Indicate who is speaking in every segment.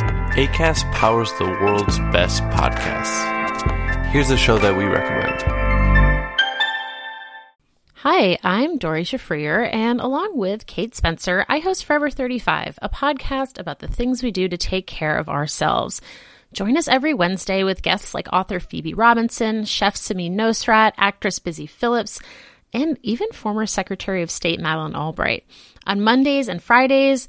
Speaker 1: ACAST powers the world's best podcasts. Here's a show that we recommend.
Speaker 2: Hi, I'm Dori Shafrier, and along with Kate Spencer, I host Forever 35, a podcast about the things we do to take care of ourselves. Join us every Wednesday with guests like author Phoebe Robinson, chef Simi Nosrat, actress Busy Phillips, and even former Secretary of State Madeleine Albright. On Mondays and Fridays,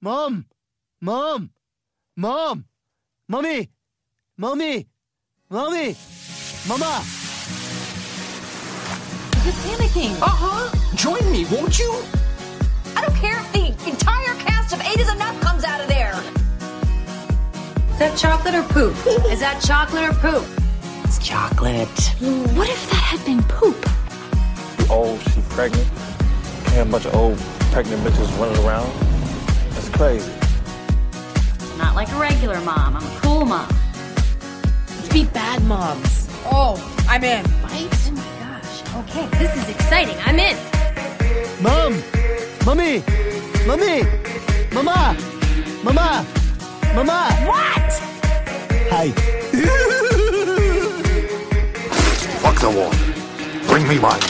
Speaker 3: Mom! Mom! Mom! Mommy! Mommy! Mommy! Mama!
Speaker 4: You're panicking.
Speaker 5: Uh huh. Join me, won't you?
Speaker 4: I don't care if the entire cast of Eight is Enough comes out of there. Is that chocolate or poop? is that chocolate or poop?
Speaker 5: It's chocolate.
Speaker 4: What if that had been poop?
Speaker 6: old, Oh, she pregnant. Can't a bunch of old pregnant bitches running around. That's crazy.
Speaker 4: Not like a regular mom. I'm a cool mom.
Speaker 7: Let's be bad moms.
Speaker 8: Oh, I'm in.
Speaker 4: Right? Oh my gosh. Okay, this is exciting. I'm in.
Speaker 3: Mom! Mommy! Mommy! Mama! Mama! Mama!
Speaker 4: What?
Speaker 3: Hi.
Speaker 9: Fuck the war. Bring me one.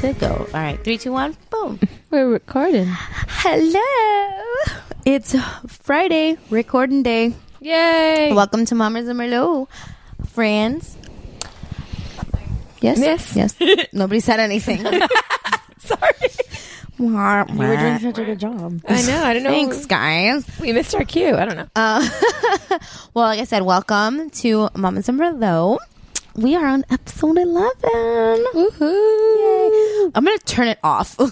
Speaker 7: To go. All right, three, two, one, boom.
Speaker 10: We're recording.
Speaker 7: Hello. It's Friday, recording day.
Speaker 10: Yay.
Speaker 7: Welcome to Mamas and Merlot, friends. Yes.
Speaker 10: Yes.
Speaker 7: Yes. Nobody said anything.
Speaker 10: Sorry.
Speaker 7: we were doing
Speaker 10: such a good job. I know. I don't know.
Speaker 7: Thanks, guys.
Speaker 10: We missed our cue. I don't know.
Speaker 7: Well, like I said, welcome to Mamas and Merlot. We are on episode eleven.
Speaker 10: Woohoo.
Speaker 7: I'm gonna turn it off. Like-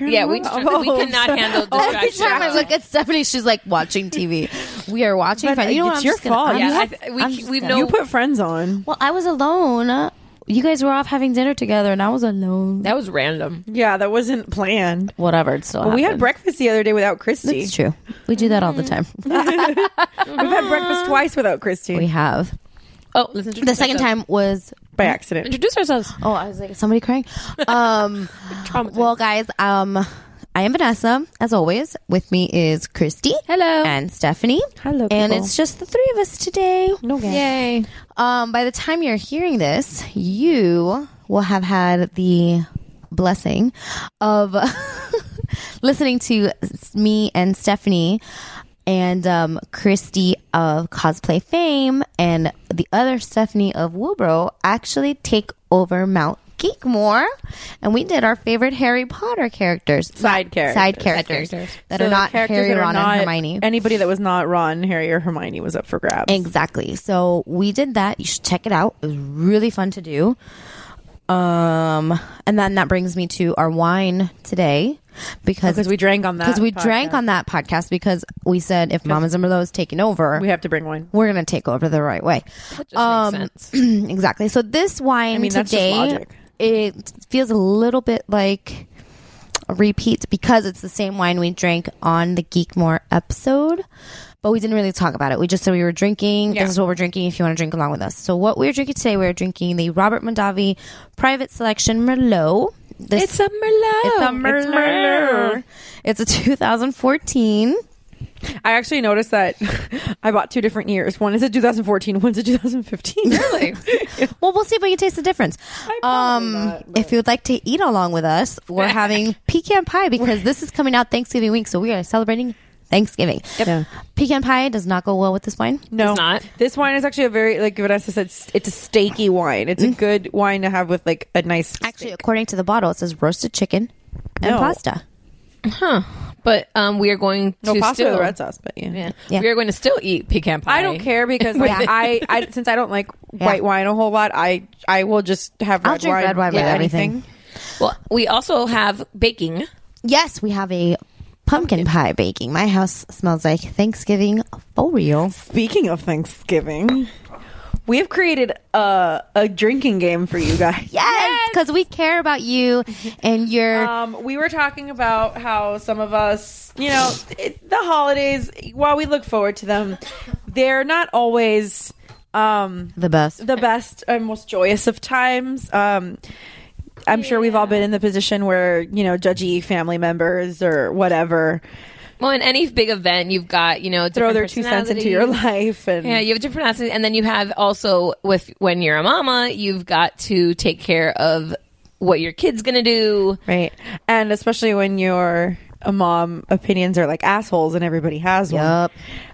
Speaker 10: Yeah, we, we could not handle
Speaker 7: Every
Speaker 10: distraction.
Speaker 7: time I look at Stephanie, she's like watching TV. We are watching.
Speaker 10: But,
Speaker 7: Friends. you know
Speaker 10: uh,
Speaker 7: what?
Speaker 10: it's
Speaker 7: I'm
Speaker 10: your
Speaker 7: just gonna-
Speaker 10: fault.
Speaker 7: I'm
Speaker 10: Yeah,
Speaker 7: just-
Speaker 10: I th- we-
Speaker 7: I'm just
Speaker 10: we've
Speaker 7: gonna-
Speaker 10: no-
Speaker 11: You put friends on.
Speaker 7: Well, I was alone. You guys were off having dinner together, and I was alone.
Speaker 10: That was random.
Speaker 11: Yeah, that wasn't planned.
Speaker 7: Whatever, it's still.
Speaker 11: But we had
Speaker 7: happened.
Speaker 11: breakfast the other day without Christy.
Speaker 7: It's true. We do that all the time.
Speaker 11: I've had
Speaker 10: Ah.
Speaker 11: breakfast twice without Christy
Speaker 7: we have.
Speaker 10: Oh, listen. To
Speaker 7: The second time was
Speaker 11: by accident.
Speaker 10: Introduce ourselves.
Speaker 7: oh, I was like "Is somebody crying. Um, well, guys, um, I am Vanessa. As always, with me is Christy.
Speaker 10: Hello.
Speaker 7: and Stephanie.
Speaker 11: Hello,
Speaker 7: and
Speaker 11: people.
Speaker 7: it's just the three of us today.
Speaker 11: No
Speaker 10: Yay.
Speaker 7: Um, by the time you're hearing this, you will have had the blessing of listening to s- me and Stephanie and um, Christy of cosplay fame and the other Stephanie of Woobro actually take over Mount Geekmore, and we did our favorite Harry Potter characters,
Speaker 11: Side characters.
Speaker 7: side characters,
Speaker 10: characters.
Speaker 7: that
Speaker 11: So
Speaker 7: are
Speaker 11: the
Speaker 7: not
Speaker 11: characters
Speaker 7: Harry,
Speaker 11: that are
Speaker 7: Ron,
Speaker 11: not-
Speaker 7: and Hermione.
Speaker 11: Anybody that was not Ron, Harry, or Hermione was up for grabs.
Speaker 7: Exactly. So we did that. You should check it out. It was really fun to do. Um, and then that brings me to our wine today because
Speaker 11: Because Oh, we drank on that.
Speaker 7: because we
Speaker 11: podcast.
Speaker 7: drank on that podcast because we said if Mama Zimmerlo is taking over,
Speaker 11: We have to bring one.
Speaker 7: we're gonna take over the right way. Um,
Speaker 10: makes
Speaker 7: exactly. So this wine
Speaker 11: I mean, that's just
Speaker 7: today,
Speaker 11: logic.
Speaker 7: it feels a little bit like a repeat because it's the same wine we drank on the Geekmore episode, but we didn't really talk about it. We just said we were drinking. This is what we're drinking. If you want to drink along with us, so what we're drinking today, we're drinking the Robert Mondavi Private Selection Merlot. This
Speaker 10: It's a Merlot.
Speaker 7: It's a Merlot. It's, a 2014.
Speaker 11: I actually noticed that I bought two different years. One is a 2014. One's a 2015. Really?
Speaker 7: Well, we'll see if we can taste the difference.
Speaker 11: probably
Speaker 7: um,
Speaker 11: not,
Speaker 7: if you'd like to eat along with us, we're having pecan pie because this is coming out Thanksgiving week, so we are celebrating Thanksgiving.
Speaker 11: Yeah.
Speaker 7: Pecan pie does not go well with this wine.
Speaker 11: No,
Speaker 10: It's not.
Speaker 11: This wine is actually a very like Vanessa said. s- It's a steaky wine. It's a good wine to have with like a nice.
Speaker 7: Mm. Actually,
Speaker 11: steak.
Speaker 7: according to the bottle, it says roasted chicken and
Speaker 11: No.
Speaker 7: pasta.
Speaker 10: But um, we are going to
Speaker 11: no pasta
Speaker 10: still.
Speaker 11: with the red sauce, but yeah.
Speaker 10: Yeah.
Speaker 7: Yeah.
Speaker 10: We are going to still eat pecan pie.
Speaker 11: I don't care because like I, I since I don't like white wine a whole lot, I I will just have red
Speaker 7: I'll drink
Speaker 11: wine.
Speaker 7: red wine with everything.
Speaker 10: Well, we also have baking.
Speaker 7: Yes, we have a pumpkin pie baking. My house smells like Thanksgiving for real.
Speaker 11: Speaking of Thanksgiving, we have created a, a drinking game for you guys.
Speaker 7: Yes, because we care about you and your.
Speaker 11: Um, we were talking about how some of us, you know, it, the holidays, while we look forward to them, they're not always um,
Speaker 7: the best,
Speaker 11: the best and most joyous of times. Um, I'm sure we've all been in the position where you know judgy family members or whatever
Speaker 10: Well, in any big event, you've got you know
Speaker 11: throw
Speaker 10: different
Speaker 11: their two cents into your
Speaker 10: personalities.
Speaker 11: life and
Speaker 10: Yeah, you have different personalities, and then you have also with when you're a mama, you've got to take care of what your kid's gonna do.
Speaker 11: Right. And especially when you're a mom, opinions are like assholes and everybody has one.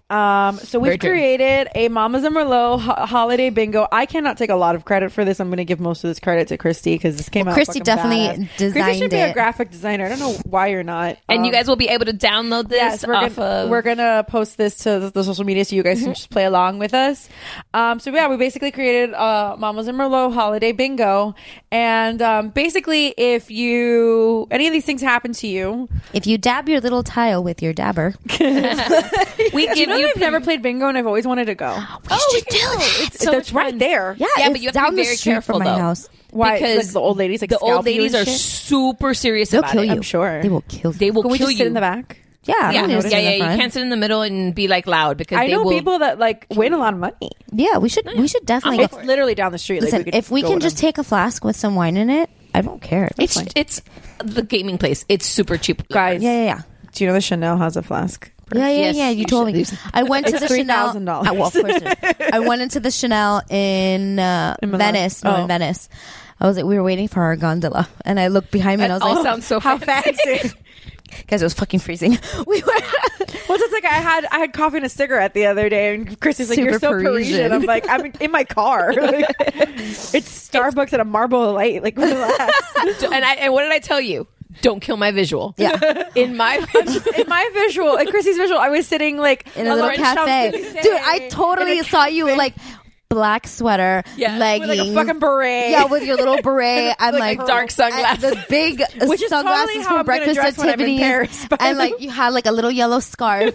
Speaker 11: Um, so
Speaker 10: Very
Speaker 11: we've
Speaker 10: true.
Speaker 11: created a Mamas and Merlot ho- holiday bingo. I cannot take a lot of credit for this. I'm going to give most of this credit to Christy because this came
Speaker 7: Well,
Speaker 11: out.
Speaker 7: Christy
Speaker 11: fucking
Speaker 7: definitely
Speaker 11: badass.
Speaker 7: designed
Speaker 11: Christy should be
Speaker 7: it.
Speaker 11: a graphic designer. I don't know why you're not.
Speaker 10: And you
Speaker 11: Um,
Speaker 10: guys will be able to download this
Speaker 11: Yes, we're
Speaker 10: off
Speaker 11: gonna,
Speaker 10: of.
Speaker 11: we're gonna post this to the, the social media so you guys
Speaker 7: Mm-hmm.
Speaker 11: can just play along with us. Um, so yeah, we basically created uh, Mamas and Merlot holiday bingo, and um, basically, if you any of these things happen to you,
Speaker 7: If you dab your little tile with your dabber,
Speaker 10: we
Speaker 11: you
Speaker 10: give
Speaker 11: know
Speaker 10: you.
Speaker 11: I've
Speaker 7: Mm-hmm.
Speaker 11: never played bingo and I've always wanted to go.
Speaker 10: oh, we can do it. It's so
Speaker 11: That's
Speaker 10: much
Speaker 11: right
Speaker 10: fun.
Speaker 11: there.
Speaker 7: yeah,
Speaker 10: Yeah,
Speaker 7: it's
Speaker 10: but you have to
Speaker 7: down
Speaker 10: be
Speaker 7: the
Speaker 10: very
Speaker 7: street
Speaker 10: careful,
Speaker 7: from my
Speaker 10: though.
Speaker 7: house.
Speaker 11: Why? It's
Speaker 10: Because
Speaker 11: like the old ladies, like
Speaker 10: the old
Speaker 11: scalp you
Speaker 10: ladies
Speaker 11: and
Speaker 10: are
Speaker 11: shit?
Speaker 10: super serious
Speaker 7: They'll
Speaker 10: about
Speaker 7: kill
Speaker 10: it.
Speaker 7: you.
Speaker 11: I'm sure.
Speaker 7: they will kill. You.
Speaker 10: They will
Speaker 11: Can we
Speaker 10: kill
Speaker 11: just
Speaker 10: you.
Speaker 11: sit in the back?
Speaker 7: Yeah, I
Speaker 10: Yeah,
Speaker 7: don't notice
Speaker 10: yeah,
Speaker 7: in the
Speaker 10: yeah. You
Speaker 7: front.
Speaker 10: can't sit in the middle and be like loud because
Speaker 11: I
Speaker 10: they
Speaker 11: know
Speaker 10: will.
Speaker 11: people that like win a lot of money.
Speaker 7: Yeah, we should. We should definitely.
Speaker 11: It's literally down the street.
Speaker 7: Listen,
Speaker 11: like, we could
Speaker 7: if we
Speaker 11: go
Speaker 7: can
Speaker 11: with
Speaker 7: just
Speaker 11: them.
Speaker 7: take a flask with some wine in it, I don't care. That's
Speaker 10: It's
Speaker 7: fine.
Speaker 10: it's the gaming place. It's super cheap.
Speaker 11: guys,
Speaker 7: yeah, yeah, yeah.
Speaker 11: do you know the Chanel has a flask?
Speaker 7: Yeah, yeah,
Speaker 10: Yes,
Speaker 7: yeah. You
Speaker 10: you
Speaker 7: told
Speaker 10: should
Speaker 7: me.
Speaker 10: lose.
Speaker 7: I went to the
Speaker 11: It's
Speaker 7: Chanel.
Speaker 11: $3,000.
Speaker 7: I, well, of course it is. I went into the Chanel in, uh,
Speaker 11: In Milan?
Speaker 7: Venice. No,
Speaker 11: Oh.
Speaker 7: in Venice. I was like, we were waiting for our gondola, and I looked behind me, and I
Speaker 10: That
Speaker 7: was
Speaker 10: all
Speaker 7: like,
Speaker 10: sounds so
Speaker 7: how
Speaker 10: fancy."
Speaker 7: fancy, guys! It was fucking freezing. We were.
Speaker 11: Well, it's like I had I had coffee and a cigarette the other day, and Christy's like,
Speaker 7: Super
Speaker 11: "You're so Parisian."
Speaker 7: Parisian.
Speaker 11: I'm like, "I'm in my car. Like, it's Starbucks and a Marble Light. Like, relax."
Speaker 10: and I and what did I tell you? Don't kill my visual.
Speaker 7: Yeah.
Speaker 10: in my
Speaker 11: in my visual, in Christy's visual, I was sitting like
Speaker 7: in a little
Speaker 11: French
Speaker 7: cafe.
Speaker 11: Champs-Élysées,
Speaker 7: Dude, I
Speaker 11: in
Speaker 7: totally
Speaker 11: a
Speaker 7: saw you like black sweater,
Speaker 10: Yeah,
Speaker 7: leggings,
Speaker 11: with like a fucking beret.
Speaker 7: Yeah, with your little beret and
Speaker 10: Like
Speaker 7: like,
Speaker 10: a dark sunglasses.
Speaker 7: and the big
Speaker 11: Which is
Speaker 7: sunglasses
Speaker 11: totally how
Speaker 7: for
Speaker 11: I'm gonna
Speaker 7: breakfast
Speaker 11: dress when I'm in
Speaker 7: activities,
Speaker 11: Paris, by
Speaker 7: and
Speaker 11: the
Speaker 7: like you had like a little yellow scarf,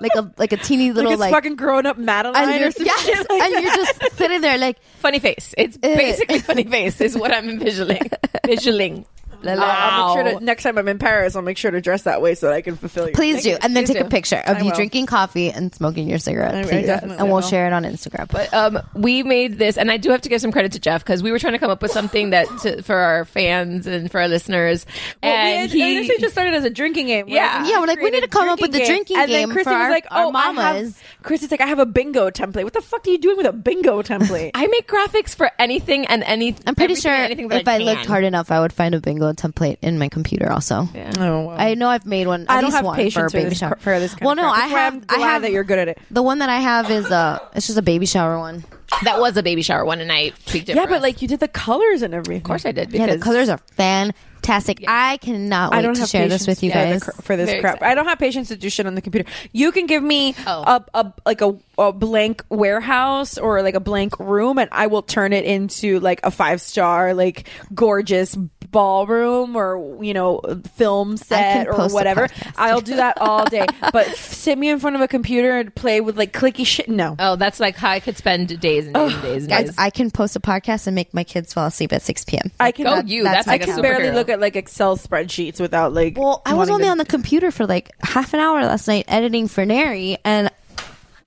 Speaker 7: like a like a teeny
Speaker 11: like,
Speaker 7: little
Speaker 11: it's
Speaker 7: like.
Speaker 11: fucking grown up Madeline
Speaker 7: you're,
Speaker 11: or some
Speaker 7: yes,
Speaker 11: shit like
Speaker 7: and
Speaker 11: that.
Speaker 7: you're just sitting there like,
Speaker 10: funny face. It's
Speaker 11: Uh,
Speaker 10: basically funny face is what I'm envisioning. Visualing.
Speaker 7: la, la,
Speaker 11: I'll make sure
Speaker 10: Wow.
Speaker 11: to, next time I'm in Paris, I'll make sure to dress that way so that I can fulfill your.
Speaker 7: please do, and then
Speaker 10: Please
Speaker 7: take a
Speaker 10: do.
Speaker 7: picture of
Speaker 11: I
Speaker 7: you
Speaker 11: will.
Speaker 7: drinking coffee and smoking your cigarette,
Speaker 11: I- I
Speaker 7: please,
Speaker 11: definitely
Speaker 7: and we'll
Speaker 11: will.
Speaker 7: share it on Instagram.
Speaker 10: But um, we made this, and I do have to give some credit to Jeff because we were trying to come up with something that to, for our fans and for our listeners.
Speaker 11: Well, we
Speaker 10: and
Speaker 11: had- it
Speaker 10: he,
Speaker 11: initially just started as a drinking game. We're
Speaker 10: Yeah.
Speaker 7: Yeah, we're like, we need to
Speaker 11: created
Speaker 7: come up with a drinking
Speaker 11: And then
Speaker 7: game
Speaker 11: Christy
Speaker 7: for
Speaker 11: was
Speaker 7: our-
Speaker 11: like,
Speaker 7: our
Speaker 11: "Oh, I
Speaker 7: mamas."
Speaker 11: have." Christy's like, "I have a bingo template. What the fuck are you doing with a bingo template?"
Speaker 10: I make graphics for anything and any.
Speaker 7: I'm pretty
Speaker 10: everything
Speaker 7: sure
Speaker 10: and anything that
Speaker 7: if I,
Speaker 10: can.
Speaker 7: looked hard enough, I would find a bingo template in my computer. Also,
Speaker 11: oh, well.
Speaker 7: I know I've made one. At
Speaker 11: I don't
Speaker 7: least
Speaker 11: have
Speaker 7: one
Speaker 11: patience
Speaker 7: for, a baby
Speaker 11: for, this,
Speaker 7: shower.
Speaker 11: cr- for this. Kind
Speaker 7: well,
Speaker 11: of
Speaker 7: no,
Speaker 11: crap.
Speaker 7: I
Speaker 11: That's why
Speaker 7: have.
Speaker 11: I'm glad
Speaker 7: I have
Speaker 11: that you're good at it.
Speaker 7: The one that I have is uh, it's just a baby shower one.
Speaker 10: That was a baby shower one, and I tweaked it.
Speaker 11: Yeah,
Speaker 10: for
Speaker 11: but
Speaker 10: us.
Speaker 11: like you did the colors and everything.
Speaker 10: of course I did.
Speaker 7: Yeah,
Speaker 10: Because
Speaker 7: the colors are fantastic. I cannot wait
Speaker 11: I don't
Speaker 7: to
Speaker 11: have
Speaker 7: share
Speaker 11: patience
Speaker 7: this with you
Speaker 11: for the
Speaker 7: guys.
Speaker 11: cr- for this
Speaker 10: Very
Speaker 11: crap.
Speaker 10: excited.
Speaker 11: I don't have patience to do shit on the computer. You can give me
Speaker 10: Oh.
Speaker 11: a, a like a, a blank warehouse or like a blank room, and I will turn it into like a five star, like gorgeous ballroom or you know film set or
Speaker 7: post a
Speaker 11: whatever.
Speaker 7: podcast.
Speaker 11: I'll do that all day. but sit me in front of a computer and play with like clicky shit. No,
Speaker 10: Oh, that's like how I could spend days and days and days. And
Speaker 7: Guys,
Speaker 10: days.
Speaker 7: I can post a podcast and make my kids fall asleep at 6 p.m.
Speaker 11: I can.
Speaker 10: Go you. That's
Speaker 7: my
Speaker 11: I
Speaker 10: like a
Speaker 11: can
Speaker 7: talent.
Speaker 11: barely
Speaker 10: superhero.
Speaker 11: look at like Excel spreadsheets without like.
Speaker 7: Well, I was
Speaker 11: wanting
Speaker 7: only
Speaker 11: to-
Speaker 7: on the computer for like half an hour last night editing for Nary, and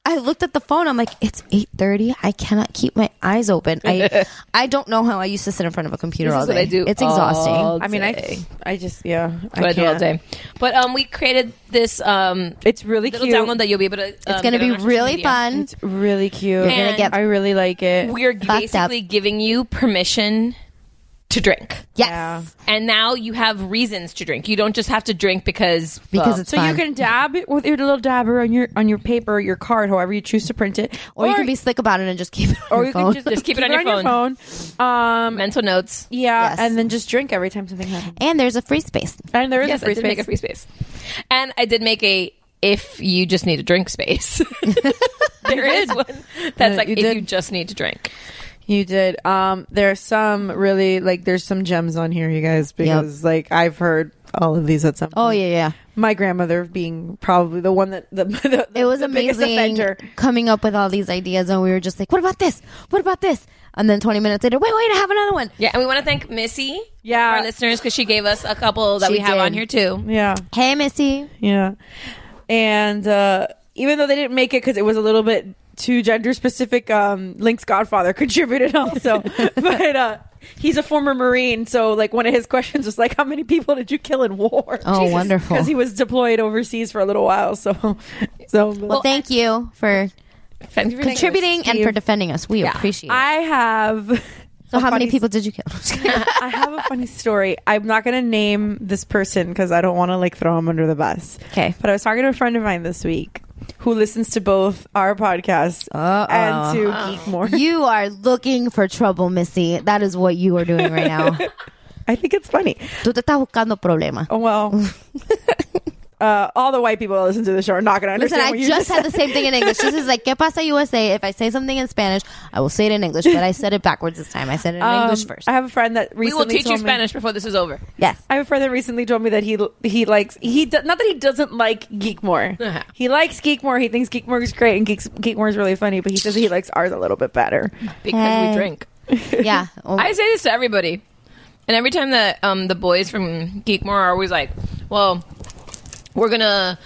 Speaker 7: I looked at the phone. I'm like, it's 8:30. I cannot keep my eyes open. I I don't know how I used to sit in front of a computer
Speaker 10: This
Speaker 7: all
Speaker 10: is
Speaker 7: day.
Speaker 10: what I do
Speaker 7: It's exhausting.
Speaker 10: all
Speaker 11: I mean, I,
Speaker 10: day.
Speaker 11: I just yeah.
Speaker 10: That's what I do all
Speaker 11: can't.
Speaker 10: day. But um, we created this um,
Speaker 11: It's really
Speaker 10: little
Speaker 11: cute.
Speaker 10: download that you'll be able to. Um,
Speaker 7: it's going to
Speaker 10: get on
Speaker 7: be
Speaker 10: our social
Speaker 7: really
Speaker 10: media.
Speaker 7: fun.
Speaker 11: It's really cute.
Speaker 10: gonna And- get-
Speaker 11: I really like it.
Speaker 10: We're
Speaker 7: up.
Speaker 10: basically giving you permission to drink.
Speaker 7: Yes.
Speaker 11: Yeah.
Speaker 10: And now you have reasons to drink. You don't just have to drink because
Speaker 7: Because it's
Speaker 11: So
Speaker 7: fun.
Speaker 11: you can dab it with your little dabber on your on your paper, your card, however you choose to print it,
Speaker 7: or, you can be slick about it and just keep it on
Speaker 11: or
Speaker 7: your
Speaker 11: you
Speaker 7: phone.
Speaker 11: can just,
Speaker 10: Just keep it on your
Speaker 11: phone. Um,
Speaker 10: mental notes.
Speaker 11: yeah,
Speaker 7: Yes.
Speaker 11: and then just drink every time something happens.
Speaker 7: and there's a free space.
Speaker 11: And there is
Speaker 10: Yes,
Speaker 11: a free
Speaker 10: I did
Speaker 11: space.
Speaker 10: make a free space, and I did make a if you just need a drink space. there is one that's
Speaker 11: Uh,
Speaker 10: like
Speaker 11: you
Speaker 10: if
Speaker 11: did.
Speaker 10: you just need to drink.
Speaker 11: you did. Um, there's some really like there's some gems on here, you guys, because like I've heard all of these at some.
Speaker 7: Oh yeah, yeah.
Speaker 11: My grandmother being probably the one that the, the
Speaker 7: it was
Speaker 11: the biggest
Speaker 7: amazing
Speaker 11: offender.
Speaker 7: coming up with all these ideas, and we were just like, "What about this? What about this?" And then 20 minutes later, wait, wait, I have another one.
Speaker 10: Yeah, and we want to thank Missy,
Speaker 11: yeah,
Speaker 10: our listeners, because she gave us a couple that
Speaker 7: She
Speaker 10: we have
Speaker 7: did.
Speaker 10: on here too.
Speaker 11: Yeah.
Speaker 7: Hey, Missy.
Speaker 11: Yeah. And uh, even though they didn't make it because it was a little bit too gender specific, um, Link's Godfather contributed also. but uh, he's a former Marine. So, like, one of his questions was, like, how many people did you kill in war?
Speaker 7: Oh, wonderful.
Speaker 11: Because he was deployed overseas for a little while. So, so
Speaker 7: Well, thank you for
Speaker 10: Thank you for thanking us.
Speaker 7: contributing and for defending us. We appreciate it.
Speaker 11: I have.
Speaker 7: So, how many
Speaker 11: funny-
Speaker 7: people did you kill?
Speaker 11: I have a funny story. I'm not going to name this person because I don't want to like throw him under the bus.
Speaker 7: Okay.
Speaker 11: But I was talking to a friend of mine this week who listens to both our podcast and to Geek More.
Speaker 7: you are looking for trouble, Missy. That is what you are doing right now.
Speaker 11: I think it's funny.
Speaker 7: Tú te estás buscando problema.
Speaker 11: Oh, well. Uh, all the white people that listen to the show are not going to
Speaker 7: Listen,
Speaker 11: understand.
Speaker 7: I
Speaker 11: what you
Speaker 7: just, had the
Speaker 11: said.
Speaker 7: same thing in English. This is like, ¿Qué pasa USA? If I say something in Spanish, I will say it in English, but I said it backwards this time. I said it in
Speaker 11: Um,
Speaker 7: English first.
Speaker 11: I have a friend that
Speaker 10: We
Speaker 11: recently
Speaker 10: will teach you
Speaker 11: told me-
Speaker 10: Spanish before this is over.
Speaker 7: yes.
Speaker 11: I have a friend that recently told me that he he likes he do, not that he doesn't like Geekmore.
Speaker 10: Uh-huh.
Speaker 11: He likes Geekmore. He thinks Geekmore is great and Geeks, Geekmore is really funny, but he says he likes ours a little bit better.
Speaker 10: because
Speaker 7: Hey.
Speaker 10: we drink.
Speaker 7: Yeah. Oh,
Speaker 10: I say this to everybody, and every time that um, the boys from Geekmore are always like, "Well, we're gonna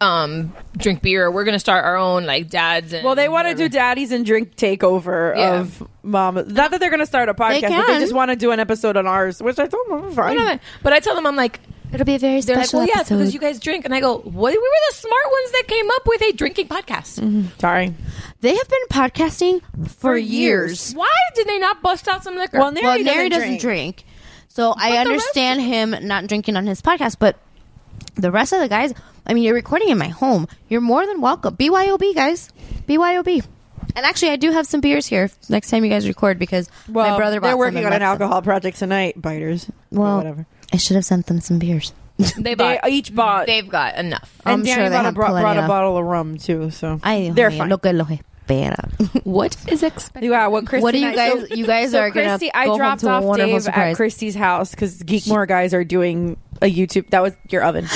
Speaker 10: um, drink beer. We're gonna start our own like dads." And
Speaker 11: Well, they want to do daddies and drink takeover
Speaker 10: Yeah.
Speaker 11: of mom. Not that they're going to start a podcast, but they
Speaker 7: can.
Speaker 11: just want to do an episode on ours, which I told them fine.
Speaker 10: whatever. But I tell them, I'm like.
Speaker 7: it'll be a very
Speaker 10: They're like,
Speaker 7: special
Speaker 10: well, yeah, it's
Speaker 7: episode.
Speaker 10: because you guys drink, and I go, "What? We were the smart ones that came up with a drinking podcast.
Speaker 7: Mm-hmm.
Speaker 11: Sorry.
Speaker 7: they have been podcasting for,
Speaker 11: years.
Speaker 7: years.
Speaker 10: Why did they not bust out some liquor?
Speaker 11: Well, Neri,
Speaker 7: well,
Speaker 11: doesn't,
Speaker 7: Nary doesn't
Speaker 11: drink.
Speaker 7: drink. So I
Speaker 10: the rest-
Speaker 7: understand him not drinking on his podcast, but the rest of the guys, I mean, you're recording in my home. You're more than welcome. BYOB, guys. BYOB. And actually, I do have some beers here if- next time you guys record because
Speaker 11: Well,
Speaker 7: my brother bought
Speaker 11: they're
Speaker 7: some
Speaker 11: working
Speaker 7: and
Speaker 11: on an
Speaker 7: left them.
Speaker 11: alcohol project tonight, biters. But
Speaker 7: Well,
Speaker 11: whatever.
Speaker 7: I should have sent them some beers.
Speaker 10: they
Speaker 11: They
Speaker 10: bought,
Speaker 11: each bought.
Speaker 10: they've got enough.
Speaker 11: and
Speaker 7: I'm
Speaker 11: Danny
Speaker 7: sure they
Speaker 11: bought, a,
Speaker 7: have
Speaker 11: brought,
Speaker 7: plenty
Speaker 11: brought a
Speaker 7: of-
Speaker 11: bottle of rum too, so
Speaker 7: Ay, Dios
Speaker 11: they're
Speaker 7: mío,
Speaker 11: fine.
Speaker 7: Lo que los espera.
Speaker 10: What is expected?
Speaker 11: Yeah, what Christy
Speaker 7: What do you
Speaker 11: and I-
Speaker 7: guys- you guys are gonna
Speaker 11: Christy,
Speaker 7: go
Speaker 11: I
Speaker 7: home
Speaker 11: dropped
Speaker 7: to a
Speaker 11: off
Speaker 7: wonderful
Speaker 11: Dave at
Speaker 7: surprise.
Speaker 11: Christy's house because Geekmore guys are doing a YouTube. That was your oven.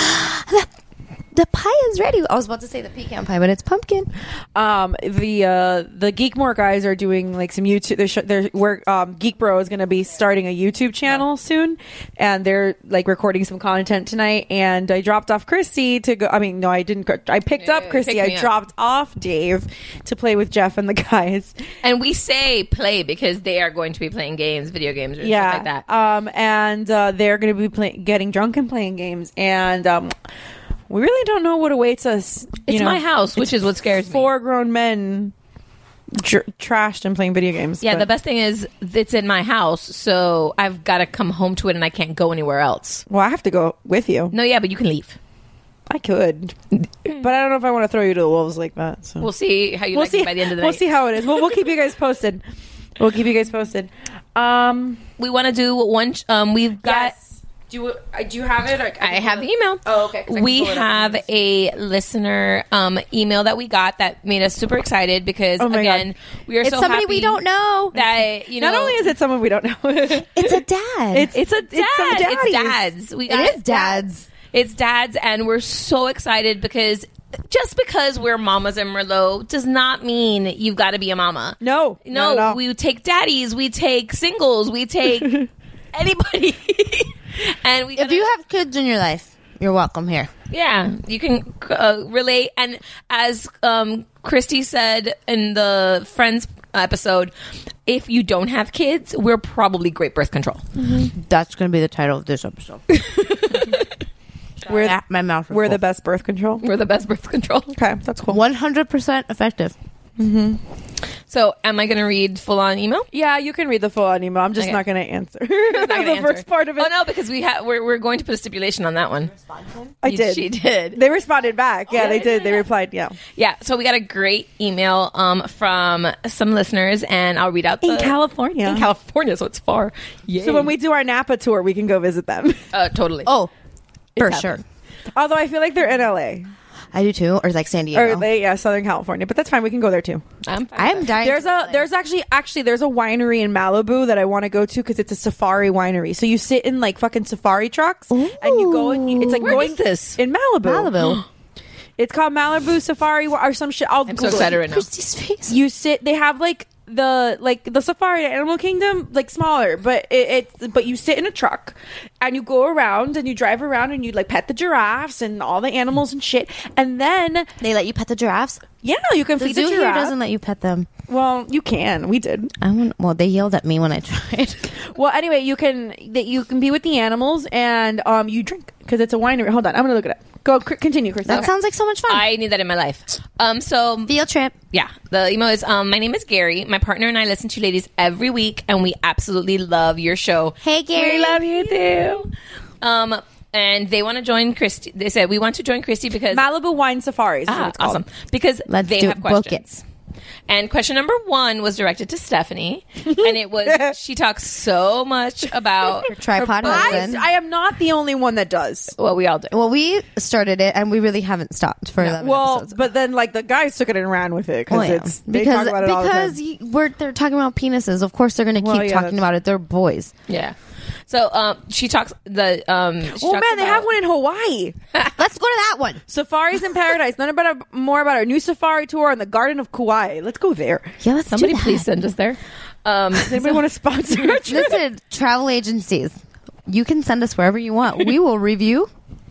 Speaker 7: the pie is ready. I was about to say the pecan pie, but it's pumpkin.
Speaker 11: Um, the uh, the Geekmore guys are doing like some YouTube. They're, sh- they're where um, Geek Bro is going to be starting a YouTube channel soon, and they're like recording some content tonight. And I dropped off Christy to go. I mean, no, I didn't. Go, I picked up
Speaker 10: yeah,
Speaker 11: Christy.
Speaker 10: pick
Speaker 11: I
Speaker 10: me up.
Speaker 11: dropped off Dave to play with Jeff and the guys.
Speaker 10: And we say play because they are going to be playing games, video games, or stuff like that.
Speaker 11: Um, and uh, they're going to be play- getting drunk and playing games, and um, we really don't know what awaits us. you
Speaker 10: it's
Speaker 11: know.
Speaker 10: my house, which is what scares me.
Speaker 11: Four grown men dr- trashed and playing video games.
Speaker 10: Yeah,
Speaker 11: but-
Speaker 10: the best thing is it's in my house, so I've got to come home to it, and I can't go anywhere else.
Speaker 11: Well, I have to go with you.
Speaker 10: No, yeah, but you can leave.
Speaker 11: I could, but I don't know if I want to throw you to the wolves like that. So
Speaker 10: We'll see how you
Speaker 11: We'll
Speaker 10: like it by the end of the
Speaker 11: we'll
Speaker 10: night.
Speaker 11: see how it is. We'll, we'll keep you guys posted. We'll keep you guys posted. Um,
Speaker 10: we want to do one. Um, we've got.
Speaker 11: Do do you have it?
Speaker 10: I have the email.
Speaker 11: Oh, okay, 'cause I can
Speaker 10: We
Speaker 11: pull it up
Speaker 10: have a listener um, email that we got that made us super excited because
Speaker 11: Oh my
Speaker 10: again,
Speaker 11: God.
Speaker 10: we are
Speaker 7: It's
Speaker 10: so
Speaker 7: somebody
Speaker 10: happy
Speaker 7: we don't know.
Speaker 10: that you know.
Speaker 11: Not only is it someone we don't know.
Speaker 7: It's a dad.
Speaker 11: It's-
Speaker 10: it's a dad.
Speaker 11: it's some daddies.
Speaker 10: It's dads. We
Speaker 7: It
Speaker 10: got
Speaker 7: is dads.
Speaker 10: It's dads, and we're so excited because just because we're mamas and Merlot does not mean you've got to be a mama.
Speaker 11: No, not at
Speaker 10: no,
Speaker 11: all.
Speaker 10: we take daddies, we take singles, we take anybody, and we.
Speaker 7: if
Speaker 10: gotta-
Speaker 7: you have kids in your life, you're welcome here.
Speaker 10: yeah, you can uh, relate. And as um, Christy said in the Friends episode, if you don't have kids, we're probably great birth control.
Speaker 7: That's going to be the title of this episode.
Speaker 11: We're
Speaker 7: Ah, my mouth.
Speaker 11: we're the best birth control.
Speaker 10: We're the best birth control.
Speaker 11: Okay, that's cool.
Speaker 7: One hundred percent effective.
Speaker 10: So, am I going to read full on email?
Speaker 11: Yeah, you can read the full on email. I'm just
Speaker 10: Okay.
Speaker 11: not going to answer
Speaker 10: I'm not
Speaker 11: the
Speaker 10: gonna answer.
Speaker 11: first part of it.
Speaker 10: Oh no, because we ha- we're, we're going to put a stipulation on that one.
Speaker 11: I
Speaker 10: You-
Speaker 11: did.
Speaker 10: She did.
Speaker 11: They responded back. Yeah, they did. They replied. Yeah.
Speaker 10: Yeah. So we got a great email um, from some listeners, and I'll read out the,
Speaker 11: California.
Speaker 10: in California, so it's far. Yeah.
Speaker 11: So when we do our Napa tour, we can go visit them.
Speaker 10: uh, totally.
Speaker 7: Oh, for
Speaker 11: happening.
Speaker 7: sure.
Speaker 11: Although I feel like they're in LA.
Speaker 7: I do too. Or like San Diego.
Speaker 11: Or they, yeah, Southern California. But that's fine. We can go there too.
Speaker 10: I'm,
Speaker 7: dying.
Speaker 11: There's a there's actually actually there's a winery in Malibu that I want to go to because it's a safari winery. So you sit in like fucking safari trucks and you go and you, it's like
Speaker 10: Where
Speaker 11: going
Speaker 10: is this?
Speaker 11: in Malibu.
Speaker 7: Malibu.
Speaker 11: it's called Malibu Safari Wa- or some shit. I'll
Speaker 10: I'm so
Speaker 11: Google it.
Speaker 10: excited right now.
Speaker 7: Christy's face.
Speaker 11: You sit. They have like the like the safari at Animal Kingdom like smaller, but it, it's but you sit in a truck and you go around and you drive around and you like pet the giraffes and all the animals and shit, and then
Speaker 7: They let you pet the giraffes.
Speaker 11: yeah, you can
Speaker 7: The
Speaker 11: feed the,
Speaker 7: zoo here
Speaker 11: giraffe.
Speaker 7: doesn't let you pet them.
Speaker 11: well, you can. We did.
Speaker 7: I want. Well, they yelled at me when I tried.
Speaker 11: Well, anyway, you can that you can be with the animals and um you drink because it's a winery. Hold on, I'm gonna look it up. Go cr- continue, Chris.
Speaker 7: That sounds like so much fun.
Speaker 10: I need that in my life. Um, so
Speaker 7: Field trip.
Speaker 10: yeah, the email is um, my name is Gary. My partner and I listen to you ladies every week, and we absolutely love your show.
Speaker 7: Hey, Gary.
Speaker 11: you too.
Speaker 10: Um, and they want to join Christy. They said we want to join Christy because
Speaker 11: Malibu wine safaris. is what
Speaker 10: Ah,
Speaker 11: it's called.
Speaker 10: awesome. Because
Speaker 7: Let's
Speaker 10: they
Speaker 7: do
Speaker 10: have
Speaker 7: it. Book
Speaker 10: questions. And question number one was directed to Stephanie, and it was she talks so much about
Speaker 7: Tripod
Speaker 11: I,
Speaker 7: husband.
Speaker 11: I am not the only one that does.
Speaker 10: what we all do.
Speaker 7: well, we started it, and we really haven't stopped for eleven
Speaker 11: Well,
Speaker 7: episodes.
Speaker 11: but then like the guys took it and ran with it
Speaker 7: Oh,
Speaker 11: because
Speaker 7: yeah.
Speaker 11: it's they
Speaker 7: because
Speaker 11: talk about it all the time.
Speaker 7: because you- we're they're talking about penises. Of course, they're going to
Speaker 11: Well,
Speaker 7: keep
Speaker 11: yeah,
Speaker 7: talking
Speaker 11: that's-
Speaker 7: about it. They're boys.
Speaker 10: Yeah. So um, she talks the um. she
Speaker 11: Oh man,
Speaker 10: talks
Speaker 11: they
Speaker 10: about-
Speaker 11: have one in Hawaii.
Speaker 7: Let's go to that one.
Speaker 11: Safaris in Paradise. None about our, more about our new safari tour on the Garden of Kauai. Let's go there.
Speaker 7: Yeah, let's
Speaker 10: Somebody
Speaker 7: do that.
Speaker 10: please send us there. Um,
Speaker 11: Does anybody want to sponsor? a trip?
Speaker 7: Listen, travel agencies, you can send us wherever you want. We will review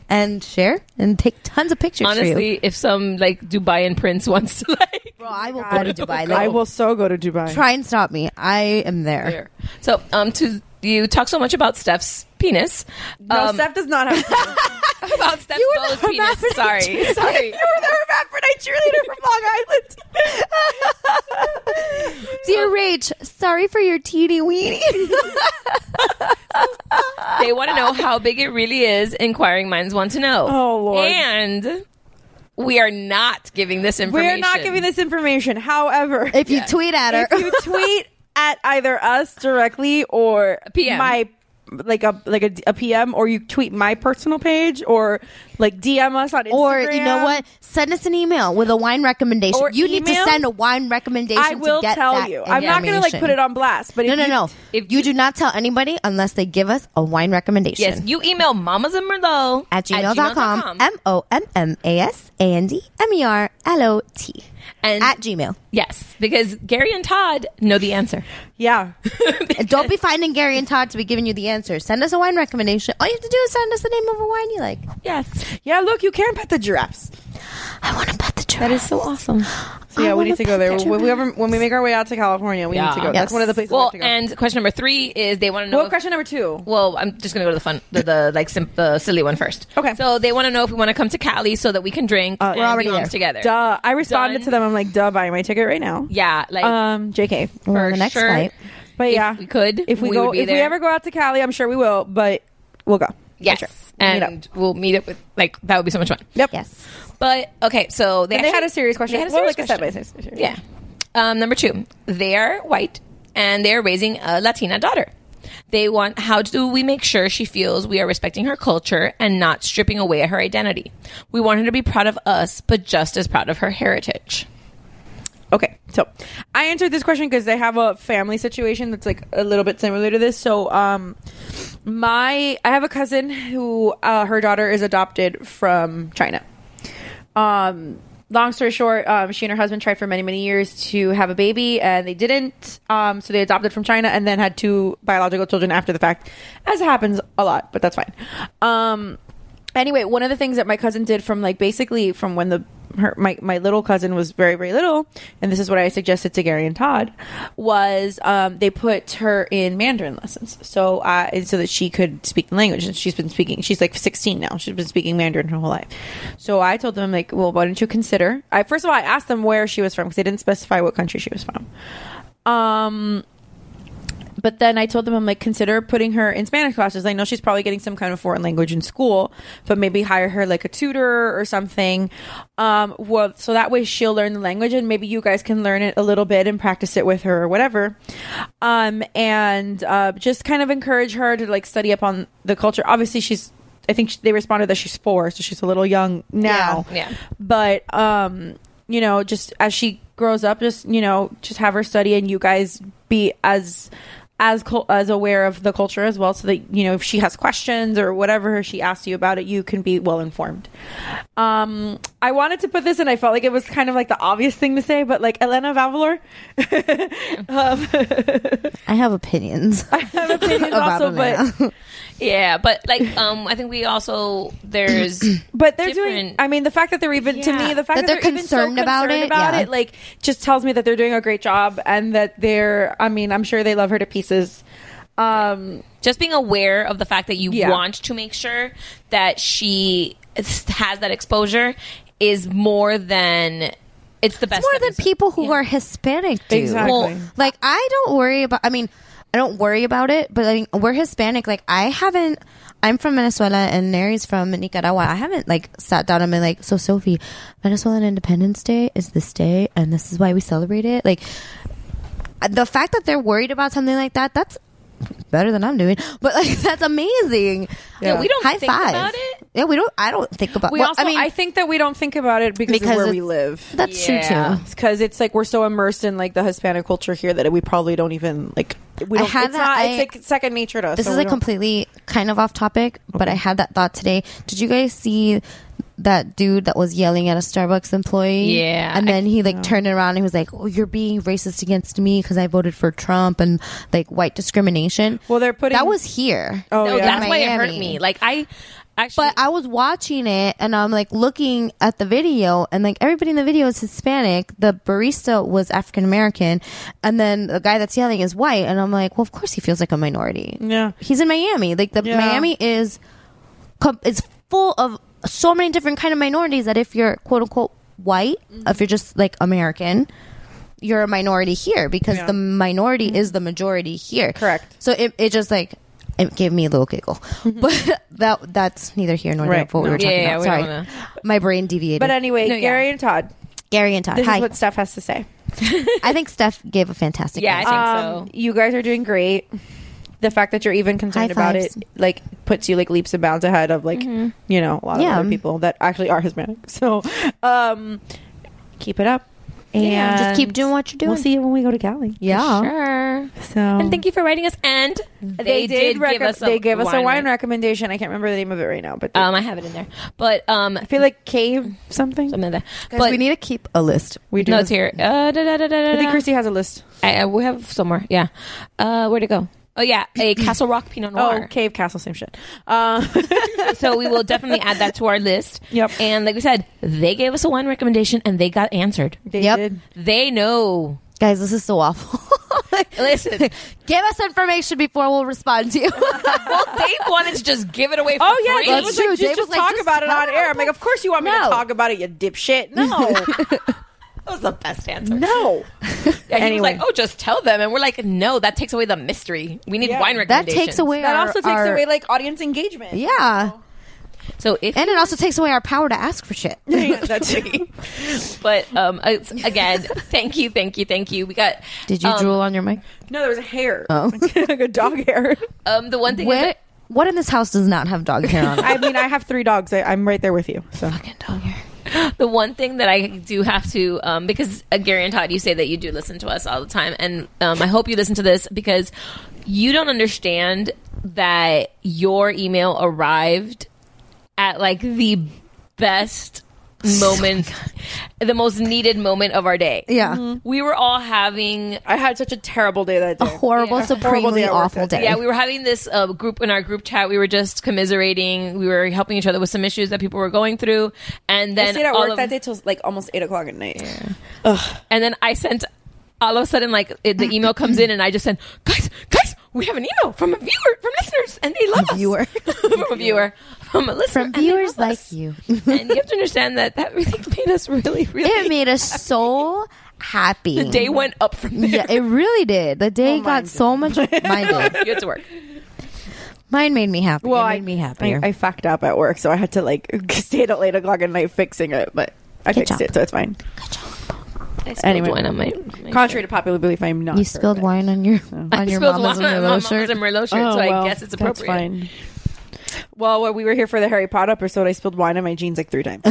Speaker 7: and share and take tons of pictures for you.
Speaker 10: honestly, if some like Dubaian prince wants to like,
Speaker 7: Bro, I will go to Dubai.
Speaker 11: I will so go to Dubai.
Speaker 7: try and stop me. I am there.
Speaker 10: There. so um, to you talk so much about Steph's penis.
Speaker 11: no,
Speaker 10: Um,
Speaker 11: Steph does not have.
Speaker 10: about Steph's
Speaker 11: You were
Speaker 10: Bo's
Speaker 11: the
Speaker 10: penis. Sorry,
Speaker 11: hermaphrodite.
Speaker 10: sorry.
Speaker 11: you were the hermaphrodite cheerleader from Long Island.
Speaker 7: Dear Rach, sorry for your teeny weeny.
Speaker 10: they want to know how big it really is. Inquiring minds want to know.
Speaker 11: Oh, Lord.
Speaker 10: And we are not giving this information.
Speaker 11: We're not giving this information. However,
Speaker 7: if you tweet at her,
Speaker 11: if you tweet at either us directly or
Speaker 10: PM.
Speaker 11: my like a like a, a PM or you tweet my personal page or like DM us on Instagram
Speaker 7: or you know what, send us an email with a wine recommendation.
Speaker 11: Or
Speaker 7: you need to
Speaker 11: email?
Speaker 7: send a wine recommendation.
Speaker 11: I
Speaker 7: to
Speaker 11: will
Speaker 7: get
Speaker 11: tell
Speaker 7: that
Speaker 11: you. I'm not gonna like
Speaker 7: information.
Speaker 11: put it on blast, but
Speaker 7: No,
Speaker 11: if
Speaker 7: no,
Speaker 11: you-
Speaker 7: no. If you, do not tell anybody unless they give us a wine recommendation.
Speaker 10: Yes, you email mamas and merlot
Speaker 7: at gmail.com. M O M M A S A N D M E R L O T.
Speaker 10: And-
Speaker 7: At Gmail.
Speaker 10: Yes, because Gary and Todd know the answer.
Speaker 11: yeah,
Speaker 7: And don't be finding Gary and Todd to be giving you the answer. Send us a wine recommendation. All you have to do is send us the name of a wine you like.
Speaker 10: Yes,
Speaker 11: yeah. Look, you can pet the giraffes.
Speaker 7: I want to pet the giraffe.
Speaker 10: that is so awesome.
Speaker 11: So yeah,
Speaker 7: I
Speaker 11: we need
Speaker 7: wanna
Speaker 11: to go
Speaker 7: pet
Speaker 11: there.
Speaker 7: the
Speaker 11: When we,
Speaker 7: giraffe.
Speaker 11: ever, when we make our way out to California, we need to go.
Speaker 10: Yeah.
Speaker 11: That's one of the places. we
Speaker 10: Well,
Speaker 11: have to go.
Speaker 10: and question number three is they want to know.
Speaker 11: well,
Speaker 10: if-
Speaker 11: question number two.
Speaker 10: Well, I'm just gonna go to the fun, the, the like sim- the silly one first.
Speaker 11: Okay.
Speaker 10: So they want to know if we want to come to Cali so that we can drink. and
Speaker 7: Uh, we're already
Speaker 10: be moms
Speaker 7: there.
Speaker 10: together.
Speaker 11: Duh. I responded
Speaker 10: Done.
Speaker 11: to them. I'm like, duh, buying my ticket right now.
Speaker 10: Yeah, like
Speaker 11: Um, JK.
Speaker 7: We're on
Speaker 10: for
Speaker 7: the next
Speaker 10: sure.
Speaker 7: flight.
Speaker 11: But
Speaker 10: If
Speaker 11: yeah,
Speaker 10: we could,
Speaker 11: If we,
Speaker 10: we
Speaker 11: go,
Speaker 10: would be
Speaker 11: if we
Speaker 10: there.
Speaker 11: ever go out to Cali, I'm sure we will. But we'll go.
Speaker 10: yes,
Speaker 11: Sure. Meet up.
Speaker 10: and we'll meet up with like that would be so much fun.
Speaker 11: Yep.
Speaker 7: Yes.
Speaker 10: But okay, so they
Speaker 11: And they
Speaker 10: actually-
Speaker 11: had a serious question.
Speaker 10: They had a
Speaker 11: Well,
Speaker 10: serious
Speaker 11: like a
Speaker 10: question.
Speaker 11: step-by-step question.
Speaker 10: Yeah. Um, number two, they are white and they are raising a Latina daughter. They want how do we make sure she feels we are respecting her culture and not stripping away at her identity? We want her to be proud of us, but just as proud of her heritage.
Speaker 11: Okay, so I answered this question because they have a family situation that's like a little bit similar to this. So, um, my I have a cousin who uh, her daughter is adopted from China. Um, long story short, um, she and her husband tried for many many years to have a baby, and they didn't. Um, so they adopted from China and then had two biological children after the fact, as happens a lot. But that's fine. Um, anyway, one of the things that my cousin did from like basically from when the her my, my little cousin was very very little, and this is what I suggested to Gary and Todd was um, they put her in Mandarin lessons so uh, and so that she could speak the language. And she's been speaking. She's like 16 now. She's been speaking Mandarin her whole life. So I told them I'm like, well, why don't you consider? I first of all I asked them where she was from because they didn't specify what country she was from. Um, but then I told them, I'm like, consider putting her in Spanish classes. I know she's probably getting some kind of foreign language in school, but maybe hire her like a tutor or something. Um, well, so that way she'll learn the language and maybe you guys can learn it a little bit and practice it with her or whatever. Um, and uh, just kind of encourage her to like study up on the culture. Obviously, she's I think she, they responded that she's four, so she's a little young now.
Speaker 10: Yeah. Yeah.
Speaker 11: But um, you know, just as she grows up, just you know, just have her study, and you guys be as as cul as aware of the culture as well, so that you know if she has questions or whatever she asks you about it, you can be well informed. Um, I wanted to put this, and I felt like it was kind of like the obvious thing to say, but like Elena Valor,
Speaker 7: I have opinions. I have
Speaker 11: opinions also, but
Speaker 10: yeah, but like um, I think we also there's
Speaker 11: but they're doing. I mean, the fact that they're even to
Speaker 10: Yeah.
Speaker 11: me, the fact
Speaker 7: That
Speaker 11: that,
Speaker 7: they're
Speaker 11: they're, even so
Speaker 7: concerned about
Speaker 11: concerned
Speaker 7: it,
Speaker 11: about
Speaker 7: yeah.
Speaker 11: it, like, just tells me that they're doing a great job and that they're. I mean, I'm sure they love her to pieces. Um,
Speaker 10: just being aware of the fact that you
Speaker 11: Yeah.
Speaker 10: want to make sure that she is- has that exposure is more than it's the best.
Speaker 7: more than people who are Hispanic do.
Speaker 10: Exactly. Well-
Speaker 7: like I don't worry about. I mean, I don't worry about it. But like, we're Hispanic. Like I haven't. I'm from Venezuela and Neri's from Nicaragua. I haven't like sat down and been like, so Sophie, Venezuelan Independence Day is this day, and this is why we celebrate it. Like the fact that they're worried about something like that. That's better than I'm doing. But like that's amazing.
Speaker 10: Yeah, we don't
Speaker 7: High
Speaker 10: think
Speaker 7: five.
Speaker 10: about it.
Speaker 7: Yeah, we don't. I don't think about.
Speaker 11: we
Speaker 7: well,
Speaker 11: also,
Speaker 7: I
Speaker 11: I,
Speaker 7: mean,
Speaker 11: think that we don't think about it because,
Speaker 7: Because
Speaker 11: of where we
Speaker 7: it's-
Speaker 11: live.
Speaker 7: that's true, Yeah. too.
Speaker 11: Because it's like we're so immersed in like the Hispanic culture here that we probably don't even like. We
Speaker 7: I
Speaker 11: don't,
Speaker 7: had
Speaker 11: it's
Speaker 7: that-
Speaker 11: Not,
Speaker 7: I-
Speaker 11: it's like second nature to us.
Speaker 7: This
Speaker 11: so
Speaker 7: is
Speaker 11: we
Speaker 7: like
Speaker 11: don't-
Speaker 7: completely kind of off topic, but I had that thought today. Did you guys see that dude that was yelling at a Starbucks employee?
Speaker 10: Yeah,
Speaker 7: And then he like turned around and he was like, "Oh, you're being racist against me because I voted for Trump and like white discrimination."
Speaker 11: Well, they're putting
Speaker 7: that was here.
Speaker 11: Oh,
Speaker 10: No, that's
Speaker 7: In
Speaker 10: why it hurt
Speaker 7: Miami.
Speaker 10: me. Like I actually,
Speaker 7: But I was watching it and I'm like looking at the video and like everybody in the video is Hispanic. The barista was African American and then the guy that's yelling is white and I'm like, well, of course he feels like a minority.
Speaker 11: Yeah.
Speaker 7: He's in Miami. Like the
Speaker 11: Yeah.
Speaker 7: Miami is com- is full of so many different kind of minorities that if you're quote unquote white,
Speaker 11: Mm-hmm.
Speaker 7: if you're just like American, you're a minority here because
Speaker 11: Yeah. Mm-hmm.
Speaker 7: the minority is the majority here. Correct. So it, it just like it gave me a little giggle, but that that's neither here nor there
Speaker 11: Mm-hmm. Right.
Speaker 7: for what we
Speaker 11: No.
Speaker 7: were talking
Speaker 11: Yeah, yeah,
Speaker 7: about.
Speaker 11: we
Speaker 7: Sorry,
Speaker 11: don't wanna-
Speaker 7: my brain deviated.
Speaker 11: But anyway,
Speaker 7: No, yeah.
Speaker 11: Gary and Todd.
Speaker 7: Gary and Todd.
Speaker 11: This
Speaker 7: Hi.
Speaker 11: is what Steph has to say.
Speaker 7: I think Steph gave a fantastic. answer.
Speaker 11: Um, You guys are doing great. The fact that you're even concerned
Speaker 7: High
Speaker 11: about it,
Speaker 7: fives.
Speaker 11: like, puts you like leaps and bounds ahead of like,
Speaker 7: Mhm.
Speaker 11: you know, a lot
Speaker 7: Yeah.
Speaker 11: of other people that actually are Hispanic. So, um, keep it up. And
Speaker 7: Yeah. Just keep doing what you're doing.
Speaker 11: We'll see you when we go to Cali.
Speaker 7: Yeah.
Speaker 10: sure.
Speaker 11: So
Speaker 10: And thank you for writing us. And they, did,
Speaker 11: recom-
Speaker 10: give us. A
Speaker 11: they gave us a wine
Speaker 10: rec-
Speaker 11: recommendation. I can't remember the name of it right now, but
Speaker 10: Um, I have it in there, but um, I
Speaker 11: feel like cave something.
Speaker 10: Something like that.
Speaker 7: 'Cause we need to keep a list.
Speaker 11: We do.
Speaker 10: No, it's here. Uh, da, da, da, da, da,
Speaker 11: I think
Speaker 10: da.
Speaker 11: Christy has a list.
Speaker 10: I, I we have somewhere. Yeah. Uh, where'd it go? Oh yeah, a Castle Rock Pinot Noir.
Speaker 11: Oh, cave castle, same shit. Uh,
Speaker 10: so we will definitely add that to our list.
Speaker 11: Yep.
Speaker 10: And like we said, they gave us a wine recommendation and they got answered.
Speaker 11: They
Speaker 7: Yep.
Speaker 11: did.
Speaker 10: They know.
Speaker 7: Guys, this is so awful.
Speaker 10: Listen,
Speaker 7: Give us information before we'll respond to you.
Speaker 10: well, Dave wanted to just give it away. For
Speaker 11: Oh yeah,
Speaker 10: free.
Speaker 11: Dave was
Speaker 7: true.
Speaker 11: like,
Speaker 7: Dave
Speaker 11: just,
Speaker 7: was
Speaker 11: just
Speaker 7: like,
Speaker 11: talk
Speaker 7: just
Speaker 11: about it on
Speaker 7: talk
Speaker 11: air. I'm like, of course you want me
Speaker 7: No.
Speaker 11: to talk about it, you dipshit. No,
Speaker 10: that was the best answer.
Speaker 11: no.
Speaker 10: Yeah, he
Speaker 11: Anyway.
Speaker 10: was like, "Oh, just tell them," and we're like, "No, that takes away the mystery. We need
Speaker 11: Yeah.
Speaker 10: wine
Speaker 7: that
Speaker 10: recommendations."
Speaker 7: takes away.
Speaker 11: That
Speaker 7: our-
Speaker 11: also takes
Speaker 7: our-
Speaker 11: away like audience engagement.
Speaker 7: Yeah,
Speaker 10: So if
Speaker 7: and it also takes away our power to ask for shit.
Speaker 11: Yeah, that's
Speaker 10: But um, it's, again, thank you, thank you, thank you. We got.
Speaker 7: Did you
Speaker 10: um,
Speaker 7: drool on your mic?
Speaker 11: no, there was a hair,
Speaker 7: Oh.
Speaker 11: like a dog hair.
Speaker 10: Um, the one thing. is
Speaker 7: Where,
Speaker 10: that-
Speaker 7: what in this house does not have dog hair on it?
Speaker 11: I mean, I have three dogs. I, I'm right there with you. So
Speaker 7: dog hair.
Speaker 10: the one thing that I do have to, um, because uh, Gary and Todd, you say that you do listen to us all the time, and um, I hope you listen to this because you don't understand that your email arrived at like the best moment, the most needed moment of our day.
Speaker 7: Yeah.
Speaker 10: we were all having
Speaker 11: I had such a terrible day that day.
Speaker 7: Horrible, supremely
Speaker 11: Horrible day at work
Speaker 7: awful
Speaker 11: that
Speaker 7: day.
Speaker 11: day.
Speaker 10: Yeah, we were having this uh, group in our group chat. We were just commiserating. We were helping each other with some issues that people were going through, and
Speaker 11: I
Speaker 10: then
Speaker 11: stayed at
Speaker 10: all
Speaker 11: work
Speaker 10: of,
Speaker 11: that day till like almost eight o'clock at night.
Speaker 10: and then I sent. All of a sudden, like it, the email comes in, and I just sent, guys, guys, we have an email from a viewer, from listeners, and they love us.
Speaker 7: viewer.
Speaker 10: from a viewer, from a listener,
Speaker 7: From
Speaker 10: and they
Speaker 7: viewers
Speaker 10: love
Speaker 7: like
Speaker 10: us.
Speaker 7: you,
Speaker 10: and you have to understand that that really made us really, really.
Speaker 7: it made us so happy.
Speaker 10: the day went up from there.
Speaker 7: Yeah, it really did. The
Speaker 10: Oh
Speaker 7: day got so much. Mine did.
Speaker 10: you had to work.
Speaker 7: Mine made me happy.
Speaker 11: Well,
Speaker 7: it
Speaker 11: I-
Speaker 7: made me
Speaker 11: I,
Speaker 7: happier.
Speaker 11: I fucked up at work, so I had to like stay till eight o'clock at night fixing it, but I
Speaker 7: Good
Speaker 11: fixed
Speaker 7: job.
Speaker 11: it, so it's fine.
Speaker 10: I spilled
Speaker 11: Anyway.
Speaker 10: wine on my. my
Speaker 11: Contrary to popular belief, I am not.
Speaker 7: you spilled
Speaker 11: perfect.
Speaker 7: wine on your on
Speaker 10: I
Speaker 7: your
Speaker 10: spilled
Speaker 7: mama's
Speaker 10: wine on my
Speaker 7: Merlot
Speaker 10: mama's
Speaker 7: shirt. Oh,
Speaker 10: and Merlot shirt, so I
Speaker 11: Oh, well,
Speaker 10: guess it's
Speaker 11: that's
Speaker 10: appropriate.
Speaker 11: fine. Well, when we were here for the Harry Potter episode, I spilled wine on my jeans like three times.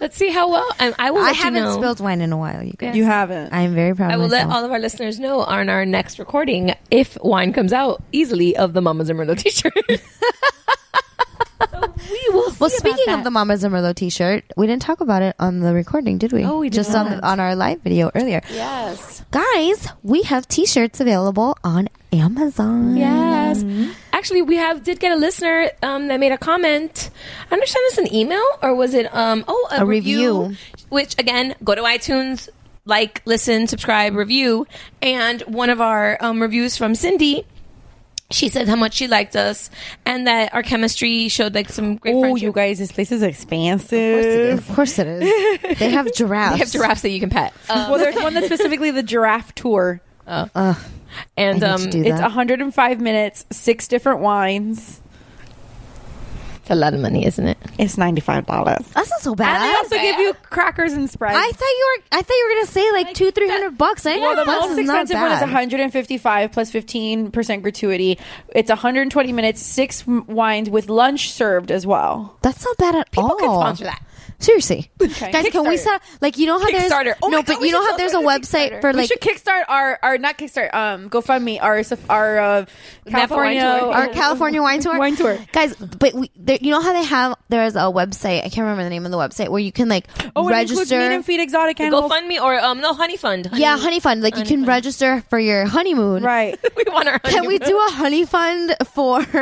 Speaker 10: Let's see how well I, I will.
Speaker 7: I
Speaker 10: let you
Speaker 7: haven't
Speaker 10: know.
Speaker 7: spilled wine in a while. You guys,
Speaker 11: You haven't.
Speaker 7: I'm very proud.
Speaker 10: I
Speaker 7: of
Speaker 10: will let
Speaker 7: myself.
Speaker 10: all of our listeners know on our next recording if wine comes out easily of the Mama Zimmerlo T-shirt. So we will. See
Speaker 7: Well,
Speaker 10: about
Speaker 7: speaking
Speaker 10: that.
Speaker 7: of the Mama Zimmerlo T-shirt, we didn't talk about it on the recording, did we?
Speaker 10: Oh, we did
Speaker 7: just on
Speaker 10: not.
Speaker 7: on our live video earlier.
Speaker 10: yes,
Speaker 7: Guys, we have T-shirts available on Amazon.
Speaker 10: yes.
Speaker 11: Mm-hmm.
Speaker 10: Actually, we have did get a listener um, that made a comment. I understand it's an email or was it um oh a,
Speaker 7: A review.
Speaker 10: Which again, go to iTunes, like, listen, subscribe, review, and one of our um, reviews from Cindy. She said how much she liked us and that our chemistry showed like some great
Speaker 11: Oh,
Speaker 10: friendship.
Speaker 11: you guys, this place is expansive.
Speaker 7: Of course it is. They have giraffes.
Speaker 10: They have giraffes that you can pet. Um,
Speaker 11: Well, there's one that's specifically the giraffe tour.
Speaker 10: and
Speaker 7: I need
Speaker 10: um,
Speaker 7: to do
Speaker 11: It's
Speaker 7: that.
Speaker 11: 105 minutes, six different wines.
Speaker 10: it's a lot of money, isn't it?
Speaker 11: It's $95.
Speaker 7: That's not so
Speaker 11: And they
Speaker 7: bad.
Speaker 11: also give you crackers and spreads.
Speaker 7: I thought you were. I thought you were gonna say like, two, three hundred bucks. I
Speaker 11: well, the
Speaker 7: bucks
Speaker 11: most
Speaker 7: is not
Speaker 11: expensive one is
Speaker 7: bad.
Speaker 11: 155 plus 15 percent gratuity. It's 120 minutes, six m- wines with lunch served as well.
Speaker 7: That's not bad at all.
Speaker 10: People can sponsor that.
Speaker 7: Seriously, guys, can we
Speaker 11: Kickstarter.
Speaker 7: set up like you know how there's
Speaker 10: Kickstarter. Oh
Speaker 7: no,
Speaker 10: my God,
Speaker 7: but
Speaker 10: we
Speaker 7: you know
Speaker 10: should
Speaker 7: how there's a
Speaker 10: also do
Speaker 7: website
Speaker 10: Kickstarter.
Speaker 7: for
Speaker 11: we
Speaker 7: like
Speaker 11: should kickstart our our not kickstart um GoFundMe our our uh, California
Speaker 10: wine tour.
Speaker 7: Oh, our California wine tour.
Speaker 11: Wine tour.
Speaker 7: guys. But we, there, you know how they have there's a website. I can't remember the name of the website where you can like
Speaker 11: oh, it includes meat
Speaker 7: register.
Speaker 11: and feed exotic
Speaker 10: Go
Speaker 11: animals.
Speaker 10: fund me or um no honey fund.
Speaker 7: yeah, honey fund. Like you can register for your honeymoon.
Speaker 11: Right.
Speaker 10: we want our honey.
Speaker 7: Can we do a honey fund for for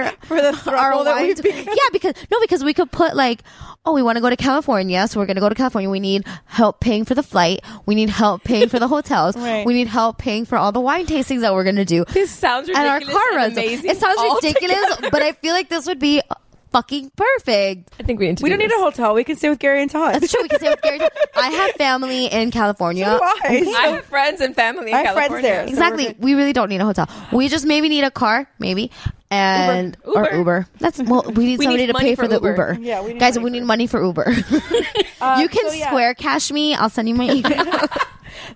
Speaker 11: the throuple that we've become.
Speaker 7: Yeah, because no, because we could put like, oh, we want to go to California, so we're gonna go to California. We need help paying for the flight. We need help paying for the hotels.
Speaker 11: Right.
Speaker 7: We need help paying for all the wine tastings that we're gonna do.
Speaker 10: This sounds
Speaker 7: and our
Speaker 10: ridiculous
Speaker 7: car
Speaker 10: and
Speaker 7: rental.
Speaker 10: amazing
Speaker 7: It sounds
Speaker 10: all
Speaker 7: ridiculous, but I feel like this would be fucking perfect.
Speaker 10: I think we need to
Speaker 11: We don't need a hotel. We can stay with Gary and Todd.
Speaker 7: That's true. We can say with Gary. I have family in California.
Speaker 11: So do I.
Speaker 10: I have friends and family in
Speaker 11: I have friends
Speaker 10: California.
Speaker 11: there.
Speaker 7: Exactly. We really don't need a hotel. We just maybe need a car, maybe, and
Speaker 10: Uber.
Speaker 7: or Uber. That's well, we need
Speaker 10: We
Speaker 7: somebody
Speaker 10: need
Speaker 7: to
Speaker 10: money
Speaker 7: pay for,
Speaker 10: for
Speaker 7: the
Speaker 10: Uber.
Speaker 7: Uber.
Speaker 11: Yeah, we need
Speaker 7: guys,
Speaker 11: money
Speaker 7: we
Speaker 11: for
Speaker 7: need
Speaker 11: Uber.
Speaker 7: money for Uber. you can
Speaker 11: so, yeah.
Speaker 7: square cash me. I'll send you my email.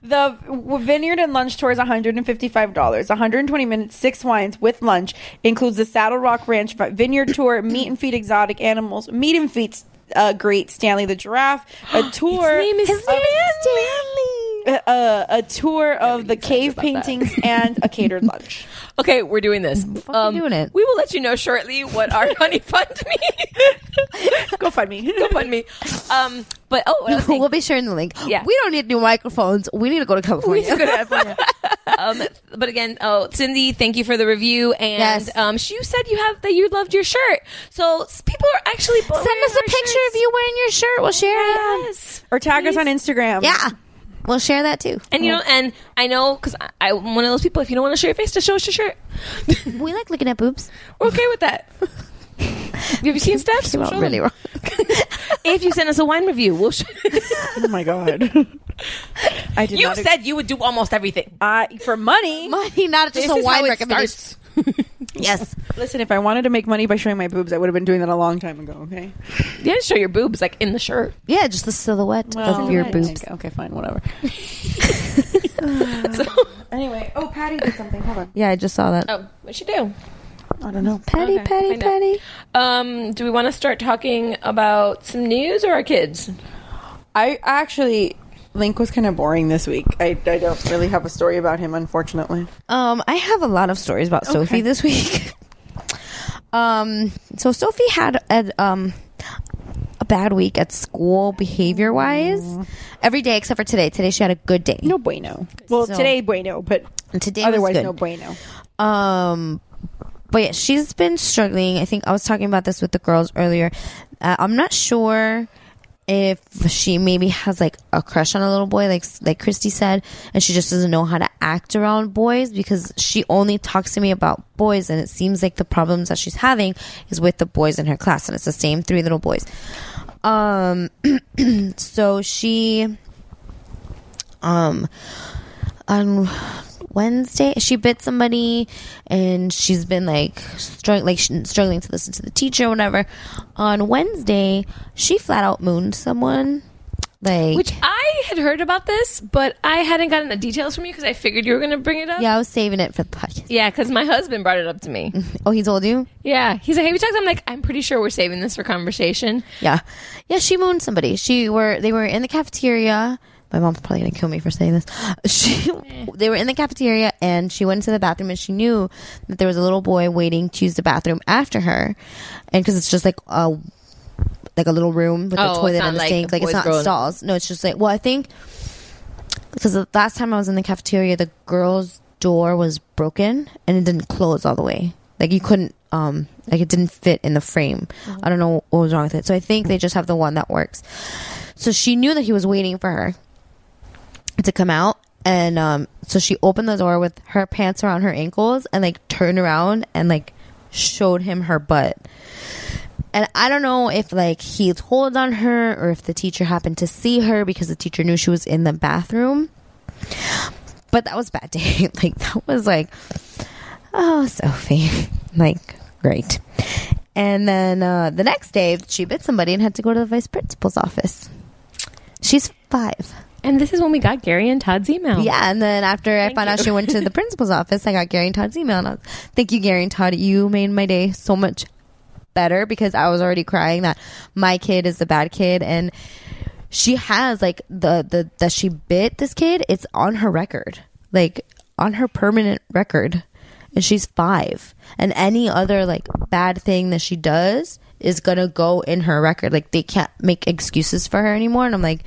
Speaker 11: The vineyard and lunch tour is $155. 120 minutes, six wines with lunch. Includes the Saddle Rock Ranch vineyard tour, meet and feed exotic animals, meet and feed uh, great Stanley the giraffe, a tour.
Speaker 7: His name is Stanley.
Speaker 11: uh, a tour of the cave paintings and a catered lunch.
Speaker 10: Okay, we're doing this. Um,
Speaker 7: doing it.
Speaker 10: We will let you know shortly what our honey fund means.
Speaker 11: Go find me.
Speaker 10: Go fund me. Um, but oh, what I was saying.
Speaker 7: We'll be sharing the link.
Speaker 10: Yeah.
Speaker 7: We don't need new microphones. We need to go to California.
Speaker 10: um, but again, oh, Cindy, thank you for the review. And
Speaker 7: Yes.
Speaker 10: um, she, you said you have that you loved your shirt. So s- people are actually
Speaker 7: Send us a picture of you wearing your shirt. We'll share it.
Speaker 10: Yes.
Speaker 11: Or tag us on Instagram.
Speaker 7: Yeah. We'll share that too.
Speaker 10: And you know, and I know because I'm one of those people. If you don't want to show your face, to show us your shirt.
Speaker 7: We like looking at boobs.
Speaker 10: We're okay with that. Have you seen Steph's?
Speaker 7: Came
Speaker 10: We'll
Speaker 7: out
Speaker 10: show
Speaker 7: really
Speaker 10: them.
Speaker 7: wrong.
Speaker 10: if you send us a wine review, we'll. Show-
Speaker 11: Oh my god. I did
Speaker 10: you
Speaker 11: not
Speaker 10: said you would do almost everything.
Speaker 11: I- for money.
Speaker 7: Money, not just
Speaker 10: This
Speaker 7: a
Speaker 10: is how
Speaker 7: wine
Speaker 10: it
Speaker 7: recommendation.
Speaker 10: starts.
Speaker 7: Yes.
Speaker 11: Listen, if I wanted to make money by showing my boobs, I would have been doing that a long time ago. Okay.
Speaker 10: You didn't show your boobs like in the shirt.
Speaker 7: Yeah, just the silhouette of your boobs.
Speaker 11: Okay, fine, whatever.
Speaker 10: So,
Speaker 11: Anyway, oh Patty did something. Hold on.
Speaker 7: Yeah, I just saw that.
Speaker 10: oh, what'd she do?
Speaker 11: I don't know.
Speaker 7: Patty,
Speaker 10: Okay,
Speaker 7: Patty,
Speaker 10: find out.
Speaker 7: Patty.
Speaker 10: Um, do we want to start talking about some news or our kids?
Speaker 11: I actually Link was kind of boring this week. I, I don't really have a story about him, unfortunately.
Speaker 7: Um, I have a lot of stories about Sophie this week. um, so Sophie had a um a bad week at school behavior wise. Every day except for today. Today she had a good day.
Speaker 11: No bueno. Well,
Speaker 7: So-
Speaker 11: today bueno, but
Speaker 7: And today
Speaker 11: otherwise
Speaker 7: was good.
Speaker 11: no bueno.
Speaker 7: Um, but yeah, she's been struggling. I think I was talking about this with the girls earlier. Uh, I'm not sure if she maybe has like a crush on a little boy, like like Christy said, and she just doesn't know how to act around boys because she only talks to me about boys, and it seems like the problems that she's having is with the boys in her class, and it's the same three little boys. Um, so she, um, on Wednesday. She bit somebody, and she's been like struggling, like sh- struggling to listen to the teacher, or whatever. On Wednesday, she flat out mooned someone. Like,
Speaker 10: Which I had heard about this, but I hadn't gotten the details from you because I figured you were going to bring it up.
Speaker 7: yeah, I was saving it for the podcast.
Speaker 10: Yeah, because my husband brought it up to me.
Speaker 7: Oh, he told you?
Speaker 10: Yeah, he's like, "Hey, we talked." I'm like, "I'm pretty sure we're saving this for conversation."
Speaker 7: Yeah, yeah. She mooned somebody. She were they were in the cafeteria. My mom's probably gonna kill me for saying this. She
Speaker 10: Eh.
Speaker 7: they were in the cafeteria and she went into the bathroom and she knew that there was a little boy waiting to use the bathroom after her, and because it's just like a like a little room with
Speaker 10: Oh,
Speaker 7: a
Speaker 10: it's
Speaker 7: toilet
Speaker 10: not
Speaker 7: and a
Speaker 10: like
Speaker 7: sink,
Speaker 10: the
Speaker 7: like it's
Speaker 10: boys
Speaker 7: not
Speaker 10: growing-
Speaker 7: stalls. No, it's just like well, I think because the last time I was in the cafeteria, the girls' door was broken and it didn't close all the way. Like you couldn't, um, like it didn't fit in the frame. I don't know what was wrong with it. So I think they just have the one that works. So she knew that he was waiting for her to come out, and um, so she opened the door with her pants around her ankles and like turned around and like showed him her butt. And I don't know if like he told on her or if the teacher happened to see her because the teacher knew she was in the bathroom. But that was a bad day. like that was like, oh Sophie, like great. And then uh, the next day, she bit somebody and had to go to the vice principal's office. She's five.
Speaker 10: And this is when we got Gary and Todd's email.
Speaker 7: Yeah, and then after I found out she went to the principal's office, I got Gary and Todd's email. And I was, Thank you, Gary and Todd. You made my day so much better because I was already crying that my kid is the bad kid, and she has like the the that she bit this kid. It's on her record, like on her permanent record, and she's five. And any other like bad thing that she does is gonna go in her record. Like they can't make excuses for her anymore. And I'm like.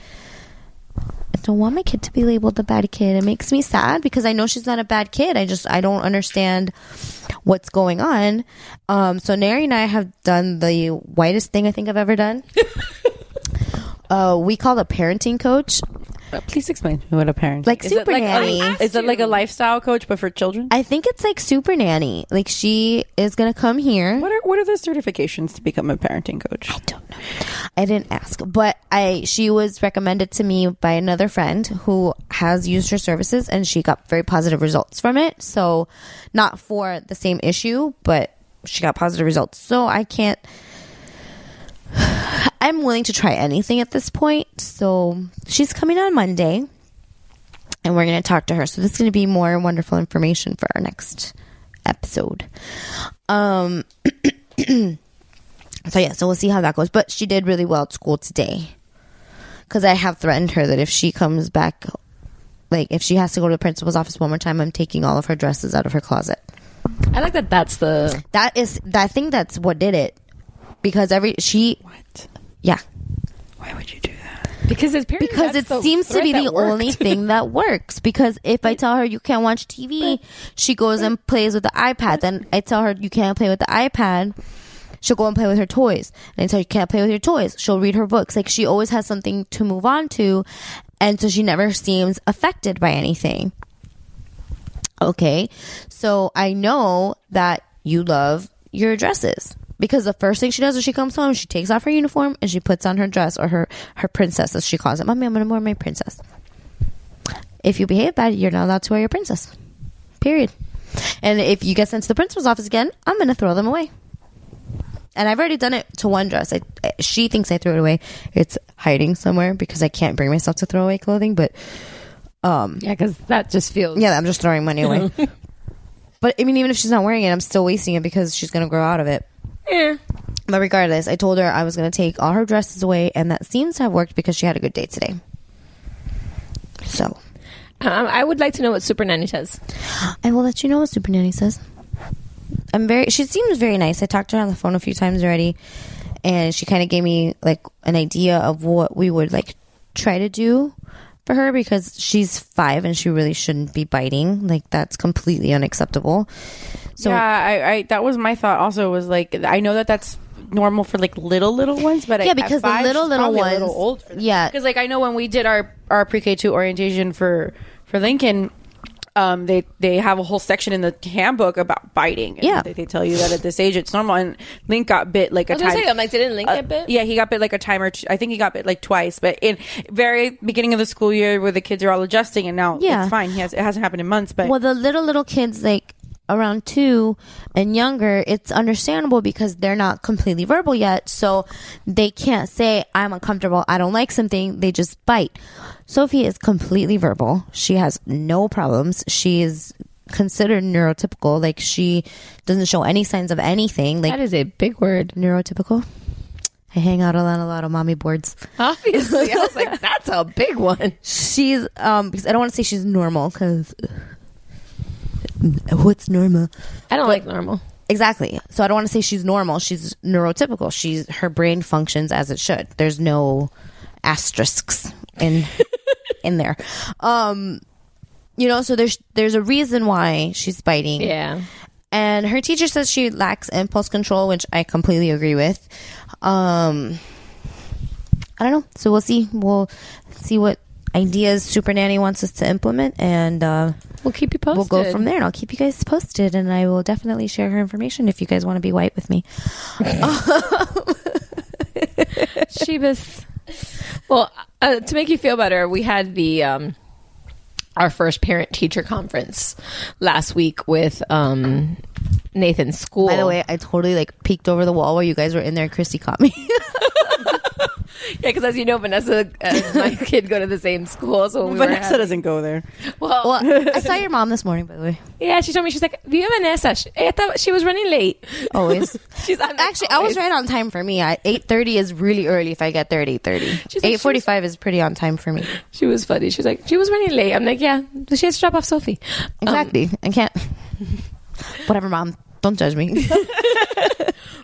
Speaker 7: I don't want my kid to be labeled the bad kid. It makes me sad because I know she's not a bad kid. I just I don't understand what's going on. Um, so Nary and I have done the whitest thing I think I've ever done. uh, we call a parenting coach.
Speaker 11: Please explain to me what a parent
Speaker 7: Like
Speaker 11: is
Speaker 7: super
Speaker 11: it like
Speaker 7: nanny.
Speaker 11: A, is it like a lifestyle coach but for children?
Speaker 7: I think it's like super nanny. Like she is gonna come here.
Speaker 11: What are what are the certifications to become a parenting coach? I
Speaker 7: don't know. I didn't ask, but I she was recommended to me by another friend who has used her services and she got very positive results from it. So not for the same issue, but she got positive results. So I can't I'm willing to try anything at this point. So she's coming on Monday and we're going to talk to her. So this is going to be more wonderful information for our next episode. Um So yeah, so we'll see how that goes. But she did really well at school today. Cuz I have threatened her that if she comes back like if she has to go to the principal's office one more time, I'm taking all of her dresses out of her closet.
Speaker 10: I like that. That's the
Speaker 7: That is I think that's what did it because every she what? Yeah.
Speaker 10: because it's parents,
Speaker 7: because
Speaker 10: that's
Speaker 7: it
Speaker 10: the
Speaker 7: seems to
Speaker 10: thread
Speaker 7: be
Speaker 10: that
Speaker 7: the
Speaker 10: worked.
Speaker 7: only thing that works because if i tell her you can't watch tv she goes and plays with the ipad then i tell her you can't play with the ipad she'll go and play with her toys and i tell her you can't play with your toys she'll read her books like she always has something to move on to and so she never seems affected by anything okay so i know that you love your dresses because the first thing she does when she comes home she takes off her uniform and she puts on her dress or her her princess as she calls it mommy i'm gonna wear my princess if you behave bad you're not allowed to wear your princess period and if you get sent to the principal's office again i'm gonna throw them away and I've already done it to one dress. I, I- she thinks I threw it away. It's hiding somewhere because I can't bring myself to throw away clothing. But um,
Speaker 10: yeah, because that just feels
Speaker 7: yeah, I'm just throwing money away. but I mean, even if she's not wearing it, I'm still wasting it because she's gonna grow out of it.
Speaker 10: Yeah.
Speaker 7: But regardless, I told her I was gonna take all her dresses away, and that seems to have worked because she had a good day today. So
Speaker 10: Um, I would like to know what Super Nanny says.
Speaker 7: I will let you know what Super Nanny says. I'm very. She seems very nice. I talked to her on the phone a few times already, and she kind of gave me like an idea of what we would like try to do for her because she's five and she really shouldn't be biting. Like that's completely unacceptable. So
Speaker 11: yeah, I, I that was my thought. Also, was like I know that that's normal for like little little ones, but
Speaker 7: yeah, because the little little ones, yeah,
Speaker 11: because like I know when we did our our pre K two orientation for for Lincoln. Um, they they have a whole section in the handbook about biting. And
Speaker 7: Yeah.
Speaker 11: they, they tell you that at this age it's normal. And Link got bit like a
Speaker 10: I was gonna
Speaker 11: time.
Speaker 10: say, I'm like, didn't Link
Speaker 11: uh,
Speaker 10: get bit?
Speaker 11: Yeah, he got bit like a time or two. I think he got bit like twice. But in very beginning of the school year where the kids are all adjusting and now
Speaker 7: Yeah.
Speaker 11: it's fine. He has, it hasn't happened in months. But
Speaker 7: well, the little little kids like around two and younger, it's understandable because they're not completely verbal yet. So they can't say, I'm uncomfortable. I don't like something. They just bite. Sophie is completely verbal. She has no problems. She is considered neurotypical. Like she doesn't show any signs of anything. Like
Speaker 2: That is a big word.
Speaker 7: Neurotypical. I hang out on a lot of mommy boards.
Speaker 2: Obviously, I was like, that's a big one.
Speaker 7: She's um because I don't want to say she's normal because what's normal?
Speaker 2: I don't like normal.
Speaker 7: Exactly. So I don't want to say she's normal. She's neurotypical. She's her brain functions as it should. There's no asterisks in in there. Um you know, so there's there's a reason why she's biting.
Speaker 2: Yeah.
Speaker 7: And her teacher says she lacks impulse control, which I completely agree with. Um I don't know. So we'll see. We'll see what ideas Super Nanny wants us to implement and uh
Speaker 2: We'll keep you posted.
Speaker 7: We'll go from there, and I'll keep you guys posted. And I will definitely share her information if you guys want to be white with me.
Speaker 2: Shebus.
Speaker 10: Well, uh, to make you feel better, we had the um, our first parent teacher conference last week with um, Nathan's school.
Speaker 7: By the way, I totally like peeked over the wall while you guys were in there, and Christy caught me.
Speaker 10: yeah, because as you know, Vanessa and my kid go to the same school, so when we were
Speaker 8: Vanessa
Speaker 10: having-
Speaker 8: doesn't go there.
Speaker 10: well,
Speaker 7: well, I saw your mom this morning, by the way.
Speaker 10: yeah, she told me she's like, "Via Vanessa." She, I thought she was running late.
Speaker 7: Always.
Speaker 10: She's I'm like,
Speaker 7: Actually, I was
Speaker 10: always.
Speaker 7: right on time for me. I, eight thirty is really early if I get there at eight thirty.
Speaker 10: She's like,
Speaker 7: Eight forty five is pretty on time for me.
Speaker 10: She was funny. She was like, she was running late. I'm like, yeah, she has to drop off Sophie. Um,
Speaker 7: Exactly. I can't. Whatever, mom. Don't judge me.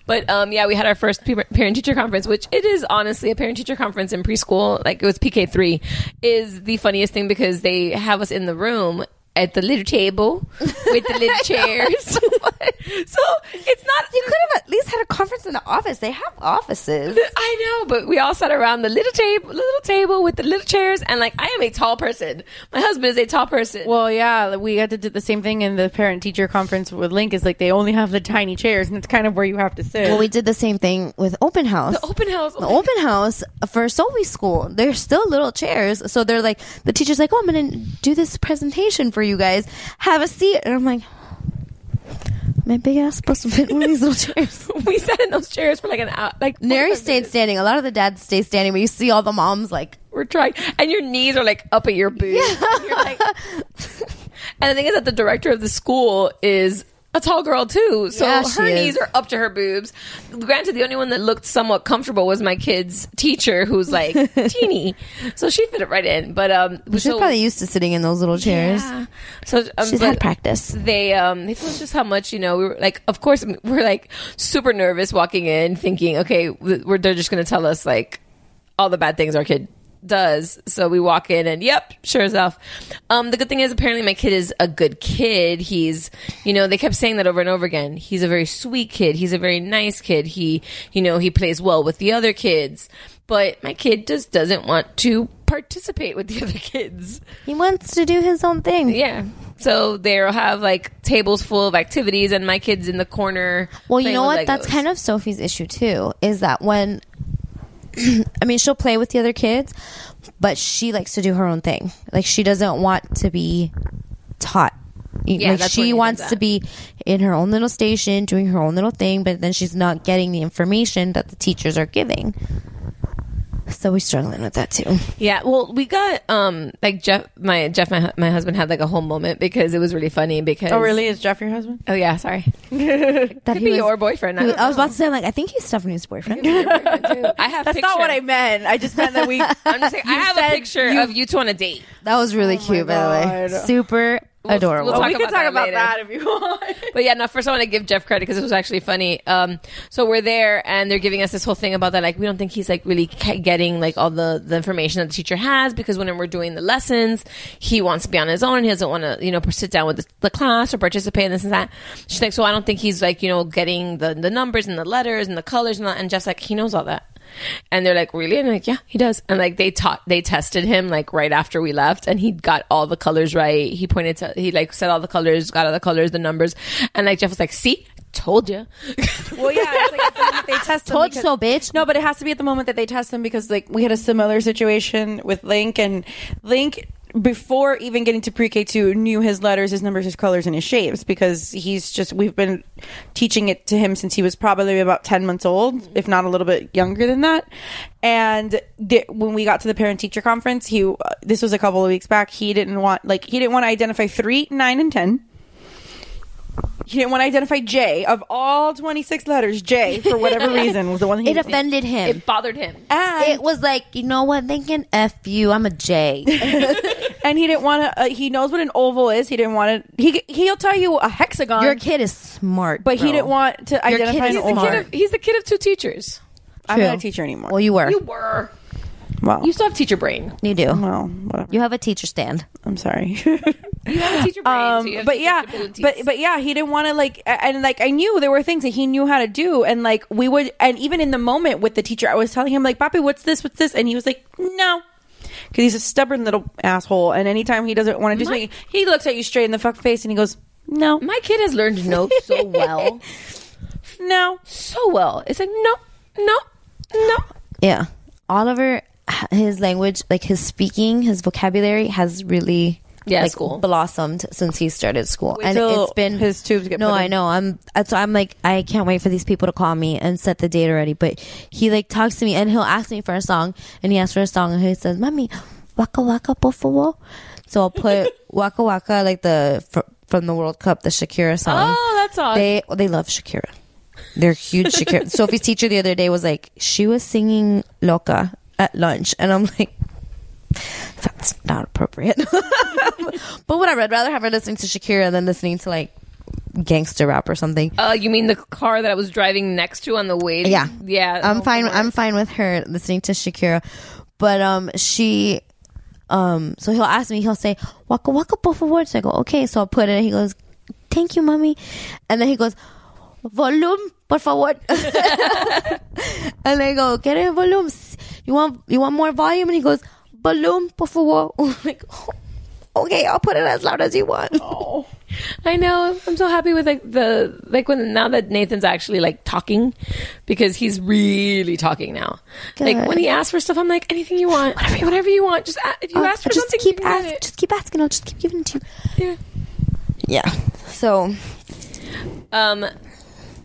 Speaker 10: But um, yeah, we had our first parent teacher conference, which it is honestly a parent teacher conference in preschool. Like it was PK three, is the funniest thing because they have us in the room at the little table with the little chairs. so it's not.
Speaker 7: you could have at least had a conference in the office. They have offices.
Speaker 10: I know, but we all sat around the little table, little table with the little chairs, and like I am a tall person. My husband is a tall person.
Speaker 11: Well, yeah, we got to do the same thing in the parent teacher conference with Link. Is like they only have the tiny chairs, and it's kind of where you have to sit.
Speaker 7: Well, we did the same thing with open house.
Speaker 10: the open house.
Speaker 7: the open house for Sophie school. They're still little chairs, so they're like the teacher's like, "Oh, I'm gonna do this presentation for you guys. Have a seat," and I'm like, "My big ass supposed to fit in one of these little chairs."
Speaker 10: we sat in those chairs for like an hour. Like
Speaker 7: Nary
Speaker 10: 45
Speaker 7: stayed standing. A lot of the dads stay standing, but you see all the moms like,
Speaker 10: we're trying and your knees are like up at your boobs And you're like- and the thing is that the director of the school is a tall girl too so
Speaker 7: Yeah, she
Speaker 10: her
Speaker 7: is.
Speaker 10: knees are up to her boobs granted the only one that looked somewhat comfortable was my kid's teacher who's like teeny so she fit it right in but um
Speaker 7: "She's
Speaker 10: so,
Speaker 7: probably used to sitting in those little chairs."
Speaker 10: yeah. so um,
Speaker 7: She's
Speaker 10: but-
Speaker 7: had practice.
Speaker 10: they um they told us just how much you know we were like of course we're like super nervous walking in thinking okay we're they're just gonna tell us like all the bad things our kid does so we walk in and yep sure enough um the good thing is apparently my kid is a good kid he's you know they kept saying that over and over again he's a very sweet kid he's a very nice kid he you know he plays well with the other kids but my kid just doesn't want to participate with the other kids
Speaker 7: He wants to do his own thing.
Speaker 10: yeah. So they'll have like tables full of activities, and my kids in the corner.
Speaker 7: Well, you know what? That's kind of Sophie's issue too. Is that when I mean, she'll play with the other kids, but she likes to do her own thing. Like she doesn't want to be taught.
Speaker 10: Yeah,
Speaker 7: like
Speaker 10: that's where
Speaker 7: she
Speaker 10: Nathan's
Speaker 7: wants to
Speaker 10: at.
Speaker 7: be in her own little station doing her own little thing, but then she's not getting the information that the teachers are giving. So we're struggling with that too.
Speaker 10: yeah. Well, we got um like Jeff, my Jeff, my hu- my husband had like a whole moment because it was really funny because
Speaker 11: oh, really? Is Jeff your husband?
Speaker 10: oh yeah sorry
Speaker 7: That
Speaker 10: could be your boyfriend. I,
Speaker 7: he was-
Speaker 10: don't
Speaker 7: I was about to say, I'm like, I think he's Stephanie's boyfriend.
Speaker 10: know. I have
Speaker 11: That's not what I meant. I just meant that we.
Speaker 10: I'm just saying, I have a picture of you two on a date.
Speaker 7: that was really cute, by the way.
Speaker 11: God.
Speaker 7: Super adorable.
Speaker 10: Oh we'll
Speaker 11: we
Speaker 10: talk
Speaker 11: can
Speaker 10: about
Speaker 11: talk
Speaker 10: that
Speaker 11: about
Speaker 10: later.
Speaker 11: that if you want.
Speaker 10: But yeah, no, first I want to give Jeff credit because it was actually funny. Um, so we're there and they're giving us this whole thing about that. Like, we don't think he's like really ca- getting like all the, the information that the teacher has because when we're doing the lessons, he wants to be on his own. He doesn't want to, you know, sit down with the, the class or participate in this and that. She's like, so I don't think he's like, you know, getting the, the numbers and the letters and the colors and, all and Jeff's like, he knows all that. And they're like, really? And I'm like, yeah, he does. And like, they taught, they tested him like right after we left, and he got all the colors right. He pointed to, he like said all the colors, got all the colors, the numbers, and like Jeff was like, see, told you.
Speaker 11: Well, yeah, it's like at the moment they test them.
Speaker 7: Told you
Speaker 11: because-
Speaker 7: so, bitch.
Speaker 11: No, but it has to be at the moment that they test them because, like, we had a similar situation with Link, and Link before even getting to pre K two, knew his letters, his numbers, his colors, and his shapes because he's just we've been teaching it to him since he was probably about ten months old, if not a little bit younger than that. And the, when we got to the parent teacher conference, he uh, this was a couple of weeks back. He didn't want like he didn't want to identify three, nine, and ten. He didn't want to identify J of all twenty six letters. J for whatever reason was the one he
Speaker 7: It offended him.
Speaker 10: It bothered him.
Speaker 7: it was like, you know what? They can F you. I'm a J.
Speaker 11: and he didn't want to. Uh, he knows what an oval is. He didn't want to. He he'll tell you a hexagon.
Speaker 7: Your kid is smart.
Speaker 11: but he
Speaker 7: bro.
Speaker 11: didn't want to
Speaker 7: Your
Speaker 11: identify
Speaker 7: kid
Speaker 11: an
Speaker 7: is
Speaker 11: oval.
Speaker 7: smart.
Speaker 10: He's the kid of two teachers.
Speaker 11: I'm not a
Speaker 7: True.
Speaker 11: teacher anymore.
Speaker 7: Well, you were.
Speaker 10: You
Speaker 7: You,
Speaker 10: were.
Speaker 11: Wow.
Speaker 10: You still have teacher brain.
Speaker 7: do.
Speaker 11: well, whatever.
Speaker 7: You have a teacher stand.
Speaker 11: I'm sorry.
Speaker 10: You have a teacher brain. so
Speaker 11: um,
Speaker 10: you have
Speaker 11: but
Speaker 10: teacher
Speaker 11: yeah,
Speaker 10: abilities.
Speaker 11: but but yeah, he didn't want to like, a- and like I knew there were things that he knew how to do, and like we would, and even in the moment with the teacher, I was telling him like, "Papi, what's this? What's this?" And he was like, "No." Because he's a stubborn little asshole, and anytime he doesn't want to do
Speaker 10: My-
Speaker 11: something, he looks at you straight in the fuck face and he goes, "No,
Speaker 10: my kid has learned no so well,
Speaker 11: no."
Speaker 10: so well. It's like no, no, no.
Speaker 7: Yeah. Oliver, his language, like his speaking, his vocabulary has really
Speaker 10: Yeah,
Speaker 7: like,
Speaker 10: school.
Speaker 7: blossomed since he started school, and
Speaker 11: till
Speaker 7: it's been
Speaker 11: his tubes get
Speaker 7: No,
Speaker 11: put
Speaker 7: I
Speaker 11: in.
Speaker 7: know. I'm uh, so I'm like I can't wait for these people to call me and set the date already. But he like talks to me and he'll ask me for a song, and he asks for a song, and he says, "Mommy, waka waka por favor." So I'll put waka waka like the fr- from the World Cup, the Shakira song.
Speaker 10: Oh, that song.
Speaker 7: They they love Shakira. They're huge Shakira. Sophie's teacher the other day was like, she was singing Loca at lunch, and I'm like, that's not appropriate. but whatever. I'd rather have her listening to Shakira than listening to like gangster rap or something.
Speaker 10: Uh, you mean the car that I was driving next to on the way? to-
Speaker 7: Uh, yeah,
Speaker 10: yeah.
Speaker 7: I'm
Speaker 10: oh,
Speaker 7: fine.
Speaker 10: Lord.
Speaker 7: I'm fine with her listening to Shakira, but um, she. Um, so he'll ask me, he'll say, Waka waka por favor. So I go, okay. So I'll put it, and he goes, thank you, mommy. And then he goes, volume, por favor. and I go, ¿Quieres volume? You want you want more volume? And he goes, volume, por favor. I'm like, "Oh, okay, I'll put it as loud as you want.
Speaker 10: I know. I'm so happy with like the like when now that Nathan's actually like talking because he's really talking now. Like
Speaker 7: Good.
Speaker 10: when he asks for stuff, I'm like anything you want, whatever you, want. Just a- if you
Speaker 7: I'll-
Speaker 10: ask for
Speaker 7: I'll Uh, just
Speaker 10: something,
Speaker 7: keep
Speaker 10: you can get
Speaker 7: ask,
Speaker 10: it.
Speaker 7: just keep asking. I'll just keep giving it to you.
Speaker 10: Yeah.
Speaker 7: Yeah. So
Speaker 10: Um,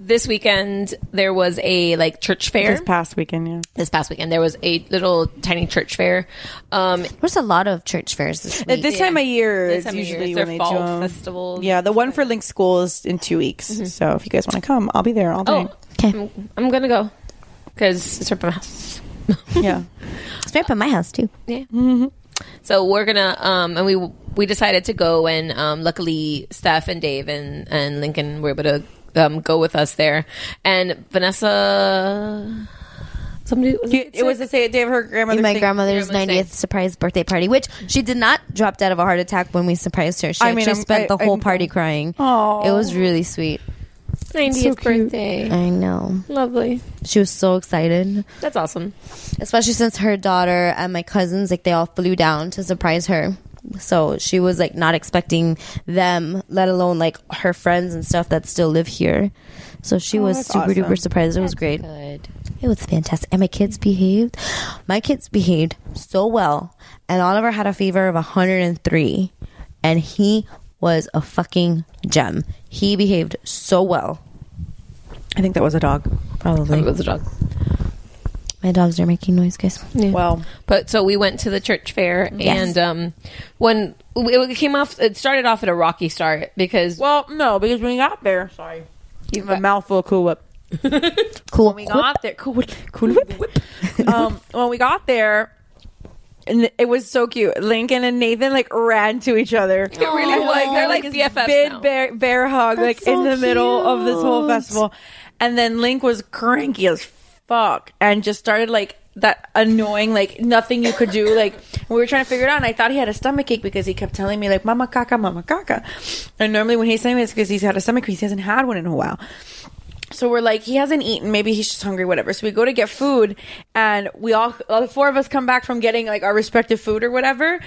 Speaker 10: this weekend there was a like church fair.
Speaker 11: This past weekend, yeah.
Speaker 10: this past weekend there was a little tiny church fair. Um,
Speaker 7: there's a lot of church fairs this
Speaker 11: At
Speaker 7: week.
Speaker 11: this time of year,
Speaker 10: This
Speaker 11: it's
Speaker 10: time of year,
Speaker 11: usually
Speaker 10: it's
Speaker 11: when
Speaker 10: their
Speaker 11: they
Speaker 10: fall
Speaker 11: do 'em.
Speaker 10: festivals.
Speaker 11: Yeah, the one for Link School is in two weeks. So if you guys want to come, I'll be there all day.
Speaker 10: oh,
Speaker 7: okay,
Speaker 10: I'm gonna go because it's right by my house.
Speaker 11: Yeah,
Speaker 7: it's right by my house too.
Speaker 10: So we're gonna um, and we we decided to go and um, luckily Steph and Dave and and Lincoln were able to um, go with us there and Vanessa. Somebody was
Speaker 11: it was the same day of her grandmother's.
Speaker 7: my
Speaker 11: thing.
Speaker 7: grandmother's
Speaker 10: grandmother's thing.
Speaker 7: 90th surprise birthday party, which she did not drop dead of a heart attack when we surprised her. She
Speaker 11: I mean,
Speaker 7: actually
Speaker 11: I'm-
Speaker 7: spent
Speaker 11: I-
Speaker 7: the whole
Speaker 11: I'm-
Speaker 7: party crying. It was really sweet.
Speaker 10: 90th birthday.
Speaker 7: I know.
Speaker 10: Lovely.
Speaker 7: She was so excited,
Speaker 10: That's awesome.
Speaker 7: especially since her daughter and my cousins, like they all flew down to surprise her. So she was like not expecting them, let alone like her friends and stuff that still live here. So she was
Speaker 11: Oh, that's
Speaker 7: super
Speaker 11: awesome.
Speaker 7: duper surprised. It was great.
Speaker 10: Good.
Speaker 7: It was fantastic. And my kids behaved. My kids behaved so well. And Oliver had a fever of 103. And he was a fucking gem. He behaved so well.
Speaker 11: I think that was a dog.
Speaker 7: Probably.
Speaker 10: It was a dog.
Speaker 7: My dogs are making noise, guys.
Speaker 11: Well,
Speaker 10: But so we went to the church fair, and um, when it came off, it started off at a rocky start because
Speaker 11: well, no, because when we got there, sorry, even a mouthful of Cool Whip.
Speaker 7: Cool.
Speaker 11: When we got there, Cool Whip, Cool Whip. um, when we got there. And it was so cute. Lincoln and Nathan like ran to each other. It
Speaker 10: really was. They're like BFFs
Speaker 11: Big
Speaker 10: now.
Speaker 11: bear, bear hug, like in the middle of this whole festival. And then Link was cranky as fuck and just started like that annoying, like nothing you could do. Like we were trying to figure it out, and I thought he had a stomach ache because he kept telling me like "mama caca, mama caca," and normally when he's saying this because he's had a stomach ache, he hasn't had one in a while. So we're like, he hasn't eaten. Maybe he's just hungry, whatever. So we go to get food, and we all, all the four of us come back from getting like our respective food or whatever.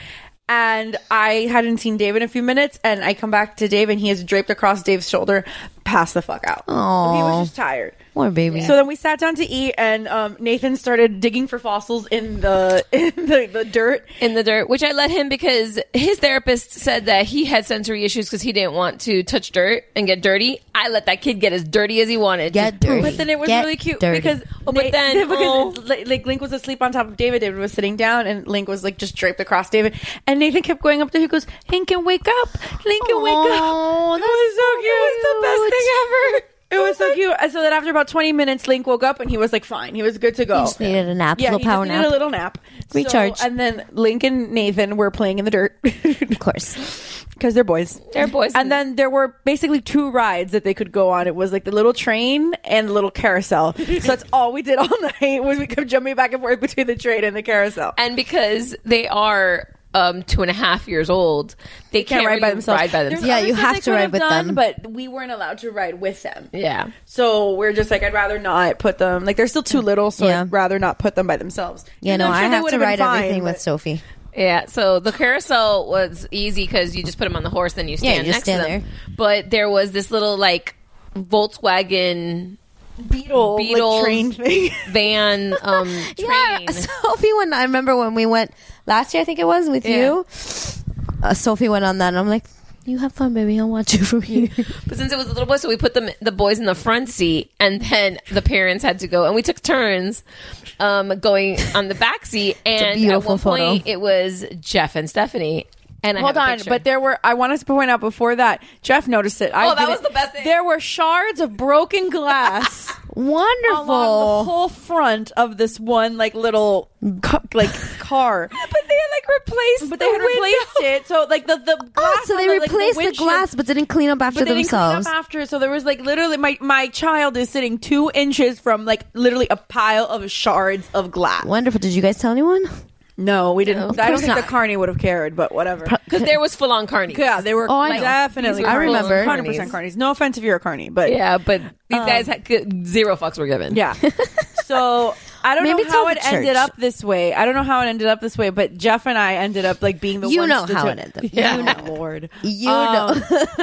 Speaker 11: And I hadn't seen Dave in a few minutes, and I come back to Dave, and he is draped across Dave's shoulder, passed the fuck out.
Speaker 7: Aw.
Speaker 11: he was just tired.
Speaker 7: Poor baby.
Speaker 11: So then we sat down to eat, and um, Nathan started digging for fossils in the in the, the dirt.
Speaker 10: in the dirt, which I let him because his therapist said that he had sensory issues because he didn't want to touch dirt and get dirty. I let that kid get as dirty as he wanted. Get
Speaker 7: dirty.
Speaker 11: But then it was
Speaker 7: Get
Speaker 11: really cute
Speaker 7: dirty.
Speaker 11: because
Speaker 10: Oh, but
Speaker 11: Nate-
Speaker 10: then-
Speaker 11: because
Speaker 10: oh.
Speaker 11: li- like Link was asleep on top of David. David was sitting down, and Link was like just draped across David. And Nathan kept going up to him. He goes, "Link can wake up. Link can wake up." It was so cute. It was the best thing ever. It was so cute. And so then after about twenty minutes, Link woke up and he was like fine. He was good to go.
Speaker 7: just needed a nap,
Speaker 11: Yeah,
Speaker 7: little
Speaker 11: he
Speaker 7: power
Speaker 11: just
Speaker 7: nap.
Speaker 11: needed a little nap. So-
Speaker 7: Recharge.
Speaker 11: and then Link and Nathan were playing in the dirt. of
Speaker 7: course.
Speaker 11: Because they're boys.
Speaker 10: They're boys.
Speaker 11: And then there were basically two rides that they could go on. It was like the little train and the little carousel. so that's all we did all night was we kept jumping back and forth between the train and the carousel.
Speaker 10: And because they are um, two and a half years old, they can't, ride, by themselves. ride by
Speaker 11: There's
Speaker 10: themselves.
Speaker 11: other stuff they could have done, But we weren't allowed to ride with them.
Speaker 10: Yeah.
Speaker 11: So we're just like, I'd rather not put them. Like they're still too little, so
Speaker 7: Yeah.
Speaker 11: I'd rather not put them by themselves.
Speaker 7: yeah,
Speaker 11: Even
Speaker 7: no,
Speaker 11: though I'm
Speaker 7: I
Speaker 11: sure they
Speaker 7: have to
Speaker 11: would've been
Speaker 7: ride
Speaker 11: fine,
Speaker 7: everything
Speaker 11: but-
Speaker 7: with Sophie.
Speaker 10: Yeah, so the carousel was easy because you just put them on the horse, then you
Speaker 7: Yeah,
Speaker 10: stand
Speaker 7: you
Speaker 10: next
Speaker 7: just
Speaker 10: to
Speaker 7: stand
Speaker 10: them. But there was this little like Volkswagen
Speaker 11: Beetle, like,
Speaker 10: Beetle
Speaker 11: train thing.
Speaker 10: van um, train.
Speaker 7: Yeah, Sophie went. I remember when we went last year. I think it was with
Speaker 10: Yeah.
Speaker 7: you. Uh, Sophie went on that, and I'm like, "You have fun, baby. I'll watch you from here."
Speaker 10: But since it was a little boy, so we put them the boys in the front seat, and then the parents had to go, and we took turns um, going on the back seat. And at
Speaker 7: beautiful
Speaker 10: one
Speaker 7: photo.
Speaker 10: point, it was Jeff and Stephanie. And I
Speaker 11: Hold
Speaker 10: have a
Speaker 11: on,
Speaker 10: picture.
Speaker 11: but there were. I wanted to point out before that Jeff noticed it. I
Speaker 10: Oh, that
Speaker 11: didn't.
Speaker 10: was the best thing.
Speaker 11: There were shards of broken glass
Speaker 7: Wonderful.
Speaker 11: along the whole front of this one like little cu- like car.
Speaker 10: but they had like replaced,
Speaker 11: But they had replaced it, so like the the glass
Speaker 7: Oh, so
Speaker 11: on
Speaker 7: they
Speaker 11: the, like,
Speaker 7: replaced the,
Speaker 11: windshield-
Speaker 7: glass, but didn't clean up after
Speaker 11: But they didn't clean
Speaker 7: themselves.
Speaker 11: up after, so there was like literally my my child is sitting two inches from like literally a pile of shards of glass.
Speaker 7: Wonderful. Did you guys tell anyone?
Speaker 11: No, we didn't. I don't
Speaker 7: course
Speaker 11: think the
Speaker 7: not.
Speaker 11: carney would have cared, but whatever.
Speaker 10: because there was full on carnies.
Speaker 11: yeah, they were
Speaker 7: Oh, I know.
Speaker 11: definitely.
Speaker 7: I remember.
Speaker 11: hundred percent carnies. No offense if you're a carny, but
Speaker 10: yeah, but these guys had good- zero fucks were given.
Speaker 11: Um, Yeah. so I don't
Speaker 7: Maybe
Speaker 11: know
Speaker 7: tell
Speaker 11: how
Speaker 7: the
Speaker 11: it ended
Speaker 7: church.
Speaker 11: up this way. I don't know how it ended up this way, but Jeff and I ended up like being the
Speaker 7: You
Speaker 11: ones
Speaker 7: know
Speaker 11: to
Speaker 7: how
Speaker 11: do-
Speaker 7: it ended up.
Speaker 11: You know, Lord.
Speaker 7: You
Speaker 11: Um,
Speaker 7: know.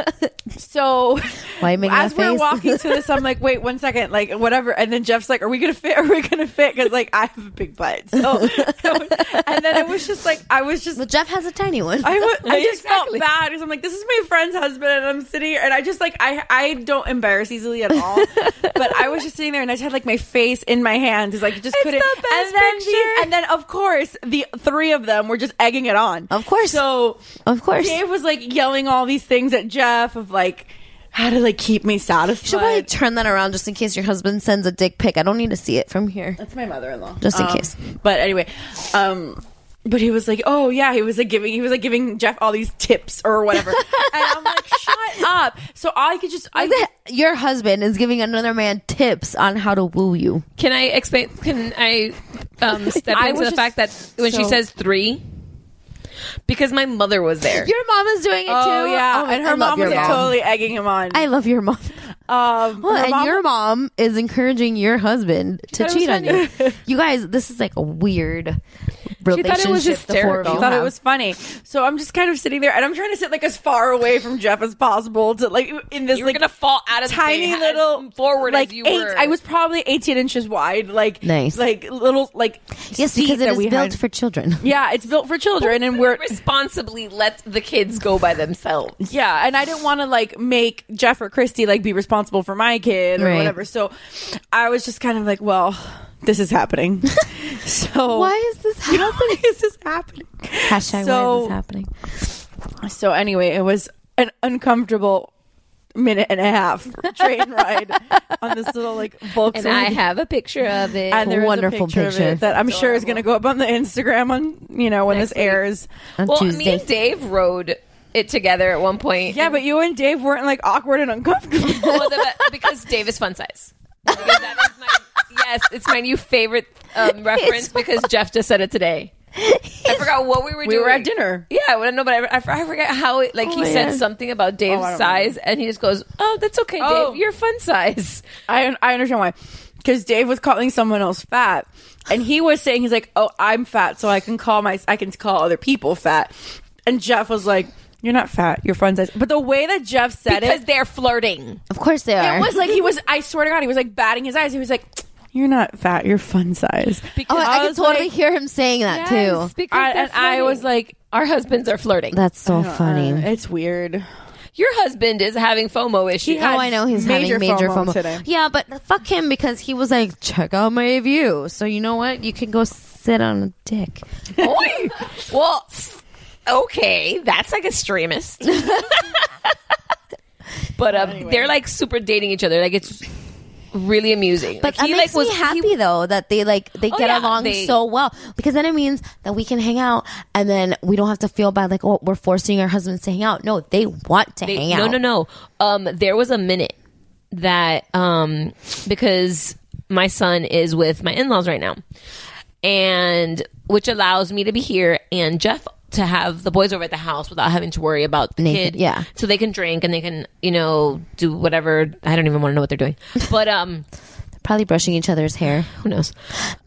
Speaker 11: So
Speaker 7: Why are you making
Speaker 11: as
Speaker 7: that
Speaker 11: we're
Speaker 7: face?
Speaker 11: walking to this, I'm like, wait one second, like whatever. And then Jeff's like, are we gonna fit? Are we gonna fit? Because like I have a big butt. So and then it was just like I was just
Speaker 7: Well, Jeff has a tiny one.
Speaker 11: I wa- I just
Speaker 10: Exactly.
Speaker 11: felt bad because I'm like, this is my friend's husband, and I'm sitting here, and I just like, I I don't embarrass easily at all, but I was just sitting there, and I just had like my face in my hand because like, I just
Speaker 10: It's
Speaker 11: couldn't.
Speaker 10: the best
Speaker 11: and then
Speaker 10: picture.
Speaker 11: The, and then of course the three of them were just egging it on.
Speaker 7: Of course.
Speaker 11: So
Speaker 7: Of course.
Speaker 11: Dave was like yelling all these things at Jeff of like how to like keep me satisfied.
Speaker 7: Should probably turn that around just in case your husband sends a dick pic. I don't need to see it from here.
Speaker 11: That's my mother-in-law.
Speaker 7: Just in
Speaker 11: Um,
Speaker 7: case.
Speaker 11: But anyway, um but he was like, "Oh yeah," he was like giving he was like giving Jeff all these tips or whatever. and I'm like, "Shut up." So I could just I
Speaker 7: Your husband is giving another man tips on how to woo you.
Speaker 10: Can I explain? Can I um, step
Speaker 11: I
Speaker 10: into
Speaker 11: was
Speaker 10: the fact that
Speaker 11: just
Speaker 10: when she
Speaker 11: so-
Speaker 10: says three, because my mother was there.
Speaker 7: Your mom is doing it
Speaker 11: Oh
Speaker 7: too.
Speaker 11: yeah,
Speaker 7: Oh,
Speaker 11: and
Speaker 7: I
Speaker 11: her
Speaker 7: love
Speaker 11: mom
Speaker 7: your
Speaker 11: was like, totally egging him on.
Speaker 7: I love your mom.
Speaker 11: um,
Speaker 7: Well,
Speaker 11: her
Speaker 7: and your mom is encouraging your husband to
Speaker 10: thought it
Speaker 7: cheat
Speaker 10: was
Speaker 7: on you. You guys, this is like a weird relationship. the four of
Speaker 10: hysterical.
Speaker 7: you
Speaker 11: thought
Speaker 7: have.
Speaker 11: it was funny. So I'm just kind of sitting there, and I'm trying to sit like as far away from Jeff as possible to like in this
Speaker 10: You're
Speaker 11: like
Speaker 10: gonna fall out of the
Speaker 11: tiny
Speaker 10: thing,
Speaker 11: little
Speaker 10: as forward
Speaker 11: like
Speaker 10: as you
Speaker 11: eight.
Speaker 10: were.
Speaker 11: I was probably 18 inches wide, like
Speaker 7: Nice.
Speaker 11: like little like
Speaker 7: yes,
Speaker 11: seat
Speaker 7: because it
Speaker 11: that
Speaker 7: is
Speaker 11: we
Speaker 7: built
Speaker 11: had.
Speaker 7: for children.
Speaker 11: Yeah, it's built for children, and we're
Speaker 10: responsibly let the kids go by themselves.
Speaker 11: yeah, and I didn't want to like make Jeff or Christy like be responsible for my kid or
Speaker 7: Right.
Speaker 11: whatever. So I was just kind of like, well, this is happening. so
Speaker 7: Why is this
Speaker 11: You know, why
Speaker 7: happening?
Speaker 11: is this happening?
Speaker 7: Hashtag why
Speaker 11: So-
Speaker 7: is this happening?
Speaker 11: So anyway, it was an uncomfortable minute and a half train ride on this little like Volkswagen.
Speaker 10: And I have a picture of it.
Speaker 11: And there is a
Speaker 7: Wonderful
Speaker 11: picture, of
Speaker 7: picture.
Speaker 11: it that I'm sure is going to go up on the Instagram on you know when this airs.
Speaker 7: On
Speaker 10: well, me
Speaker 7: Tuesday.
Speaker 10: and Dave rode it together at one point.
Speaker 11: Yeah, but you and Dave weren't like awkward and uncomfortable.
Speaker 10: Well, the- because Dave is fun size. Because that is my- yes, it's my new favorite um, reference because Jeff just said it today. I forgot what we were
Speaker 11: we
Speaker 10: doing.
Speaker 11: were at dinner.
Speaker 10: Yeah, well, no, but I, I, I forget how it, like he
Speaker 7: my
Speaker 10: said
Speaker 7: God.
Speaker 10: something about Dave's
Speaker 11: I don't
Speaker 10: size, and he just goes, "Oh, that's okay,
Speaker 11: Oh.
Speaker 10: Dave. You're fun size."
Speaker 11: I I understand why. Because Dave was calling someone else fat, and he was saying he's like, "Oh, I'm fat, so I can call my I can call other people fat," and Jeff was like,
Speaker 12: You're not fat. You're fun size. But the way that Jeff said it,
Speaker 10: because they're flirting.
Speaker 7: Of course they are.
Speaker 12: It was like he was. I swear to God, he was like batting his eyes. He was like, "You're not fat. You're fun size."
Speaker 7: Oh, I, can
Speaker 12: was
Speaker 7: totally
Speaker 12: like-
Speaker 7: hear him saying that
Speaker 10: Yes,
Speaker 7: too.
Speaker 10: because
Speaker 12: I-
Speaker 10: they're
Speaker 12: and I was
Speaker 10: flirting.
Speaker 12: like,
Speaker 10: our husbands are flirting.
Speaker 7: That's so funny.
Speaker 12: "It's weird."
Speaker 10: Your husband is having FOMO issues.
Speaker 7: Oh, I know he's
Speaker 12: major
Speaker 7: having major
Speaker 12: FOMO
Speaker 7: FOMO.
Speaker 12: today.
Speaker 7: Yeah, but fuck him because he was like, check out my view. So you know what? You can go sit on a dick.
Speaker 10: Oy. well, s- okay, that's like extremist. but um, they're like super dating each other. Like it's really amusing.
Speaker 7: But
Speaker 10: like,
Speaker 7: that makes me happy though that they like they
Speaker 10: Oh,
Speaker 7: get
Speaker 10: yeah,
Speaker 7: along
Speaker 10: they-
Speaker 7: so well because then it means that we can hang out and then we don't have to feel bad like oh we're forcing our husbands to hang out. No, they want to
Speaker 10: They-
Speaker 7: hang out.
Speaker 10: No, no, no. Um, there was a minute that um, because my son is with my in-laws right now, and which allows me to be here and Jeff to have the boys over at the house without having to worry about the
Speaker 7: Nathan,
Speaker 10: kid.
Speaker 7: yeah.
Speaker 10: so they can drink and they can you know do whatever. I don't even want to know what they're doing, but um,
Speaker 7: Probably brushing each other's hair.
Speaker 10: who knows?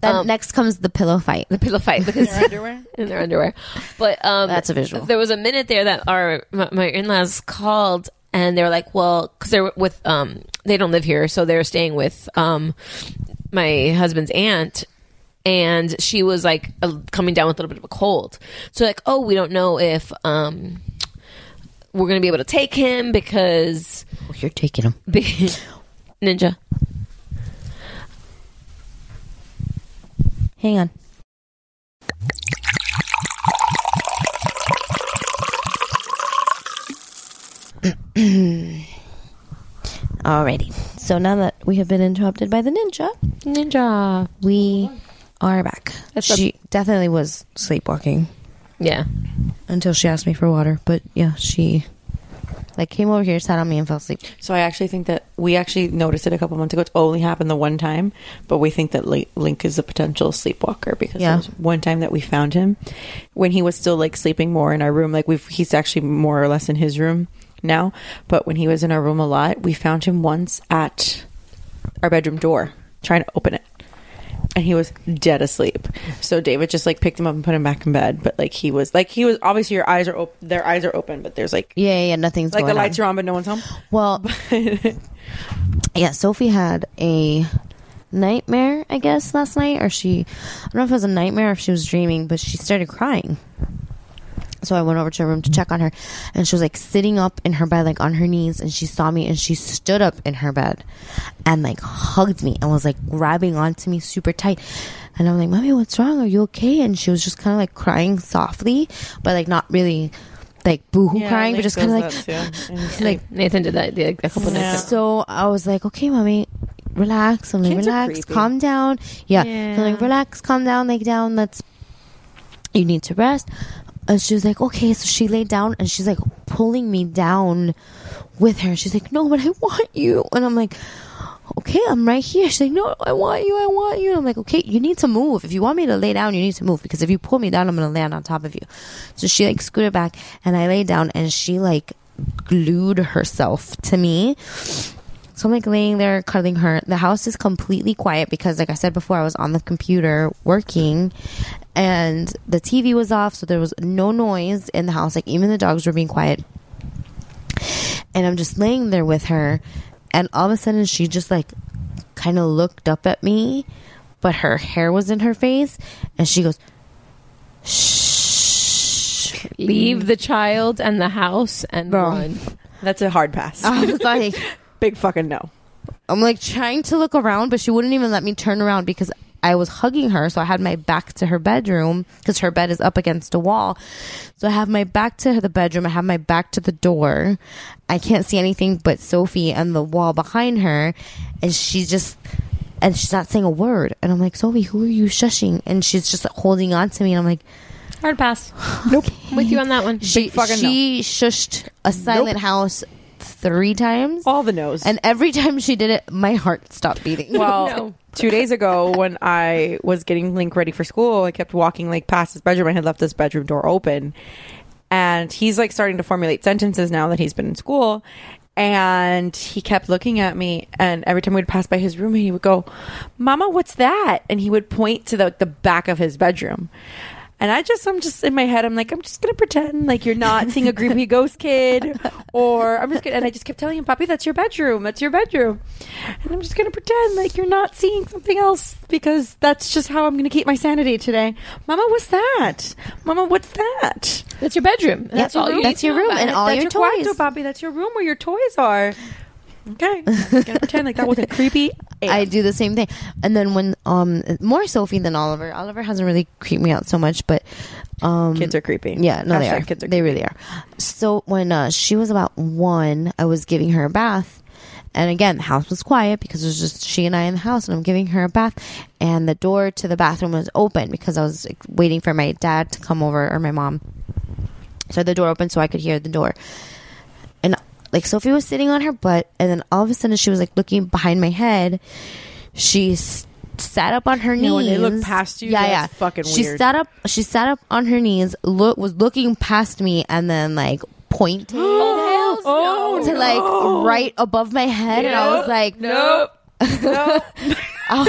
Speaker 7: Then next comes the pillow fight.
Speaker 10: Um, The pillow fight because in their underwear. But um,
Speaker 7: That's a visual.
Speaker 10: There was a minute there that our my, my in laws called and they were like, well, because they're with um they don't live here, so they're staying with um my husband's aunt. And she was like a, coming down with a little bit of a cold, so like, oh, we don't know if um we're gonna be able to take him because
Speaker 7: Oh, you're taking him.
Speaker 10: ninja.
Speaker 7: Hang on. Alrighty. So now that we have been interrupted by the ninja,
Speaker 10: Ninja.
Speaker 7: we are back.
Speaker 10: That's
Speaker 7: she definitely was sleepwalking
Speaker 10: Yeah.
Speaker 7: until she asked me for water. But yeah, she like came over here, sat on me, and fell asleep.
Speaker 11: So I actually think that we actually noticed it a couple months ago. It's only happened the one time, but we think that Li- Link is a potential sleepwalker because
Speaker 7: Yeah.
Speaker 11: there was one time that we found him when he was still like sleeping more in our room. Like we've he's actually more or less in his room now, but when he was in our room a lot, we found him once at our bedroom door trying to open it. And he was dead asleep. So David just like picked him up and put him back in bed. But like he was like he was obviously your eyes are open. Their eyes are open, but there's like
Speaker 7: Yeah, yeah, yeah nothing's
Speaker 11: like the
Speaker 7: going
Speaker 11: lights
Speaker 7: on.
Speaker 11: are on, but no one's home.
Speaker 7: Well, yeah, Sophie had a nightmare, I guess, last night, or she, I don't know if it was a nightmare or if she was dreaming, but she started crying. So I went over to her room to check on her, and she was like sitting up in her bed, like on her knees, and she saw me, and she stood up in her bed, and like hugged me, and was like grabbing onto me super tight, and I'm like, "Mommy, what's wrong? Are you okay?" And she was just kind of like crying softly, but like not really, like boohoo
Speaker 11: Yeah,
Speaker 7: crying,
Speaker 11: Link
Speaker 7: but just
Speaker 11: does
Speaker 7: kind of like
Speaker 11: that too. And he's
Speaker 7: like
Speaker 10: Nathan did that did a couple nights. ago.
Speaker 7: so I was like, okay, mommy, relax. I'm like,
Speaker 11: Kids are
Speaker 7: relax,
Speaker 11: creepy.
Speaker 7: calm down. Yeah. So I'm like, relax, calm down, lay down. Let's, you need to rest. And she was like, okay. So she laid down and she's like pulling me down with her. She's like, no, but I want you. And I'm like, okay, I'm right here. She's like, no, I want you. I want you. And I'm like, okay, you need to move. If you want me to lay down, you need to move because if you pull me down, I'm going to land on top of you. So she like scooted back and I lay down and she like glued herself to me. So I'm like laying there cuddling her. The house is completely quiet because, like I said before, I was on the computer working and the TV was off. So there was no noise in the house. Like, even the dogs were being quiet and I'm just laying there with her, and all of a sudden she just like kind of looked up at me, but her hair was in her face, and she goes, "Shh."
Speaker 10: Leave the child and the house and
Speaker 7: Bro.
Speaker 10: run.
Speaker 11: That's a hard pass.
Speaker 7: I was like,
Speaker 11: Big fucking no.
Speaker 7: I'm like trying to look around, but she wouldn't even let me turn around because I was hugging her. So I had my back to her bedroom because her bed is up against a wall. So I have my back to the bedroom. I have my back to the door. I can't see anything but Sophie and the wall behind her. And she just, and she's not saying a word. And I'm like, Sophie, who are you shushing? And she's just like, holding on to me. And I'm like,
Speaker 10: Hard pass. Nope. With you on that one.
Speaker 7: she,
Speaker 11: fucking no.
Speaker 7: she shushed a silent house three times.
Speaker 11: All the no's.
Speaker 7: And every time she did it, my heart stopped beating.
Speaker 11: well,
Speaker 10: No.
Speaker 11: two days ago when I was getting Link ready for school, I kept walking like past his bedroom. I had left his bedroom door open, and he's like starting to formulate sentences now that he's been in school. And he kept looking at me, and every time we'd pass by his room, he would go, "Mama, what's that?" And he would point to the, the back of his bedroom. And I just, I'm just in my head, I'm like, I'm just going to pretend like you're not seeing a creepy ghost kid. Or I'm just going to, and I just kept telling him, Poppy, that's your bedroom. That's your bedroom. And I'm just going to pretend like you're not seeing something else because that's just how I'm going to keep my sanity today. Mama, what's that? Mama, what's that?
Speaker 10: That's your bedroom.
Speaker 11: That's all you
Speaker 7: That's your room and all
Speaker 11: that's
Speaker 7: your
Speaker 11: quarto,
Speaker 7: toys.
Speaker 11: Poppy. That's your room where your toys are. Okay. I'm just going to pretend like that wasn't creepy.
Speaker 7: I do the same thing. And then when um more Sophie than Oliver. Oliver hasn't really creeped me out so much, but um
Speaker 11: Kids are creepy.
Speaker 7: Yeah, no, they
Speaker 11: Hashtag
Speaker 7: are.
Speaker 11: kids are
Speaker 7: they really are. So when uh, she was about one, I was giving her a bath, and again the house was quiet because it was just she and I in the house, and I'm giving her a bath, and the door to the bathroom was open because I was like, waiting for my dad to come over or my mom. So the door opened so I could hear the door and like Sophie was sitting on her butt, and then all of a sudden she was like looking behind my head. She s- sat up on her knees.
Speaker 11: Yeah, when they look past you,
Speaker 7: yeah,
Speaker 11: that's
Speaker 7: yeah,
Speaker 11: fucking
Speaker 7: She
Speaker 11: weird.
Speaker 7: sat up. She sat up on her knees. Look, was looking past me, and then like pointing
Speaker 10: oh, oh,
Speaker 7: to like right above my head, and I was like,
Speaker 10: nope.
Speaker 7: I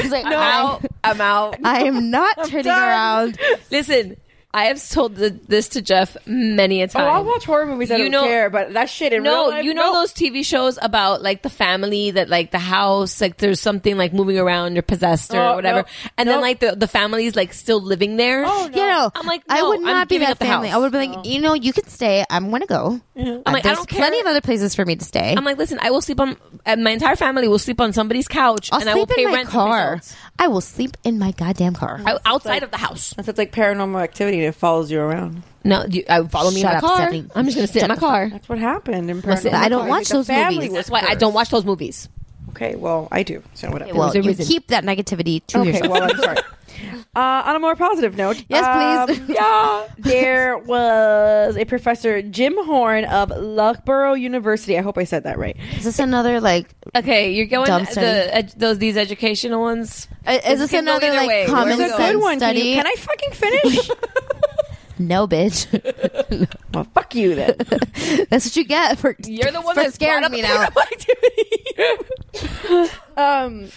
Speaker 7: was like,
Speaker 10: I'm out. I'm out.
Speaker 7: I am not turning
Speaker 10: done.
Speaker 7: around.
Speaker 10: Listen, I have told th- this to Jeff many a time.
Speaker 13: Oh, I'll watch horror movies. I
Speaker 10: You
Speaker 13: don't
Speaker 10: know-
Speaker 13: care, but that shit in
Speaker 10: no,
Speaker 13: real life,
Speaker 10: you know
Speaker 13: no.
Speaker 10: those TV shows about like the family that like the house, like there's something like moving around, you're possessed or
Speaker 13: Oh,
Speaker 10: whatever,
Speaker 13: nope.
Speaker 10: and then
Speaker 13: Nope.
Speaker 10: like the the family's like still living there.
Speaker 13: Oh,
Speaker 7: You know,
Speaker 10: I'm like,
Speaker 7: I
Speaker 10: no,
Speaker 7: would
Speaker 10: I'm
Speaker 7: not be
Speaker 10: giving
Speaker 7: that
Speaker 10: up the
Speaker 7: family.
Speaker 10: house.
Speaker 7: I would be like, you know, you could stay. I'm gonna go. Uh,
Speaker 10: I'm like, I
Speaker 7: There's
Speaker 10: don't care.
Speaker 7: plenty of other places for me to stay.
Speaker 10: I'm like, listen, I will sleep on uh, my entire family will sleep on somebody's couch,
Speaker 7: I'll
Speaker 10: and
Speaker 7: sleep
Speaker 10: I will pay
Speaker 7: in my
Speaker 10: rent
Speaker 7: car.
Speaker 10: car.
Speaker 7: I will sleep in my goddamn car.
Speaker 10: outside of the house.
Speaker 11: That's it's like paranormal activity and it follows you around.
Speaker 10: No, you, I follow me
Speaker 7: Shut
Speaker 10: in my
Speaker 7: up,
Speaker 10: car.
Speaker 7: Stephanie.
Speaker 10: I'm just gonna sit
Speaker 7: Shut
Speaker 10: in my
Speaker 7: the
Speaker 10: car.
Speaker 11: That's what happened in paranormal.
Speaker 10: Listen, I
Speaker 7: don't
Speaker 11: activity.
Speaker 7: watch
Speaker 11: The
Speaker 7: those
Speaker 11: family
Speaker 7: movies.
Speaker 11: was
Speaker 10: That's why I
Speaker 11: cursed.
Speaker 10: don't watch those movies.
Speaker 11: Okay, well, I do. So whatever.
Speaker 7: well,
Speaker 10: was a
Speaker 7: you
Speaker 10: reason.
Speaker 7: keep that negativity to
Speaker 11: okay,
Speaker 7: yourself.
Speaker 11: well, I'm sorry. Uh, on a more positive note,
Speaker 7: Yes, please.
Speaker 11: um, yeah, there was a professor, Jim Horn of Loughborough University. I hope I said that right.
Speaker 7: Is this another like?
Speaker 10: Okay, you're going
Speaker 7: Dumb study.
Speaker 10: the, ed, those these educational ones.
Speaker 7: Is,
Speaker 10: This
Speaker 7: this
Speaker 10: can go
Speaker 7: another
Speaker 10: either
Speaker 7: like
Speaker 10: way.
Speaker 7: common
Speaker 10: There's
Speaker 7: sense
Speaker 10: a good
Speaker 11: Can,
Speaker 7: study?
Speaker 11: you- can I fucking finish?
Speaker 7: No, bitch.
Speaker 11: well, fuck you then.
Speaker 7: that's what you get for
Speaker 10: You're the one
Speaker 7: for
Speaker 10: that's
Speaker 7: scaring
Speaker 10: brought up
Speaker 7: me
Speaker 10: the
Speaker 7: now.
Speaker 10: paranormal activity.
Speaker 11: um,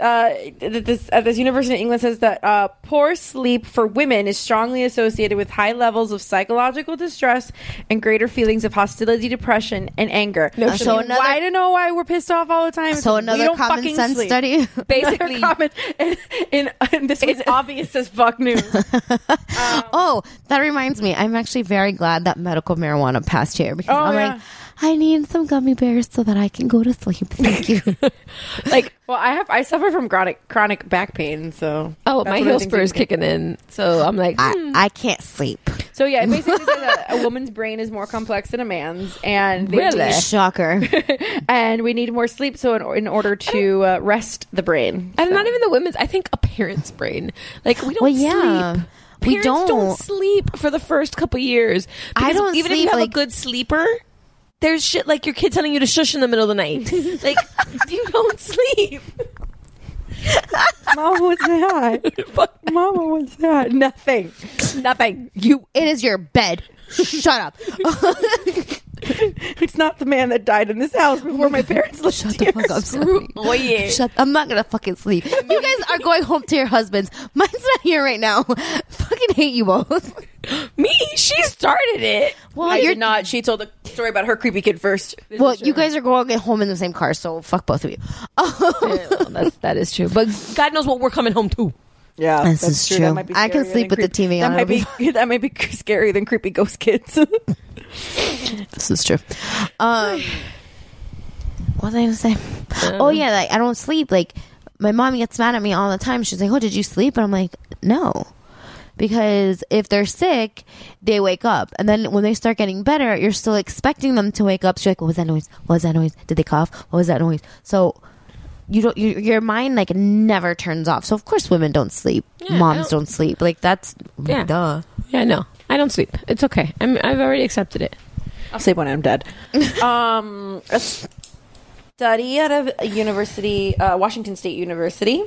Speaker 11: uh, th- this uh, this University of England says that uh, poor sleep for women is strongly associated with high levels of psychological distress and greater feelings of hostility, depression, and anger.
Speaker 7: No shit. So another-
Speaker 11: I don't know why we're pissed off all the time. It's
Speaker 7: So
Speaker 11: like, we
Speaker 7: another
Speaker 11: don't
Speaker 7: common
Speaker 11: fucking
Speaker 7: sense
Speaker 11: sleep.
Speaker 7: study.
Speaker 10: Basically,
Speaker 11: Common, and, and, and this is obvious as fuck news.
Speaker 7: oh, that reminds me. I'm actually very glad that medical marijuana passed here because
Speaker 11: Oh,
Speaker 7: I'm
Speaker 11: yeah.
Speaker 7: like, I need some gummy bears so that I can go to sleep. Thank you.
Speaker 10: like
Speaker 11: well, I have I suffer from chronic chronic back pain, so
Speaker 10: oh,
Speaker 11: that's what I
Speaker 10: my heel
Speaker 11: think
Speaker 10: spur is
Speaker 11: people-
Speaker 10: kicking in, so I'm like,
Speaker 7: I, I can't sleep.
Speaker 11: So yeah, it basically says that a woman's brain is more complex than a man's, and they
Speaker 10: Really?
Speaker 11: need-
Speaker 7: Shocker.
Speaker 11: and we need more sleep. So in, in order to uh, rest the brain,
Speaker 10: and not even the women's. I think a parent's brain. Like we don't
Speaker 7: Well, yeah.
Speaker 10: sleep.
Speaker 7: We
Speaker 10: Parents don't.
Speaker 7: don't.
Speaker 10: sleep for the first couple years.
Speaker 7: I
Speaker 10: Because
Speaker 7: don't
Speaker 10: Even if
Speaker 7: sleep,
Speaker 10: you have
Speaker 7: like-
Speaker 10: a good sleeper, there's shit like your kid telling you to shush in the middle of the night. like you don't sleep.
Speaker 11: Mama, what's that? Mama, what's that? Nothing.
Speaker 10: Nothing. You.
Speaker 7: it is your bed. Shut up.
Speaker 11: It's not the man that died in this house before my parents lived
Speaker 7: Shut the
Speaker 11: here.
Speaker 7: fuck up. Stephanie.
Speaker 10: Oh yeah.
Speaker 7: Shut. I'm not gonna fucking sleep. You guys are going home to your husbands. Mine's not here right now. fucking hate you both.
Speaker 10: Me. She started it.
Speaker 7: Well,
Speaker 11: I
Speaker 7: you're
Speaker 11: did not. She told the story about her creepy kid first.
Speaker 7: well. You guys are going home in the same car, so fuck both of you. Oh,
Speaker 10: Yeah, well, that's, that is true. But God knows what we're coming home to.
Speaker 11: Yeah,
Speaker 7: This is true. I can
Speaker 11: scarier
Speaker 7: sleep
Speaker 11: than
Speaker 7: with the TV
Speaker 11: that
Speaker 7: on.
Speaker 11: Might
Speaker 7: It'll
Speaker 11: be, that might be scarier than creepy ghost kids.
Speaker 7: this is true. Um, what was I gonna say? oh yeah, like I don't sleep. Like my mom gets mad at me all the time. She's like, "Oh, did you sleep?" And I'm like, "No." Because if they're sick, they wake up, and then when they start getting better, you're still expecting them to wake up. She's like, "What was that noise? What was that noise? Did they cough? What was that noise?" So you don't your, your mind like never turns off. So of course, women don't sleep.
Speaker 10: Yeah, I
Speaker 7: Moms
Speaker 10: don't-
Speaker 7: don't, sleep. Like that's
Speaker 10: Yeah.
Speaker 7: duh.
Speaker 10: Yeah, no, I don't sleep. It's okay. I'm, I've already accepted it.
Speaker 11: I'll sleep when I'm dead. um, a study out of a university, uh, Washington State University,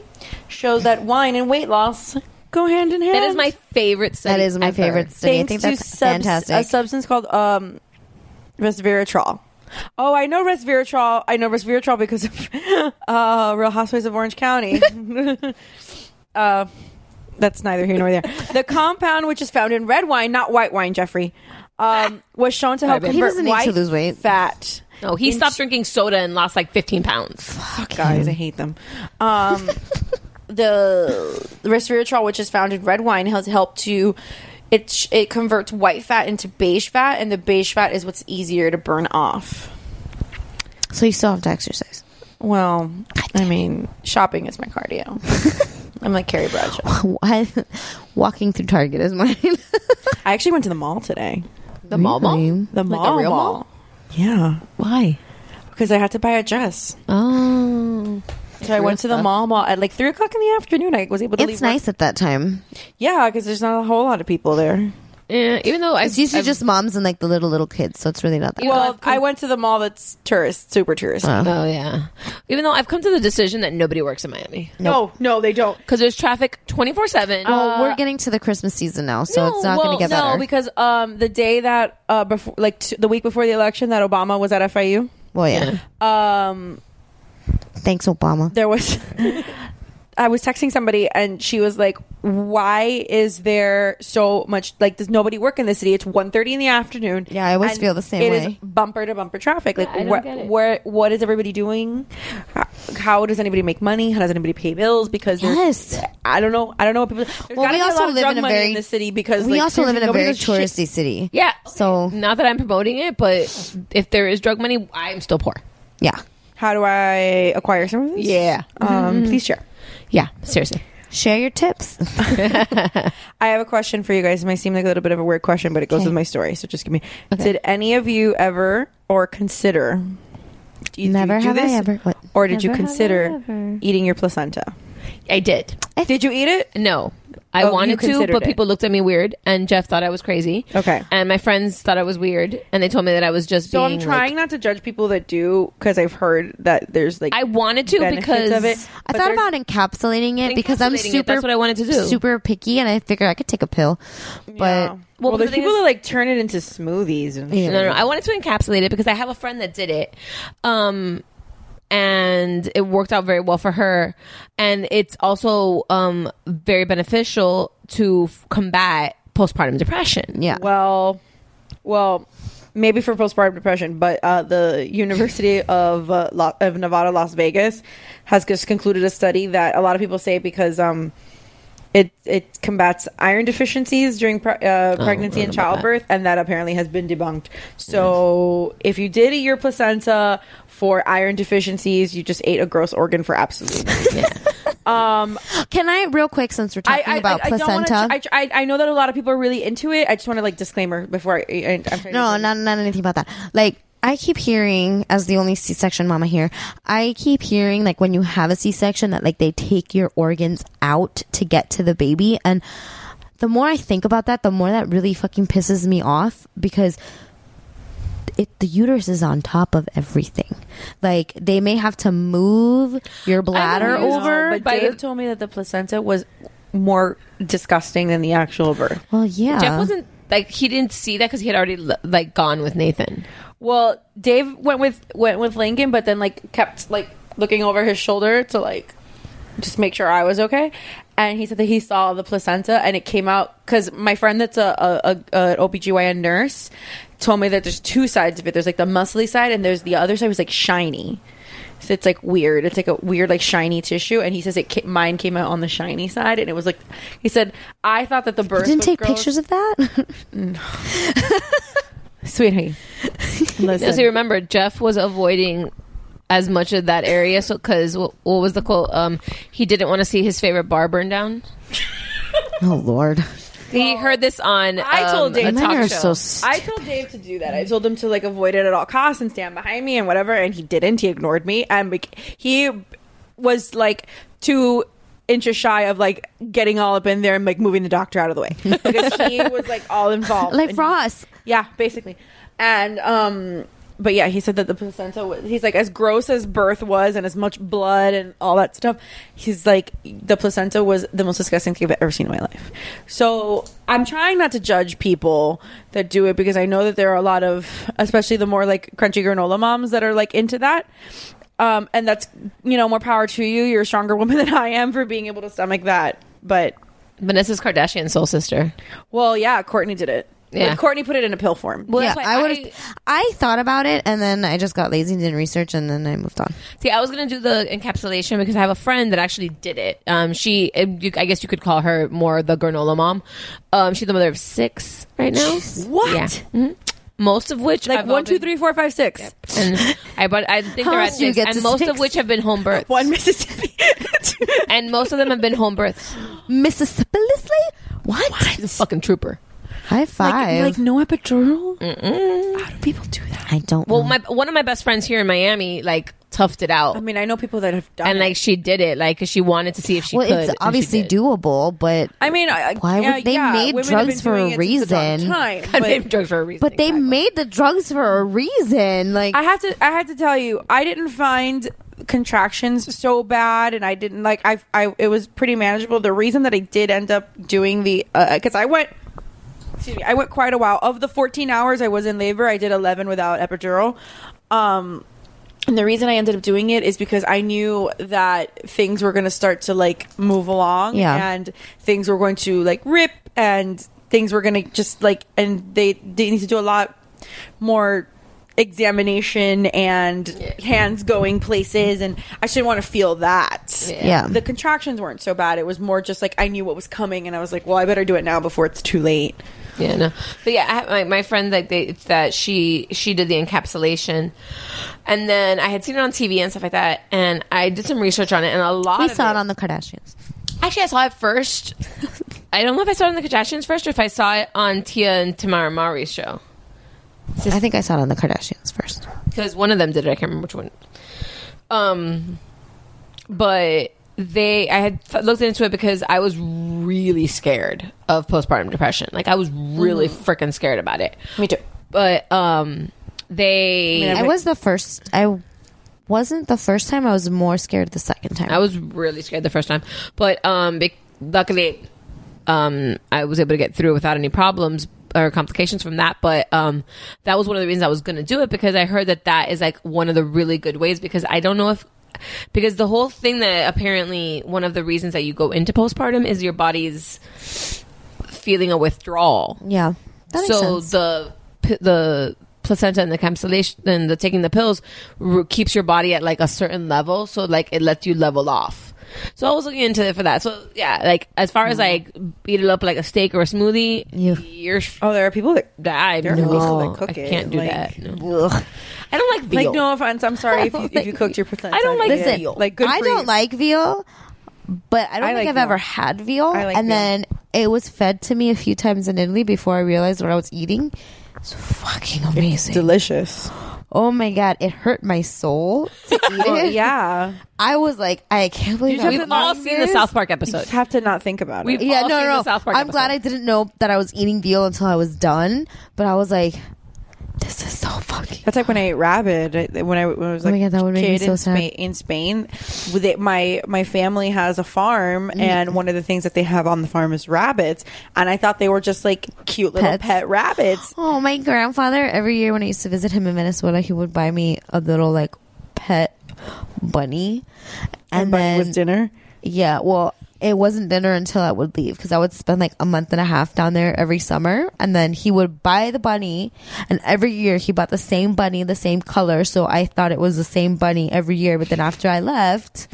Speaker 11: shows that wine and weight loss go hand in hand.
Speaker 10: That is my favorite study.
Speaker 7: That is my
Speaker 10: ever.
Speaker 7: favorite study. I think that's
Speaker 11: subs-
Speaker 7: fantastic.
Speaker 11: A substance called um, resveratrol. Oh, I know resveratrol. I know resveratrol because of uh, Real Housewives of Orange County. uh, that's neither here nor there. the compound, which is found in red wine, not white wine, Jeffrey, um, was shown to help
Speaker 7: He
Speaker 11: convert
Speaker 7: doesn't need to
Speaker 11: white
Speaker 7: lose weight.
Speaker 11: fat.
Speaker 10: No, he stopped drinking soda and lost like 15 pounds.
Speaker 11: Fuck guys, I hate them. Um, the resveratrol, which is found in red wine, has helped to it sh- it converts white fat into beige fat, and the beige fat is what's easier to burn off.
Speaker 7: So you still have to exercise.
Speaker 11: Well, I mean, shopping is my cardio. I'm like Carrie Bradshaw.
Speaker 7: Why- Walking through Target is mine.
Speaker 11: I actually went to the mall today.
Speaker 10: The
Speaker 11: Oh,
Speaker 10: mall mall?
Speaker 7: Really?
Speaker 11: The
Speaker 10: Like a
Speaker 11: mall,
Speaker 10: real
Speaker 11: mall.
Speaker 10: mall?
Speaker 11: Yeah,
Speaker 10: Why?
Speaker 11: because I had to buy a dress.
Speaker 7: Oh,
Speaker 11: So I went to the mall mall at like three o'clock in the afternoon. I was able to
Speaker 7: it's
Speaker 11: leave.
Speaker 7: nice at that time.
Speaker 11: Work. Yeah, because there's not a whole lot of people there.
Speaker 10: Yeah, even though I
Speaker 7: It's usually just moms and like the little little kids, so it's really not that.
Speaker 11: Well, I went to the mall that's tourist, super tourist.
Speaker 7: Uh,
Speaker 10: Oh yeah. Even though I've come to the decision that nobody works in Miami
Speaker 11: No, no, they don't.
Speaker 10: because there's traffic 24 seven.
Speaker 7: well, Oh, we're getting to the Christmas season now, so it's not going to get
Speaker 11: uh, no,
Speaker 7: better.
Speaker 11: because um, the day that uh, before, like t- the week before the election, that Obama was at FIU.
Speaker 7: well, yeah.
Speaker 11: Um,
Speaker 7: Thanks, Obama.
Speaker 11: there was, I was texting somebody, and she was like, "Why is there so much? Like, there's nobody work in the city. It's 1.30 in the afternoon.
Speaker 7: Yeah, I always
Speaker 11: and
Speaker 7: feel the same
Speaker 11: It is
Speaker 7: way.
Speaker 11: bumper to bumper traffic. Like,
Speaker 10: I don't
Speaker 11: where,
Speaker 10: get it.
Speaker 11: where, what is everybody doing? How, how does anybody make money? How does anybody pay bills? Because there's,
Speaker 7: Yes.
Speaker 11: I don't know. I don't know what people. There's
Speaker 7: Well,
Speaker 11: gotta
Speaker 7: we
Speaker 11: be
Speaker 7: also
Speaker 11: a lot of
Speaker 7: live
Speaker 11: drug
Speaker 7: in a
Speaker 11: money
Speaker 7: very
Speaker 11: in this city because
Speaker 7: we
Speaker 11: like,
Speaker 7: also live in a
Speaker 11: nobody
Speaker 7: very
Speaker 11: gives shit.
Speaker 7: touristy city.
Speaker 10: yeah.
Speaker 7: So
Speaker 10: Not that I'm promoting it, but if there is drug money, I'm still poor.
Speaker 7: yeah,
Speaker 11: how do I acquire some of this?
Speaker 10: Yeah.
Speaker 7: Mm-hmm.
Speaker 11: Um, Please share.
Speaker 10: Yeah, seriously.
Speaker 7: share your tips.
Speaker 11: I have a question for you guys. It might seem like a little bit of a weird question, but it goes
Speaker 7: Okay.
Speaker 11: with my story. So just give me. Did any of you ever or consider? Do you, do you
Speaker 7: Never
Speaker 11: do
Speaker 7: have I
Speaker 11: this?
Speaker 7: ever- what?
Speaker 11: Or did you
Speaker 7: Never have I
Speaker 11: consider
Speaker 7: ever.
Speaker 11: eating your placenta?
Speaker 10: I did.
Speaker 11: Did you eat it?
Speaker 10: No. I
Speaker 11: Oh, you
Speaker 10: wanted to,
Speaker 11: considered
Speaker 10: but
Speaker 11: it.
Speaker 10: people looked at me weird, and Jeff thought I was crazy.
Speaker 11: Okay.
Speaker 10: And my friends thought I was weird, and they told me that I was just.
Speaker 11: So I'm
Speaker 10: being,
Speaker 11: trying
Speaker 10: like-
Speaker 11: not to judge people that do because I've heard that there's like
Speaker 10: I wanted to
Speaker 11: benefits
Speaker 10: because
Speaker 11: of it.
Speaker 7: I
Speaker 11: but
Speaker 7: thought
Speaker 11: there's-
Speaker 7: about encapsulating it because I'm
Speaker 10: Encapsulating it,
Speaker 7: super.
Speaker 10: that's what I wanted to do.
Speaker 7: Super picky, and I figured I could take a pill, but
Speaker 11: Yeah. well,
Speaker 10: but
Speaker 11: there's
Speaker 10: the thing
Speaker 11: people
Speaker 10: is-
Speaker 11: that like turn it into smoothies and shit.
Speaker 10: No, no, I wanted to encapsulate it because I have a friend that did it. Um and it worked out very well for her and it's also um very beneficial to f- combat postpartum depression.
Speaker 7: yeah.
Speaker 11: Well, well, maybe for postpartum depression, but uh, the University of uh, Lo- of Nevada, Las Vegas, has just concluded a study that a lot of people say because um, it it combats iron deficiencies during pre-
Speaker 7: Oh,
Speaker 11: uh, pregnancy and childbirth, and that apparently has been debunked. So, if you did eat your placenta for iron deficiencies, you just ate a gross organ for absolutely. nothing.
Speaker 7: Can I real quick since we're talking about
Speaker 11: don't wanna
Speaker 7: placenta?
Speaker 11: ch- I, I I know that a lot of people are really into it. I just want to like disclaimer before I, I I'm trying to
Speaker 7: no, not not anything about that. Like I keep hearing, as the only C-section mama here, I keep hearing like when you have a C-section that like they take your organs out to get to the baby, and the more I think about that, the more that really fucking pisses me off because it the uterus is on top of everything. Like they may have to move your bladder
Speaker 11: No,
Speaker 10: um,
Speaker 7: over.
Speaker 11: But Dave told me that the placenta was more disgusting than the actual birth.
Speaker 7: well, yeah.
Speaker 10: Jeff wasn't like he didn't see that cuz he had already l- like gone with Nathan.
Speaker 11: Well, Dave went with went with Lincoln, but then like kept like looking over his shoulder to like just make sure I was okay. And he said that he saw the placenta and it came out because my friend that's a, a, a, a OBGYN nurse told me that there's two sides of it. There's like the muscly side and there's the other side was like shiny. So it's like weird. It's like a weird, like shiny tissue. And he says it ca- mine came out on the shiny side, and it was like he said I thought that the birth
Speaker 7: You didn't
Speaker 11: was
Speaker 7: take
Speaker 11: gross."
Speaker 7: pictures of that.
Speaker 11: sweetie.
Speaker 10: No,
Speaker 11: Listen,
Speaker 10: so remember, Jeff was avoiding as much of that area so because what, what was the quote? Um, he didn't want to see his favorite bar burn down.
Speaker 7: oh Lord,
Speaker 10: He heard this on.
Speaker 11: I told
Speaker 10: um,
Speaker 11: Dave-
Speaker 10: a
Speaker 7: men
Speaker 10: talk
Speaker 7: are so.
Speaker 10: show.
Speaker 7: St-
Speaker 11: I told Dave to do that. I told him to like avoid it at all costs and stand behind me and whatever. And he didn't. He ignored me. And bec- he was like two inches shy of like getting all up in there and like moving the doctor out of the way because he was like all involved.
Speaker 7: like
Speaker 11: And-
Speaker 7: Ross.
Speaker 11: Yeah, basically. And um, but yeah, he said that the placenta was. He's like as gross as birth was and as much blood and all that stuff. He's like the placenta was the most disgusting thing I've ever seen in my life. So I'm trying not to judge people that do it because I know that there are a lot of, especially the more like crunchy granola moms that are like into that. Um, and that's you know more power to you. You're a stronger woman than I am for being able to stomach that. But
Speaker 10: Vanessa's Kardashian soul sister.
Speaker 11: Well, yeah, Courtney did it.
Speaker 10: Yeah.
Speaker 11: Courtney put it in a pill form.
Speaker 10: Well,
Speaker 7: yeah,
Speaker 10: that's why
Speaker 7: I would. I, I thought about it, and then I just got lazy and didn't research, and then I moved on.
Speaker 10: See, I was gonna do the encapsulation because I have a friend that actually did it. Um, she, uh, you- I guess you could call her more the granola mom. Um, she's the mother of six right now.
Speaker 11: What?
Speaker 10: Yeah. Mhm. Most of which
Speaker 11: Like
Speaker 10: I've all
Speaker 11: one, two,
Speaker 10: been-
Speaker 11: three, four, five, six.
Speaker 10: and I but I think
Speaker 11: How
Speaker 10: they're at
Speaker 11: else do you
Speaker 10: six,
Speaker 11: get
Speaker 10: and
Speaker 11: to
Speaker 10: most of
Speaker 11: six?
Speaker 10: which have been home births.
Speaker 11: One Mississippi,
Speaker 10: and most of them have been home births.
Speaker 7: Mississippi Leslie, what?
Speaker 10: She's a fucking trooper.
Speaker 7: High five!
Speaker 11: like no epidural.
Speaker 10: Mm-mm.
Speaker 11: How do people do that?
Speaker 7: I don't.
Speaker 10: Well,
Speaker 7: know.
Speaker 10: my one of my best friends here in Miami like toughed it out,
Speaker 11: I mean, I know people that have done.
Speaker 10: and
Speaker 11: it.
Speaker 10: like she did it, like 'cause she wanted to see if she
Speaker 7: well,
Speaker 10: could. and
Speaker 7: it's
Speaker 10: she
Speaker 7: obviously
Speaker 10: did.
Speaker 7: doable, but
Speaker 11: I mean, I, I-
Speaker 7: Why
Speaker 11: yeah,
Speaker 7: would- they
Speaker 11: yeah,
Speaker 7: made
Speaker 11: women have
Speaker 7: drugs
Speaker 11: been
Speaker 7: for a
Speaker 11: doing it since the dawn of
Speaker 7: reason.
Speaker 11: time,
Speaker 10: God,
Speaker 11: but-
Speaker 10: they drugs for a reason.
Speaker 7: but they made the drugs for a reason. Like
Speaker 11: I have to I had to tell you, I didn't find contractions so bad and I didn't like I I it was pretty manageable. The reason that I did end up doing the uh, cuz I went excuse me, I went quite a while. Of the 14 hours I was in labor, I did 11 without epidural. Um and the reason I ended up doing it is because I knew that things were going to start to like move along
Speaker 7: Yeah.
Speaker 11: and things were going to like rip and things were going to just like and they they need to do a lot more examination and hands going places and I should want to feel that.
Speaker 7: Yeah.
Speaker 11: The contractions weren't so bad. It was more just like I knew what was coming and I was like, well, I better do it now before it's too late.
Speaker 10: Yeah, no. But yeah, I have my, my friend like they it's that she she did the encapsulation, and then I had seen it on TV and stuff like that, and I did some research on it, and a lot.
Speaker 7: we
Speaker 10: of
Speaker 7: saw
Speaker 10: it
Speaker 7: it on the Kardashians.
Speaker 10: Actually, I saw it first. I don't know if I saw it on the Kardashians first or if I saw it on Tia and Tamara Mari's show
Speaker 7: I think I saw it on the Kardashians first.
Speaker 10: because one of them did it. I can't remember which one. Um, but they, I had f- looked into it because I was really scared of postpartum depression. Like I was really freaking scared about it.
Speaker 11: Me too.
Speaker 10: But um, they,
Speaker 7: I was the first. I wasn't the first time. I was more scared the second time.
Speaker 10: I was really scared the first time, but um, be- luckily, um, I was able to get through without any problems or complications from that. But um, that was one of the reasons I was going to do it because I heard that that is like one of the really good ways because I don't know if. Because the whole thing that apparently one of the reasons that you go into postpartum is your body's feeling a withdrawal
Speaker 7: yeah. That makes
Speaker 10: so
Speaker 7: sense.
Speaker 10: the p- the placenta and the cancellation and the taking the pills r- keeps your body at like a certain level so like it lets you level off so i was looking into it for that so yeah like as far as like eat it up like a steak or a smoothie
Speaker 7: Yeah.
Speaker 10: you're sh-
Speaker 11: Oh, there are people that
Speaker 10: I,
Speaker 11: there are people
Speaker 10: no,
Speaker 11: that cook
Speaker 10: I
Speaker 11: it,
Speaker 10: can't do
Speaker 11: like-
Speaker 10: that no.
Speaker 7: Ugh.
Speaker 10: i don't like veal
Speaker 11: Like no offense, I'm sorry if you, if you cooked your placenta.
Speaker 10: I don't like
Speaker 11: Yeah.
Speaker 10: veal.
Speaker 11: Like good.
Speaker 7: I
Speaker 11: for
Speaker 7: don't
Speaker 11: you.
Speaker 7: like veal, but I don't
Speaker 11: I
Speaker 7: think
Speaker 11: like
Speaker 7: I've
Speaker 11: veal.
Speaker 7: ever had veal.
Speaker 11: I like
Speaker 7: and
Speaker 11: veal.
Speaker 7: then it was fed to me a few times in Italy before I realized what I was eating. It's fucking amazing.
Speaker 11: delicious.
Speaker 7: oh my god, it hurt my soul to eat it.
Speaker 11: yeah,
Speaker 7: I was like, I can't believe
Speaker 10: we've all seen the south park episode
Speaker 11: just have to not think about
Speaker 10: We've
Speaker 11: it.
Speaker 7: Yeah,
Speaker 10: all
Speaker 7: no,
Speaker 10: seen
Speaker 7: no.
Speaker 10: the South Park
Speaker 7: I'm glad I
Speaker 10: episode.
Speaker 7: didn't know that I was eating veal until I was done. But I was like, this is so fucking.
Speaker 11: That's like when I ate rabid. I- When I, when I was
Speaker 7: Oh
Speaker 11: like
Speaker 7: my God, that would make me
Speaker 11: kid
Speaker 7: so
Speaker 11: in,
Speaker 7: sad.
Speaker 11: Spa- in Spain, with it, my my family has a farm,
Speaker 7: Mm.
Speaker 11: and one of the things that they have on the farm is rabbits. And I thought they were just like cute little
Speaker 7: Pets.
Speaker 11: pet rabbits.
Speaker 7: Oh, my grandfather. Every year when I used to visit him in Minnesota, he would buy me a little like pet bunny, and
Speaker 11: But it
Speaker 7: then
Speaker 11: was dinner.
Speaker 7: yeah, well, it wasn't dinner until I would leave because I would spend like a month and a half down there every summer, and then he would buy the bunny, and every year he bought the same bunny, the same color, so I thought it was the same bunny every year. But then after I left,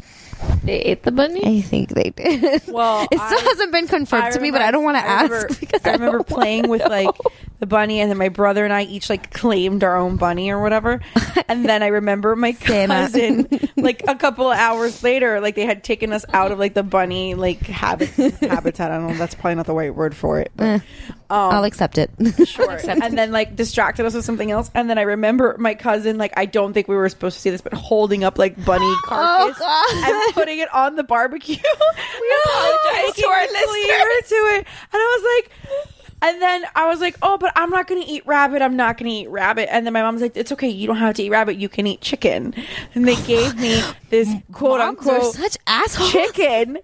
Speaker 10: they ate the bunny
Speaker 7: I think they did.
Speaker 11: Well,
Speaker 7: it still
Speaker 11: I-
Speaker 7: hasn't been confirmed to me, but I don't want to
Speaker 11: I
Speaker 7: ask
Speaker 11: remember-
Speaker 7: because
Speaker 11: I remember
Speaker 7: don't wanna
Speaker 11: playing with like
Speaker 7: know.
Speaker 11: the bunny, and then my brother and I each like claimed our own bunny or whatever. And then I remember my
Speaker 7: Santa.
Speaker 11: cousin, like a couple of hours later, like they had taken us out of like the bunny like habit habitat. I don't know. That's probably not the right word for it.
Speaker 7: Mm.
Speaker 11: But, um,
Speaker 7: I'll accept it.
Speaker 11: Sure. And then like distracted us with something else. And then I remember my cousin, like I don't think we were supposed to see this, but holding up like bunny carcass
Speaker 7: Oh, God.
Speaker 11: and putting it on the barbecue. We apologize
Speaker 10: to our listeners.
Speaker 11: to it. And I was like. And then I was like, "Oh, but I'm not going to eat rabbit. I'm not going to eat rabbit." And then my mom's like, "It's okay. You don't have to eat rabbit. You can eat chicken." And they gave me this quote
Speaker 7: Moms are
Speaker 11: unquote
Speaker 7: such assholes.
Speaker 11: chicken.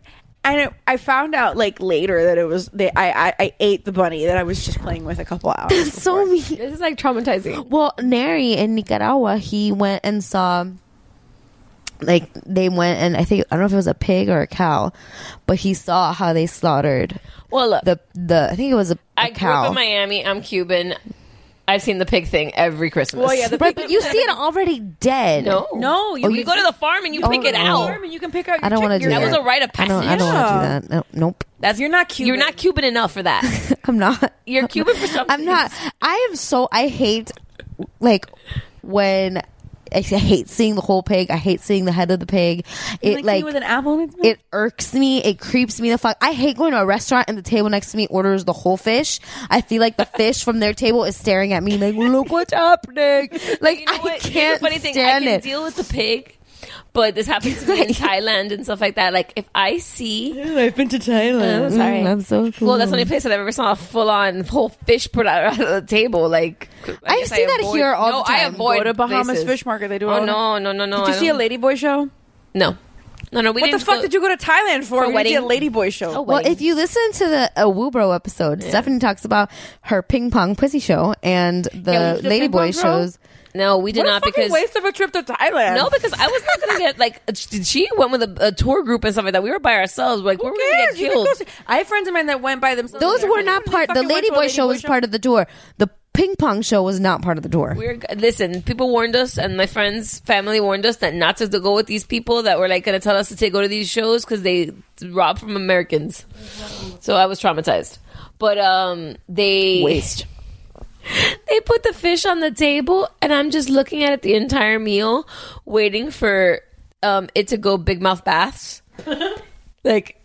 Speaker 11: And it, I found out like later that it was they I, I I ate the bunny that I was just playing with a couple hours.
Speaker 7: so mean.
Speaker 10: this is like traumatizing
Speaker 7: Well, Neri in Nicaragua, he went and saw like they went and I think I don't know if it was a pig or a cow, but he saw how they slaughtered.
Speaker 10: Well, look,
Speaker 7: the the I think it was a, a
Speaker 10: I grew
Speaker 7: cow.
Speaker 10: up in Miami. I'm Cuban. I've seen the pig thing every Christmas.
Speaker 7: Well, yeah, the Right, pig- but you see it already dead.
Speaker 10: No,
Speaker 7: No,
Speaker 10: You,
Speaker 7: Oh, you-
Speaker 10: go to the farm and you
Speaker 7: Oh,
Speaker 10: pick it
Speaker 7: no.
Speaker 10: out.
Speaker 7: Farm
Speaker 11: and you can pick out.
Speaker 7: I don't want to do
Speaker 10: that.
Speaker 7: that.
Speaker 10: was a rite of
Speaker 7: I
Speaker 10: passage.
Speaker 7: don't, I don't want to do that. No, nope.
Speaker 10: That's you're not Cuban. You're not Cuban enough for that.
Speaker 7: I'm not.
Speaker 10: You're Cuban for something.
Speaker 7: I'm not. I am so. I hate like when. I hate seeing the whole pig. I hate seeing the head of the pig.
Speaker 11: You
Speaker 7: It
Speaker 11: like,
Speaker 7: like
Speaker 11: see with an apple.
Speaker 7: it irks me. It creeps me the fuck. I hate going to a restaurant and the table next to me orders the whole fish. I feel like the fish from their table is staring at me like, look what's happening. Like I
Speaker 10: Here's
Speaker 7: can't
Speaker 10: the funny thing. I
Speaker 7: stand
Speaker 10: can
Speaker 7: it.
Speaker 10: deal with the pig, but this happened to me in Thailand and stuff like that. Like if I see,
Speaker 8: I've been to Thailand.
Speaker 10: I'm sorry.
Speaker 7: Mm, I'm so cool.
Speaker 10: Well, that's the only place that I've ever saw a full on whole fish put out of the table. Like I
Speaker 11: I
Speaker 10: guess
Speaker 11: see
Speaker 10: I
Speaker 11: that
Speaker 10: avoid-
Speaker 11: here all
Speaker 10: no,
Speaker 11: the time.
Speaker 10: I avoid
Speaker 11: Go to Bahamas
Speaker 10: places.
Speaker 11: Fish Market. They do it
Speaker 10: Oh
Speaker 11: all the-
Speaker 10: no, no, no, no!
Speaker 11: Did you see a Ladyboy show?
Speaker 10: No, no, no. We
Speaker 11: what the
Speaker 10: didn't
Speaker 11: fuck
Speaker 10: go-
Speaker 11: did you go to Thailand for?
Speaker 10: For a
Speaker 11: We did
Speaker 10: wedding?
Speaker 11: a Ladyboy show.
Speaker 7: Well, if you listen to the a Woobro episode, Stephanie talks about her ping pong pussy show and
Speaker 10: Yeah,
Speaker 7: the
Speaker 10: we did
Speaker 7: Lady
Speaker 10: ping pong
Speaker 7: Ladyboy
Speaker 10: show?
Speaker 7: shows.
Speaker 10: No, we did
Speaker 11: What a
Speaker 10: not
Speaker 11: fucking
Speaker 10: because
Speaker 11: waste of a trip to Thailand.
Speaker 10: No, because I was not going to get like she- she went with a, a tour group and stuff like that. We were by ourselves. Like we're going to
Speaker 11: cares? You
Speaker 10: get
Speaker 11: can
Speaker 10: killed.
Speaker 11: go see- I have friends of mine that went by themselves.
Speaker 7: Those
Speaker 11: They're
Speaker 7: were
Speaker 11: like,
Speaker 7: not
Speaker 11: "Oh,
Speaker 7: part. The
Speaker 11: fucking went to a
Speaker 7: Ladyboy show was
Speaker 11: show."
Speaker 7: part of the tour. The ping pong show was not part of the tour.
Speaker 10: We're g- listen. People warned us, and my friends, family warned us that not to go with these people that were like going to tell us to take, go to these shows because they rob from Americans. So I was traumatized. But um, they
Speaker 8: Waste.
Speaker 10: They put the fish on the table, and I'm just looking at it the entire meal, waiting for um, it to go big mouth baths, like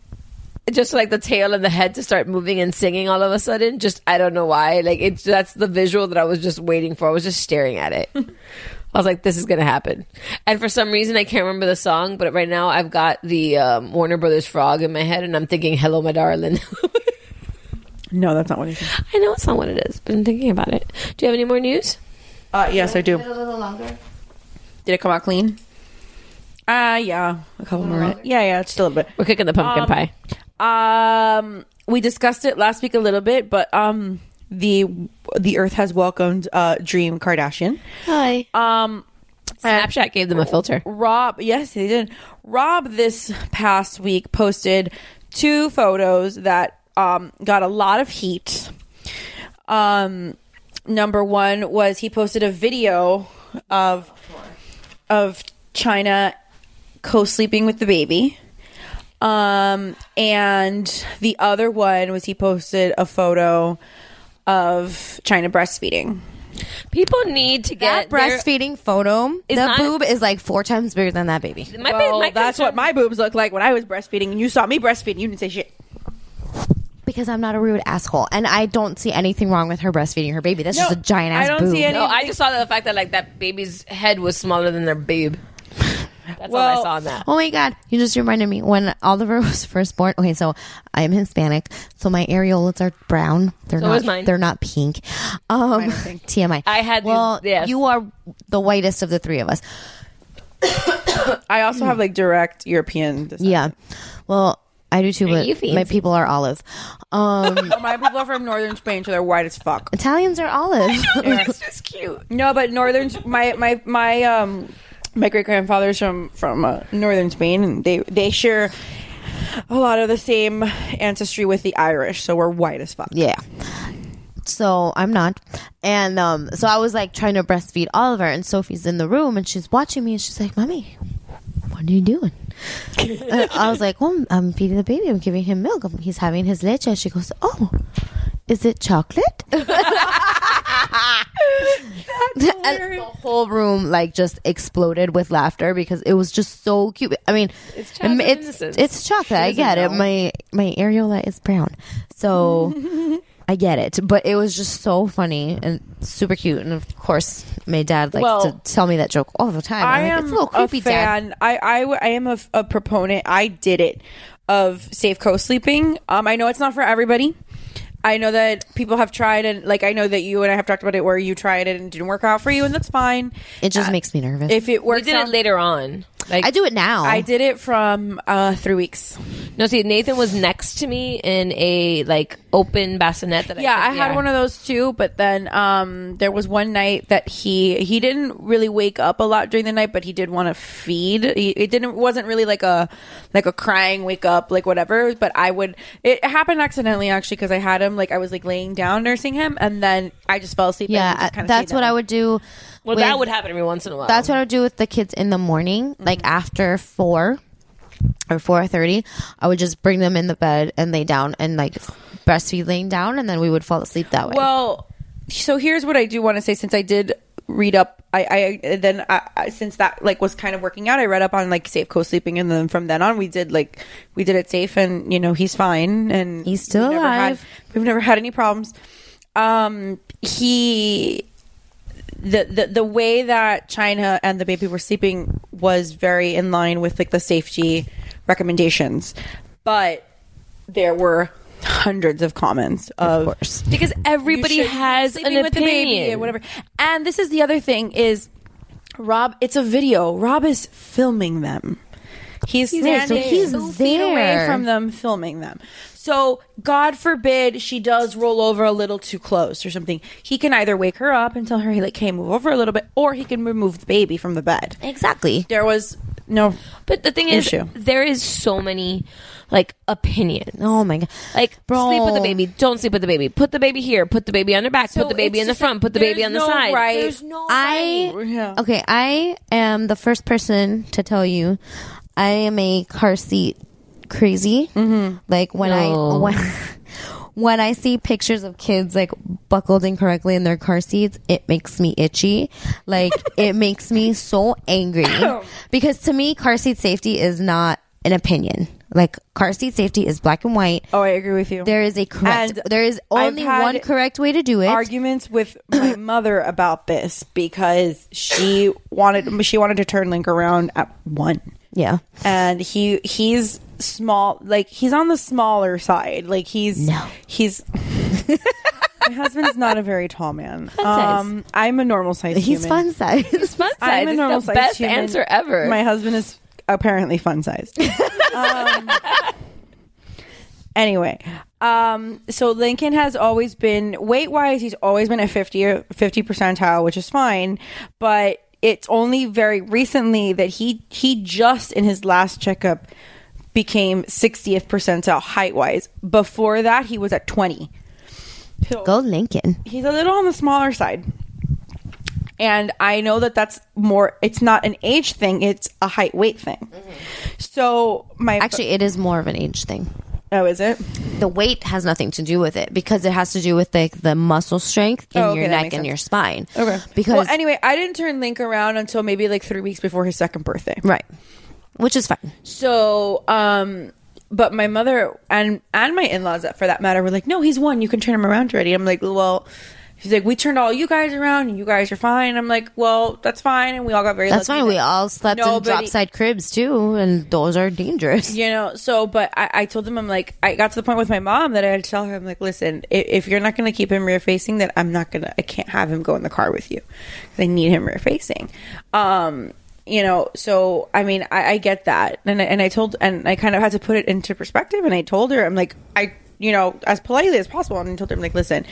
Speaker 10: just like the tail and the head to start moving and singing all of a sudden. Just I don't know why. Like it's that's the visual that I was just waiting for. I was just staring at it. I was like, this is gonna happen. And for some reason, I can't remember the song, but right now I've got the um, Warner Brothers frog in my head, and I'm thinking, "Hello, my darling."
Speaker 8: No, that's not what it is.
Speaker 10: I know it's not what it is, but I'm thinking about it. Do you have any more news?
Speaker 8: Uh, yes, I do.
Speaker 7: little longer.
Speaker 8: Did it come out clean?
Speaker 11: Uh yeah,
Speaker 8: A couple more minutes.
Speaker 11: yeah, yeah. Just a little bit.
Speaker 10: We're cooking the pumpkin
Speaker 11: Um,
Speaker 10: pie.
Speaker 11: Um, we discussed it last week a little bit, but um, the the Earth has welcomed uh Dream Kardashian.
Speaker 10: Hi.
Speaker 11: Um,
Speaker 10: Snapchat gave them a filter.
Speaker 11: Rob, yes, they did. Rob this past week posted two photos that um got a lot of heat. Um, number one was he posted a video of of China co-sleeping with the baby. Um, and the other one was he posted a photo of China breastfeeding.
Speaker 10: People need to
Speaker 7: That
Speaker 10: get their-
Speaker 7: breastfeeding photo, the
Speaker 10: It's not-
Speaker 7: boob is like four times bigger than that baby.
Speaker 10: My, ba-
Speaker 11: well,
Speaker 10: my
Speaker 11: Oh, that's
Speaker 10: concern-
Speaker 11: what my boobs look like when I was breastfeeding, and you saw me breastfeeding. You didn't say shit.
Speaker 7: Because I'm not a rude asshole, and I don't see anything wrong with her breastfeeding her baby. That's
Speaker 11: No,
Speaker 7: just a giant ass
Speaker 11: I don't
Speaker 7: boob.
Speaker 11: see any-
Speaker 10: No, I just saw the fact that like that baby's head was smaller than their boob. That's all I
Speaker 11: Well-
Speaker 10: saw on that.
Speaker 7: Oh my god! You just reminded me when Oliver was first born. Okay, so I'm Hispanic, so my areolas are brown. They're
Speaker 10: So
Speaker 7: not.
Speaker 10: is mine.
Speaker 7: They're not pink. Um, TMI.
Speaker 10: I had these-
Speaker 7: Well,
Speaker 10: yes.
Speaker 7: you are the whitest of the three of us.
Speaker 11: I also have like direct European. descent.
Speaker 7: Yeah. Well, I do too, but
Speaker 10: you fancy?
Speaker 7: my people are olive. Um,
Speaker 11: Oh, my people are from northern Spain, so they're white as fuck.
Speaker 7: Italians are olive.
Speaker 10: It's just cute.
Speaker 11: No, but northern my my my um my great grandfather's from from uh, northern Spain, and they they share a lot of the same ancestry with the Irish, so we're white as fuck.
Speaker 7: Yeah. So I'm not. And um, so I was like trying to breastfeed Oliver, and Sophie's in the room and she's watching me and she's like, Mommy, what are you doing? And I was like, Well, I'm- I'm feeding the baby. I'm giving him milk. I'm- He's having his leche. She goes, Oh, is it chocolate? and the whole room like just exploded with laughter because it was just so cute. I mean,
Speaker 10: It's child
Speaker 7: um, it's
Speaker 10: innocence.
Speaker 7: it's chocolate. I get it. My my areola is brown, so I get it. But it was just so funny and super cute. And of course, my dad likes
Speaker 11: Well,
Speaker 7: to tell me that joke all the time.
Speaker 11: I
Speaker 7: I'm like,
Speaker 11: am
Speaker 7: it's a little creepy, dad.
Speaker 11: fan. I, I w- I am a, f- a proponent. I did it of safe co-sleeping. Um, I know it's not for everybody. I know that people have tried and like I know that you and I have talked about it where you tried it and it didn't work out for you and that's fine.
Speaker 7: It just makes me nervous.
Speaker 11: Uh, If it
Speaker 10: We
Speaker 11: works
Speaker 10: did it
Speaker 11: out-
Speaker 10: later on. Like
Speaker 7: I do it now.
Speaker 11: I did it from uh, three weeks.
Speaker 10: No, see, Nathan was next to me in a like open bassinet that
Speaker 11: yeah,
Speaker 10: I,
Speaker 11: I
Speaker 10: could-
Speaker 11: had one of those too, but then um, there was one night that he he didn't really wake up a lot during the night, but he did want to feed. He, it didn't wasn't really like a like a crying wake up like whatever. But I would it happened accidentally actually because I had him like I was like laying down nursing him, and then I just fell asleep. and he
Speaker 7: Yeah, uh,
Speaker 11: just kinda
Speaker 7: that's
Speaker 11: stayed
Speaker 7: what
Speaker 11: down.
Speaker 7: I would do.
Speaker 10: Well,
Speaker 7: with-
Speaker 10: that would happen every once in a while.
Speaker 7: That's what I would do with the kids in the morning,
Speaker 11: Mm-hmm.
Speaker 7: like after four or four thirty. I would just bring them in the bed and lay down and like breastfeed laying down, and then we would fall asleep that way.
Speaker 11: Well, so here's what I do want to say since I did read up I, I then I, I since that like was kind of working out I read up on like safe co-sleeping and then from then on we did like we did it safe and you know he's fine and he's
Speaker 7: still alive.
Speaker 11: we've never had any problems um he the, the the way that China and the baby were sleeping was very in line with like the safety recommendations but there were hundreds of comments of, course
Speaker 10: because everybody has an
Speaker 11: sleeping with the baby
Speaker 10: opinion.
Speaker 11: and whatever. And this is the other thing is Rob. It's a video. Rob is filming them. He's,
Speaker 7: He's there, so
Speaker 11: standing
Speaker 7: he's
Speaker 11: two feet away
Speaker 7: there.
Speaker 11: from them, filming them. So God forbid she does roll over a little too close or something. He can either wake her up and tell her, "Hey, like, hey, move over a little bit," or he can remove the baby from the bed.
Speaker 7: Exactly.
Speaker 11: There was no.
Speaker 10: But the thing
Speaker 11: issue.
Speaker 10: is, there is so many like opinions.
Speaker 7: Oh my god!
Speaker 10: Like
Speaker 7: Bro.
Speaker 10: sleep with the baby, don't sleep with the baby. Put the baby here, put the baby on her back, put the baby
Speaker 11: it's
Speaker 10: in the
Speaker 11: just like
Speaker 10: front, put the baby
Speaker 11: there's
Speaker 10: on the
Speaker 11: no
Speaker 10: side.
Speaker 11: right.
Speaker 10: There's no
Speaker 7: I okay. I am the first person to tell you, I am a car seat crazy. Mm-hmm. Like when I
Speaker 10: No.
Speaker 7: when when I see pictures of kids like buckled incorrectly in their car seats, it makes me itchy. Like it makes me so angry because to me, car seat safety is not an opinion. Like car seat safety is black and white.
Speaker 11: Oh, I agree with you.
Speaker 7: There is a correct.
Speaker 11: And
Speaker 7: there is
Speaker 11: I've
Speaker 7: only
Speaker 11: had
Speaker 7: one correct way to do it.
Speaker 11: arguments with my mother about this because she wanted she wanted to turn Link around at one,
Speaker 7: yeah.
Speaker 11: and he he's small, like he's on the smaller side, like he's he's. my husband's not a very tall man.
Speaker 7: size.
Speaker 11: Um, I'm a normal size.
Speaker 7: He's fun
Speaker 11: human.
Speaker 7: size.
Speaker 10: fun
Speaker 11: I'm a normal size
Speaker 10: best
Speaker 11: human.
Speaker 10: answer ever.
Speaker 11: My husband is apparently fun sized. um, anyway, um, so Lincoln has always been weight wise, he's always been at 50, or 50 percentile, which is fine, but it's only very recently that he he just in his last checkup became 60th percentile height wise. Before that, he was at 20. So-
Speaker 7: Go Lincoln.
Speaker 11: he's a little on the smaller side and i know that that's more it's not an age thing it's a height weight thing so my
Speaker 7: Actually, it is more of an age thing.
Speaker 11: oh is it
Speaker 7: The weight has nothing to do with it because it has to do with like the muscle strength in
Speaker 11: Oh, okay,
Speaker 7: your neck
Speaker 11: that
Speaker 7: and
Speaker 11: makes sense.
Speaker 7: your spine.
Speaker 11: okay
Speaker 7: Because
Speaker 11: well anyway i didn't turn link around until maybe like three weeks before his second birthday
Speaker 7: right, which is fine.
Speaker 11: so um but my mother and and my in-laws for that matter were like no he's one you can turn him around already i'm like well she's like we turned all you guys around and you guys are fine i'm like well that's fine and we all got very
Speaker 7: That's
Speaker 11: lucky
Speaker 7: fine. We
Speaker 11: that
Speaker 7: all slept in
Speaker 11: nobody-
Speaker 7: drop side cribs too, and those are dangerous.
Speaker 11: You know, so but I, I told them I'm like I got to the point with my mom that I had to tell her I'm like, listen, if, if you're not going to keep him rear facing, then I'm not gonna I can't have him go in the car with you. 'Cause I need him rear facing. Um, you know, so I mean, I, I get that, and I, and I told and I kind of had to put it into perspective, and I told her I'm like I you know as politely as possible, and I told her I'm like, listen,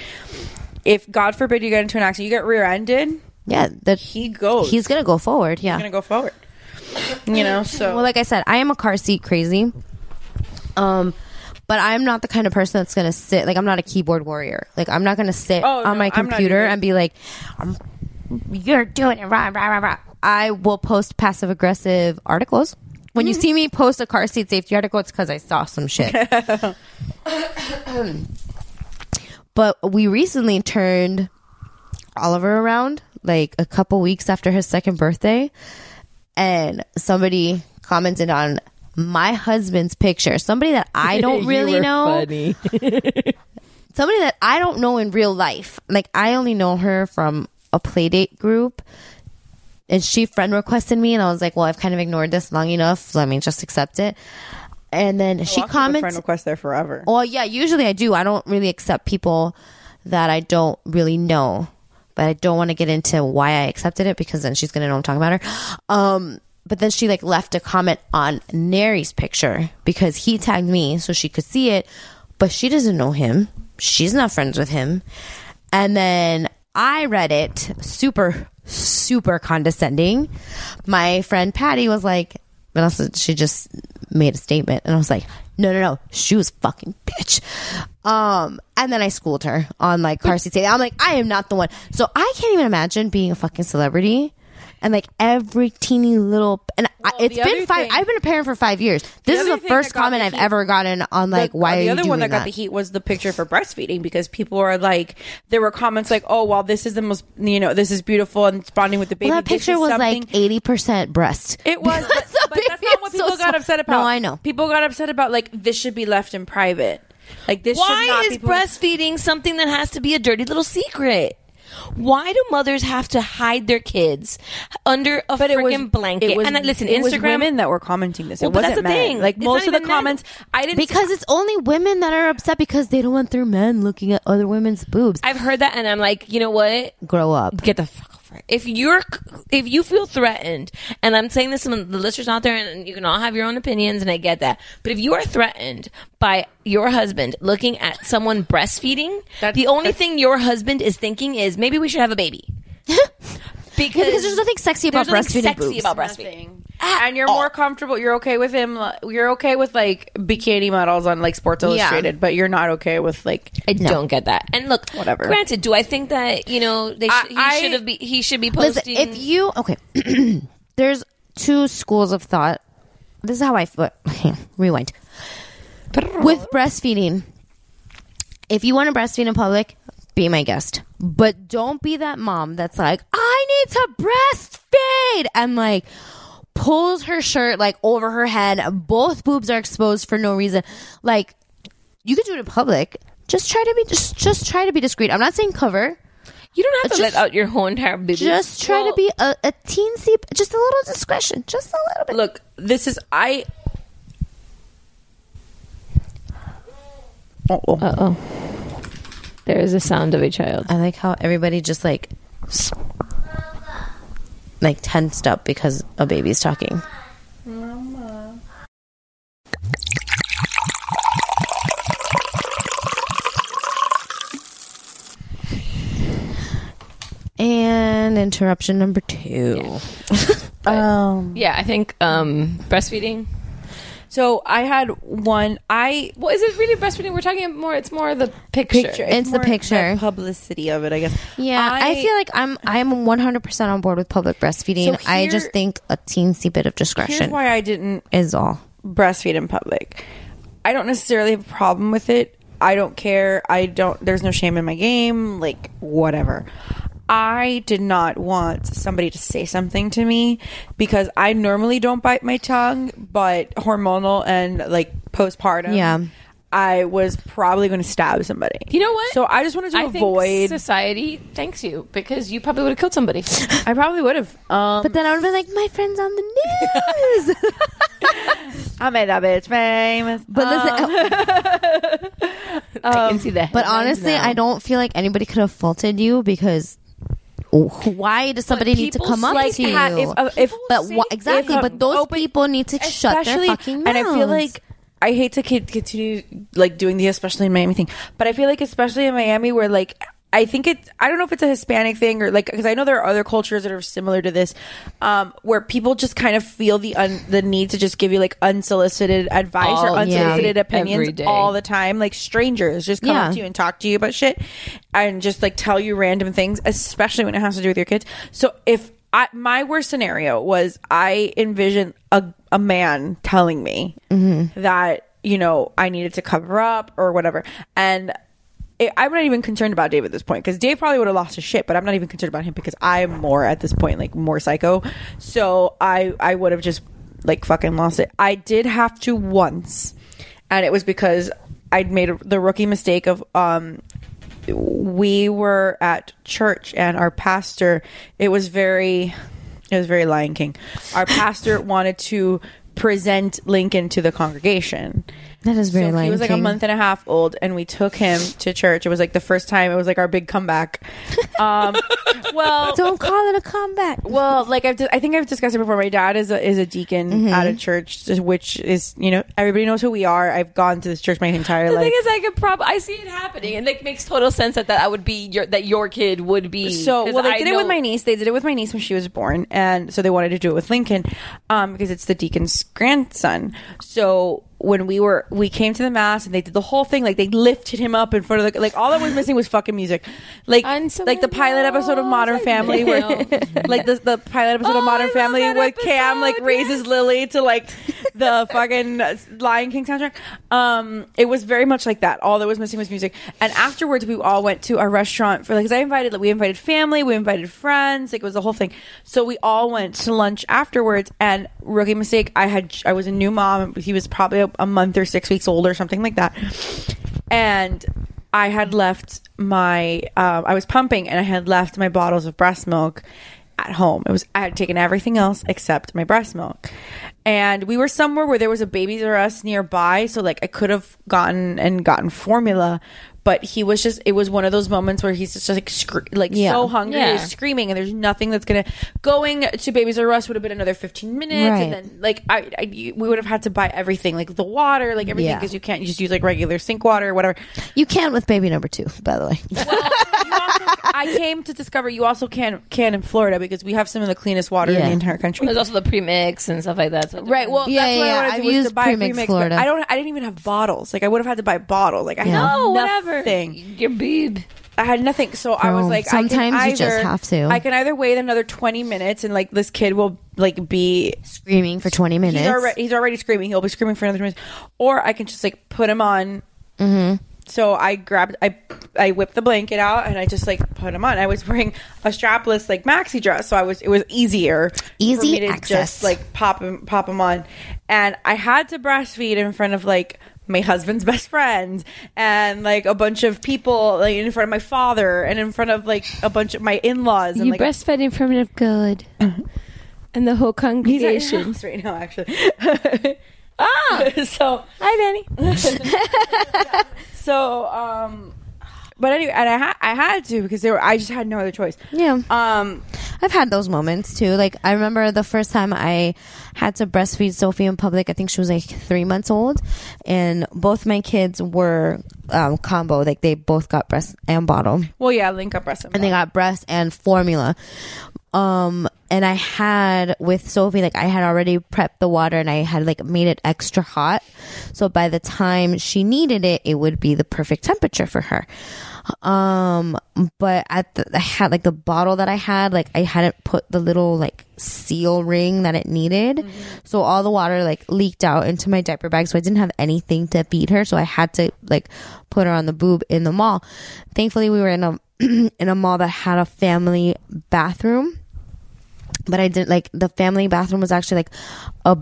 Speaker 11: if God forbid you get into an accident, you get rear ended,
Speaker 7: Yeah, that
Speaker 11: he goes,
Speaker 7: He's gonna go forward. Yeah,
Speaker 11: he's gonna go forward. You know, so
Speaker 7: Well, like I said, I am a car seat crazy. Um, but I'm not the kind of person that's gonna sit. Like I'm not a keyboard warrior. Like I'm not gonna sit
Speaker 11: Oh,
Speaker 7: on
Speaker 11: no,
Speaker 7: my
Speaker 11: I'm not
Speaker 7: computer
Speaker 11: either.
Speaker 7: and be like, "Um, "You're doing it wrong." Rah, rah, rah. I will post passive aggressive articles. When you
Speaker 11: Mm-hmm.
Speaker 7: see me post a car seat safety article, it's because I saw some shit. but we recently turned Oliver around like a couple weeks after his second birthday, and somebody commented on my husband's picture. Somebody that I don't really know. Somebody that I don't know in real life. Like I only know her from a playdate group. And she friend requested me, and I was like, "Well, I've kind of ignored this long enough. Let me just accept it." And then she
Speaker 11: I'll keep a friend
Speaker 7: comments,
Speaker 11: request there forever.
Speaker 7: well, yeah, usually I do. I don't really accept people that I don't really know, but I don't want to get into why I accepted it because then she's going to know I'm talking about her. Um, but then she like left a comment on Neri's picture because he tagged me so she could see it, but she doesn't know him. She's not friends with him. And then I read it super, super condescending. My friend Patty was like, Vanessa, she just made a statement. And I was like, no, no, no. She was a fucking bitch. Um, and then I schooled her on like car seat safety. I'm like, I am not the one. So I can't even imagine being a fucking celebrity. And like every teeny little, and I, it's
Speaker 14: the
Speaker 7: been
Speaker 14: other
Speaker 7: five.
Speaker 14: thing-
Speaker 7: I've been a parent for five years. This is
Speaker 14: other
Speaker 7: the
Speaker 14: thing
Speaker 7: first
Speaker 14: that got
Speaker 7: comment
Speaker 14: the
Speaker 7: I've
Speaker 14: heat-
Speaker 7: ever gotten on like
Speaker 11: the, oh,
Speaker 7: why
Speaker 11: the
Speaker 7: are
Speaker 11: other
Speaker 7: you
Speaker 11: one that
Speaker 7: doing
Speaker 11: got the heat was the picture for breastfeeding because people are like there were comments like oh well this is the most you know this is beautiful and it's bonding with the baby
Speaker 7: Well, that
Speaker 11: This
Speaker 7: picture
Speaker 11: is
Speaker 7: was
Speaker 11: something-
Speaker 7: like eighty percent breast.
Speaker 11: it was but, but that's not what people got upset about
Speaker 7: No, I know.
Speaker 11: people got upset about like this should be left in private like this should
Speaker 10: Why
Speaker 11: not be
Speaker 10: is
Speaker 11: public-
Speaker 10: breastfeeding something that has to be a dirty little secret? Why do mothers have to hide their kids under a
Speaker 11: But it was-
Speaker 10: freaking blanket?
Speaker 11: it was-
Speaker 10: and uh, listen,
Speaker 11: it was
Speaker 10: Instagram
Speaker 11: women that were commenting this. It
Speaker 10: Well, but
Speaker 11: wasn't
Speaker 10: that's the
Speaker 11: men.
Speaker 10: thing.
Speaker 11: Like
Speaker 10: It's
Speaker 11: most
Speaker 10: not
Speaker 11: of the
Speaker 10: even men.
Speaker 11: comments, I didn't.
Speaker 7: Because it's only women that are upset because they don't want their men looking at other women's boobs.
Speaker 10: I've heard that, and I'm like, you know what?
Speaker 7: Grow up.
Speaker 10: Get the fuck over it. If you're, if you feel threatened, and I'm saying this to the listeners out there, and you can all have your own opinions, and I get that. But if you are threatened by your husband looking at someone breastfeeding, the only thing your husband is thinking is maybe we should have a baby. because,
Speaker 7: because there's nothing sexy about
Speaker 10: there's nothing
Speaker 7: breastfeeding
Speaker 10: sexy
Speaker 7: boobs.
Speaker 10: about breastfeeding.
Speaker 11: and you're more comfortable. You're okay with him. li- You're okay with like bikini models on like Sports Illustrated, but you're not okay with like.
Speaker 10: I don't get that. And look,
Speaker 11: Whatever.
Speaker 10: Granted, do I think that you know they sh-
Speaker 11: I-
Speaker 10: he should have be he should be
Speaker 7: Listen,
Speaker 10: posting?
Speaker 7: if you okay, there's two schools of thought. This is how I feel. rewind. With breastfeeding, if you want to breastfeed in public, be my guest. But don't be that mom that's like, I need to breastfeed, and like pulls her shirt like over her head. Both boobs are exposed for no reason. Like you could do it in public. Just try to be just just try to be discreet. I'm not saying cover.
Speaker 10: you don't have to
Speaker 7: just-
Speaker 10: let out your whole entire baby.
Speaker 7: Just try to be a, a teensy, just a little discretion, just a little bit.
Speaker 11: Look, this is I.
Speaker 10: Uh oh. There is a sound of a child.
Speaker 7: I like how everybody just like, s- like tensed up because a baby's talking. And interruption number two.
Speaker 11: Um.
Speaker 10: Yeah, I think um, breastfeeding.
Speaker 11: So I had one. I
Speaker 10: Well, is it really breastfeeding? We're talking more. It's more the picture.
Speaker 7: It's the
Speaker 11: more
Speaker 7: picture.
Speaker 11: publicity of it, I guess.
Speaker 7: Yeah, I,
Speaker 11: I-
Speaker 7: feel like I'm I'm 100% on board with public breastfeeding.
Speaker 11: So
Speaker 7: I
Speaker 11: here-
Speaker 7: just think a teensy bit of
Speaker 11: Here's
Speaker 7: discretion
Speaker 11: why I didn't
Speaker 7: is all.
Speaker 11: breastfeed in public. I don't necessarily have a problem with it. I don't care. I don't, there's no shame in my game. Like, whatever. I did not want somebody to say something to me because I normally don't bite my tongue, but hormonal and like postpartum.
Speaker 7: Yeah.
Speaker 11: I was probably going to stab somebody.
Speaker 10: You know what?
Speaker 11: So I just wanted to
Speaker 10: I think
Speaker 11: avoid.
Speaker 10: society. Thanks you because you probably would have killed somebody.
Speaker 11: I probably would have. Um,
Speaker 7: But then I would be like, my friend's on the news.
Speaker 11: I made that bitch famous.
Speaker 7: but listen,
Speaker 10: I can see that.
Speaker 7: but honestly, I don't feel like anybody could have faulted you because why does somebody need to
Speaker 10: people
Speaker 7: come up
Speaker 10: like
Speaker 7: to you?
Speaker 11: ha- if- uh, if-
Speaker 7: but
Speaker 11: say-
Speaker 7: why exactly,
Speaker 11: if, um,
Speaker 7: but those
Speaker 11: open-
Speaker 7: people need to shut their
Speaker 11: Especially-
Speaker 7: fucking mouths.
Speaker 11: And I feel like I hate to kid- continue like doing the especially in Miami thing, but I feel like especially in Miami where like I think it's I don't know if it's a Hispanic thing or like because I know there are other cultures that are similar to this, um, where people just kind of feel the un- the need to just give you like unsolicited advice
Speaker 10: All
Speaker 11: or
Speaker 10: day,
Speaker 11: unsolicited
Speaker 10: every
Speaker 11: opinions
Speaker 10: day.
Speaker 11: all the time. Like strangers just come
Speaker 7: Yeah.
Speaker 11: up to you and talk to you about shit and just like tell you random things, especially when it has to do with your kids. So if I, my worst scenario was I envisioned a, a man telling me that, you know, I needed to cover up or whatever. And it, I'm not even concerned about Dave at this point because Dave probably would have lost his shit, but I'm not even concerned about him because I'm more at this point, like more psycho. So I, I would have just like fucking lost it. I did have to once, and it was because I'd made the rookie mistake of um we were at church and our pastor it was very it was very lion king our pastor wanted to present lincoln to the congregation
Speaker 7: that is very
Speaker 11: so
Speaker 7: Lion
Speaker 11: he was like a
Speaker 7: King.
Speaker 11: month and a half old and we took him to church it was like the first time it was like our big comeback um well,
Speaker 7: don't call it a comeback.
Speaker 11: Well, like I've, di- I think I've discussed it before. My dad is a, is a deacon
Speaker 10: Mm-hmm.
Speaker 7: Mhm.
Speaker 11: at a church, which is you know everybody knows who we are. I've gone to this church my entire
Speaker 10: The
Speaker 11: life.
Speaker 10: thing is, I could probably I see it happening, and it makes total sense that that I would be your that your kid would be.
Speaker 11: So
Speaker 10: 'Cause
Speaker 11: well, they
Speaker 10: I
Speaker 11: did it with
Speaker 10: know-
Speaker 11: my niece. They did it with my niece when she was born, and so they wanted to do it with Lincoln um, because it's the deacon's grandson. So when we were we came to the mass and they did the whole thing like they lifted him up in front of the like all that was missing was fucking music like like the pilot episode of modern family where like the, the pilot episode of modern family where cam like raises lily to like the fucking uh, lion king soundtrack um it was very much like that all that was missing was music and afterwards we all went to a restaurant for like 'cause i invited like we invited family we invited friends like it was the whole thing so we all went to lunch afterwards and rookie mistake i had i was a new mom he was probably a, a month or six weeks old or something like that and i had left my um, i was pumping and i had left my bottles of breast milk at home it was i had taken everything else except my breast milk and we were somewhere where there was a babies r us nearby so like i could have gotten and gotten formula but he was just it was one of those moments where he's just like scre- like
Speaker 7: Yeah.
Speaker 11: so hungry
Speaker 7: Yeah.
Speaker 11: he's screaming and there's nothing that's gonna going to babies r us would have been another 15 minutes
Speaker 7: Right.
Speaker 11: and then like I, I you- we would have had to buy everything like the water like everything
Speaker 7: Yeah.
Speaker 11: because you can't just use like regular sink water or whatever
Speaker 7: You can with baby number two, by the way.
Speaker 11: I came to discover you also can can in Florida because we have some of the cleanest water in
Speaker 7: Yeah.
Speaker 11: the entire country.
Speaker 10: There's also the premix and stuff like that. So
Speaker 11: Right. Well,
Speaker 7: Yeah,
Speaker 11: that's what
Speaker 7: yeah,
Speaker 11: I
Speaker 7: I've
Speaker 11: wanted to do was to
Speaker 7: used
Speaker 11: buy
Speaker 7: Premix,
Speaker 11: premix,
Speaker 7: Florida.
Speaker 11: but I don't. I didn't even have bottles. Like I would have had to buy bottles. Like I had
Speaker 10: No, Oh, whatever.
Speaker 11: nothing.
Speaker 10: Your boob.
Speaker 11: I had nothing. So I was
Speaker 7: Bro,
Speaker 11: like,
Speaker 7: sometimes
Speaker 11: I can
Speaker 7: you just
Speaker 11: either-
Speaker 7: have to.
Speaker 11: I can either wait another twenty minutes and like this kid will like be
Speaker 7: Screaming for 20 minutes.
Speaker 11: He's already, he's already screaming. He'll be screaming for another 20 minutes. Or I can just like put him on.
Speaker 7: Mhm.
Speaker 11: So I grabbed, I I whipped the blanket out and I just like put him on. I was wearing a strapless like maxi dress, so I was it was easier,
Speaker 7: Easy
Speaker 11: for me to
Speaker 7: access.
Speaker 11: just like pop him pop him on, and I had to breastfeed in front of like my husband's best friend and like a bunch of people like in front of my father and in front of like a bunch of my in-laws and
Speaker 15: You
Speaker 11: like
Speaker 15: breastfed in front of God and the whole
Speaker 11: he's at
Speaker 15: congregation.
Speaker 11: your house right now actually ah so
Speaker 15: Hi, Benny.
Speaker 11: So, um, but anyway, and I ha- I had to because they were I just had no other choice.
Speaker 7: Yeah.
Speaker 11: Um,
Speaker 7: I've had those moments too. Like I remember the first time I had to breastfeed Sophie in public. I think she was like three months old, and both my kids were um, combo. Like they both got breast and bottle,
Speaker 11: Well, yeah, link up breast.
Speaker 7: and they got breast and formula. Um, and I had with Sophie, like I had already prepped the water, and I had like made it extra hot, so by the time she needed it, it would be the perfect temperature for her um but at the, i had like the bottle that i had like i hadn't put the little like seal ring that it needed so all the water like leaked out into my diaper bag so i didn't have anything to feed her so i had to like put her on the boob in the mall thankfully we were in a in a mall that had a family bathroom but I didn't like the family bathroom was actually like a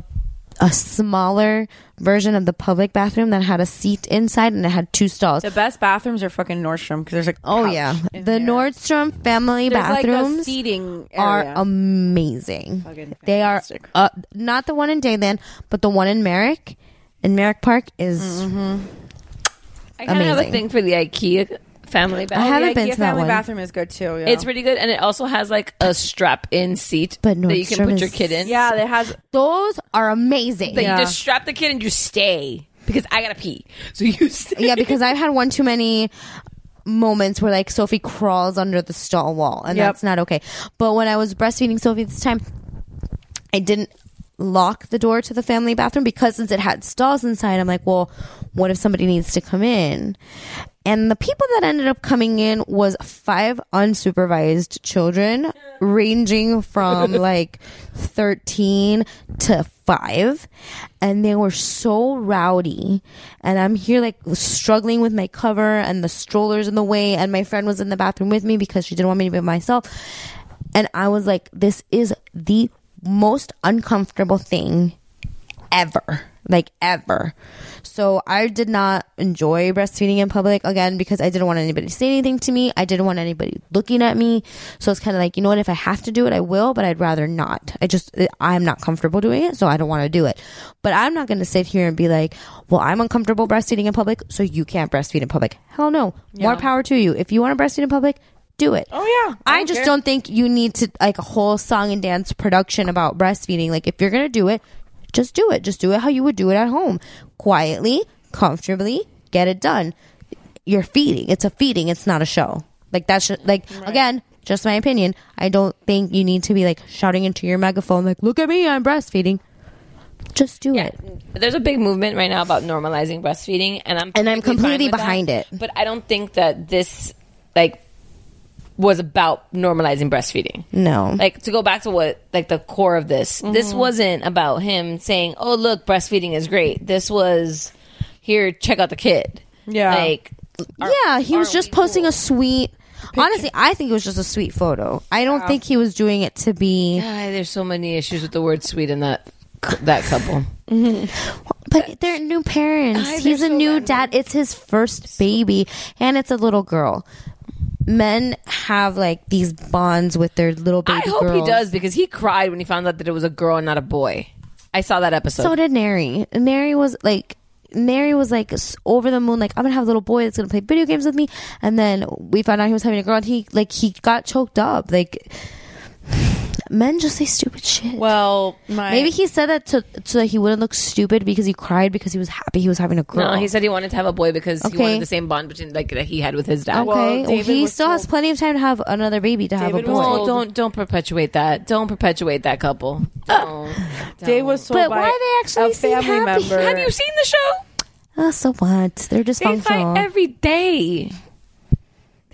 Speaker 7: a smaller version of the public bathroom that had a seat inside and it had two stalls.
Speaker 11: The best bathrooms are fucking Nordstrom because there's like
Speaker 7: Oh yeah, the Nordstrom family
Speaker 11: There's, like, a
Speaker 7: bathrooms
Speaker 11: seating
Speaker 7: are
Speaker 11: area.
Speaker 7: amazing. They are uh, not the one in Dayland, but the one in Merrick, in Merrick Park is.
Speaker 10: I kind of have a
Speaker 7: Amazing.
Speaker 10: thing for the IKEA family bathroom.
Speaker 7: haven't been to that
Speaker 11: family
Speaker 7: one.
Speaker 11: bathroom is good too. Yeah.
Speaker 10: It's pretty good, and it also has like a strap-in seat
Speaker 7: But
Speaker 10: that you can
Speaker 7: Nordstrom
Speaker 10: put your
Speaker 7: is-
Speaker 10: kid in.
Speaker 11: yeah, it has
Speaker 7: Those are amazing.
Speaker 10: that you just strap the kid and you stay because I gotta pee. So you stay.
Speaker 7: yeah, because I've had one too many moments where like Sophie crawls under the stall wall, and
Speaker 11: Yep.
Speaker 7: that's not okay. But when I was breastfeeding Sophie this time, I didn't lock the door to the family bathroom because since it had stalls inside, I'm like, well, what if somebody needs to come in? And the people that ended up coming in was five unsupervised children, ranging from like 13 to five. And they were so rowdy. And I'm here like struggling with my cover and the strollers in the way. And my friend was in the bathroom with me because she didn't want me to be by myself. And I was like, this is the most uncomfortable thing ever. Like, ever. So I did not enjoy breastfeeding in public again because I didn't want anybody to say anything to me. I didn't want anybody looking at me. So it's kind of like, you know what? If I have to do it, I will, but I'd rather not. I just, eh, I'm not comfortable doing it, so I don't want to do it. But I'm not going to sit here and be like, well, I'm uncomfortable breastfeeding in public, so you can't breastfeed in public. Hell no. More power to you. If you want to breastfeed in public, do it.
Speaker 11: Oh yeah.
Speaker 7: I, just don't think you need to like a whole song and dance production about breastfeeding. Like if you're gonna do it, just do it. Just do it how you would do it at home, quietly, comfortably. Get it done. You're feeding. It's a feeding. It's not a show. Like that's ju- like again, just my opinion. I don't think you need to be like shouting into your megaphone like, "Look at me, I'm breastfeeding." Just do it.
Speaker 10: There's a big movement right now about normalizing breastfeeding, and I'm
Speaker 7: And I'm completely
Speaker 10: fine with
Speaker 7: behind
Speaker 10: that. But I don't think that this like was about normalizing breastfeeding.
Speaker 7: No.
Speaker 10: Like to go back to what like the core of this. This
Speaker 7: Mhm.
Speaker 10: wasn't about him saying, "Oh, look, breastfeeding is great." This was here, check out the kid.
Speaker 7: Yeah.
Speaker 10: Like
Speaker 7: yeah, he was just posting a sweet. Honestly, I think it was just a sweet photo. I don't
Speaker 10: Yeah.
Speaker 7: think he was doing it to be.
Speaker 10: ah, there's so many issues with the word sweet in that that couple.
Speaker 7: But they're new parents.
Speaker 10: Ay,
Speaker 7: He's a new dad. It's his first baby, and it's a little girl. Men have like these bonds with their little baby.
Speaker 10: I hope
Speaker 7: girls.
Speaker 10: he does because he cried when he found out that it was a girl and not a boy. I saw that episode.
Speaker 7: So did Neri. Neri was like, Neri was like s- over the moon. Like, I'm gonna have a little boy that's gonna play video games with me. And then we found out he was having a girl, and he like he got choked up. Like, men just say stupid shit.
Speaker 11: Well, my
Speaker 7: maybe he said that to so that he wouldn't look stupid because he cried because he was happy he was having a girl.
Speaker 10: No, he said he wanted to have a boy because he
Speaker 7: Okay.
Speaker 10: wanted the same bond between like that he had with his dad.
Speaker 7: Okay, well, he still has plenty of time to have another baby to have a boy.
Speaker 10: no, don't don't perpetuate that. Don't perpetuate that couple.
Speaker 7: Uh,
Speaker 10: Don't.
Speaker 11: Dave was told
Speaker 10: But
Speaker 11: by
Speaker 10: why are they
Speaker 11: a
Speaker 10: actually
Speaker 11: family
Speaker 10: seem happy?
Speaker 11: member.
Speaker 10: Have you seen the show?
Speaker 7: Oh, so what? They're
Speaker 10: They
Speaker 7: dysfunctional.
Speaker 10: fight every day.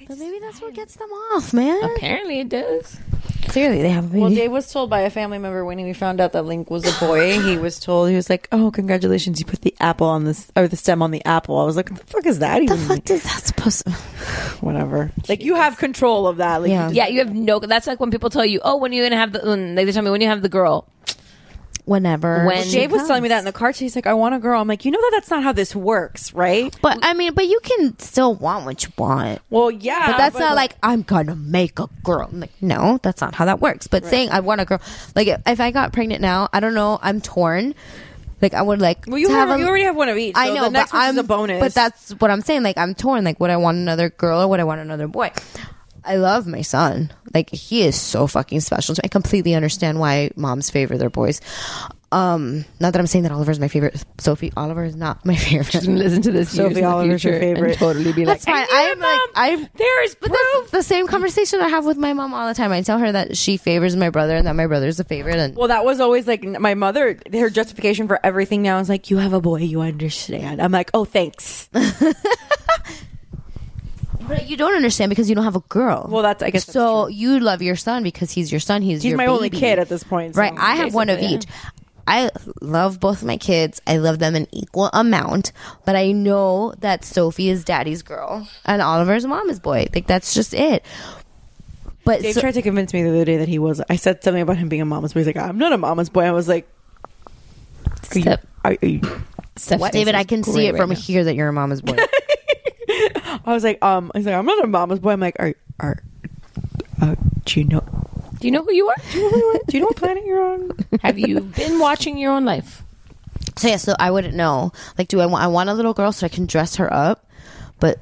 Speaker 7: But maybe that's what gets them off, man.
Speaker 10: Apparently, it does.
Speaker 7: Clearly, they have a baby.
Speaker 11: Well, Dave was told by a family member when we found out that Link was a boy. He was told he was like, "Oh, congratulations! You put the apple on this or the stem on the apple." I was like, "What the fuck is that?" Even? The fuck
Speaker 7: does that supposed? to...
Speaker 11: Whatever. Like you have control of that. Like,
Speaker 10: Yeah, you have no. That's like when people tell you, "Oh, when are you gonna have the?" When, like they tell me, "When you have the girl?"
Speaker 7: Whenever
Speaker 11: When Dave was telling me that in the car, chase, he's like, "I want a girl." I'm like, "You know that that's not how this works, right?"
Speaker 7: But I mean, but you can still want what you want.
Speaker 11: Well, yeah,
Speaker 7: but that's not like I'm gonna make a girl. I'm like, no, that's not how that works. But
Speaker 11: Right.
Speaker 7: saying I want a girl, like if, if I got pregnant now, I don't know, I'm torn. Like I would like.
Speaker 11: Well, you
Speaker 7: to
Speaker 11: have,
Speaker 7: a-
Speaker 11: you already have one of each.
Speaker 7: I
Speaker 11: so
Speaker 7: know,
Speaker 11: the next
Speaker 7: but I'm
Speaker 11: one's a bonus.
Speaker 7: But that's what I'm saying. Like I'm torn. Like would I want another girl or would I want another boy? I love my son. Like he is so fucking special. to me. I completely understand why moms favor their boys. Um, not that I'm saying that Oliver's my favorite. Sophie Oliver is not my favorite.
Speaker 10: Just listen to this. years in
Speaker 7: Sophie
Speaker 10: the
Speaker 7: Oliver's your
Speaker 10: future and
Speaker 7: favorite.
Speaker 10: Totally be like,
Speaker 7: That's fine. I'm like I.
Speaker 10: There is
Speaker 7: but that's the same conversation I have with my mom all the time. I tell her that she favors my brother and that my brother's a favorite. And
Speaker 11: Well, that was always like my mother. Her justification for everything now is like, "You have a boy, you understand." I'm like, "Oh, thanks."
Speaker 7: but you don't understand because you don't have a girl. Well,
Speaker 11: that's I guess.
Speaker 7: So you love your son because he's your son. He's
Speaker 11: He's
Speaker 7: your
Speaker 11: my only
Speaker 7: baby.
Speaker 11: kid at this point, so
Speaker 7: right? I have one of
Speaker 11: basically,
Speaker 7: each. I love both of my kids. I love them an equal amount, but I know that Sophie is daddy's girl and Oliver's mom is boy. Like that's just it. But
Speaker 11: Dave
Speaker 7: so-
Speaker 11: tried to convince me the other day that he was. I said something about him being a mama's boy. He's like, "I'm not a mama's boy." I was like, "Are you- are- are you-
Speaker 7: what, David? I can see it from here that you're a mama's boy.
Speaker 11: I was like, um, he's like, I'm not a mama's boy. I'm like, are, are, uh, do you know,
Speaker 10: Do you know who you are? Do you know,
Speaker 11: who you are? Do you know what planet you're on?
Speaker 10: Have you been watching your own life?
Speaker 7: So yeah, so I wouldn't know. Like, do I want? I want a little girl so I can dress her up, but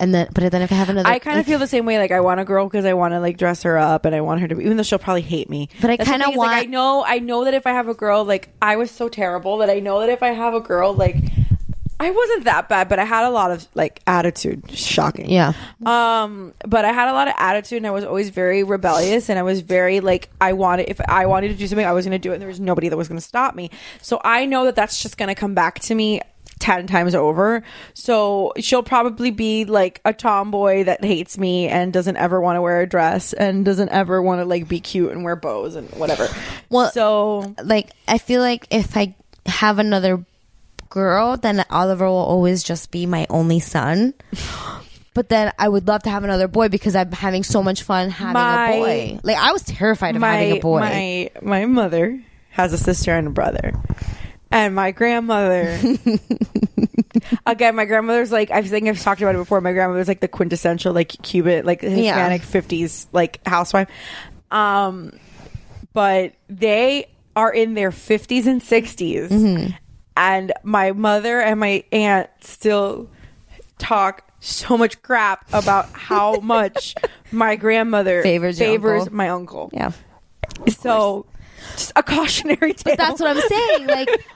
Speaker 7: and then but then if I have another,
Speaker 11: I kind of feel the same way. Like, I want a girl because I want to like dress her up and I want her to be, even though she'll probably hate me.
Speaker 7: But I
Speaker 11: That's the
Speaker 7: kinda
Speaker 11: thing is, like,
Speaker 7: want-
Speaker 11: I know, I know that if I have a girl, like, I was so terrible that I know that if I have a girl, like, I wasn't that bad, but I had a lot of like attitude. Shocking.
Speaker 7: yeah.
Speaker 11: Um, but I had a lot of attitude and I was always very rebellious and I was very like I wanted if I wanted to do something I was going to do it and there was nobody that was going to stop me. So I know that that's just going to come back to me 10 times over. So she'll probably be like a tomboy that hates me and doesn't ever want to wear a dress and doesn't ever want to like be cute and wear bows and whatever.
Speaker 7: Well,
Speaker 11: so
Speaker 7: like I feel like if I have another girl, then Oliver will always just be my only son. But then I would love to have another boy because I'm having so much fun having
Speaker 11: My-
Speaker 7: a boy. Like I was terrified of
Speaker 11: my,
Speaker 7: having a boy.
Speaker 11: My my mother has a sister and a brother. And my grandmother again, my grandmother's like I think I've talked about it before. My grandmother's like the quintessential like Cuban like Hispanic fifties like housewife. Um but they are in their fifties and 60s
Speaker 7: Mm-hmm.
Speaker 11: And my mother and my aunt still talk so much crap about how much My grandmother
Speaker 7: Favors your
Speaker 11: favors
Speaker 7: uncle.
Speaker 11: my uncle.
Speaker 7: Yeah.
Speaker 11: So, just a cautionary tale.
Speaker 7: But that's what I'm saying. Like,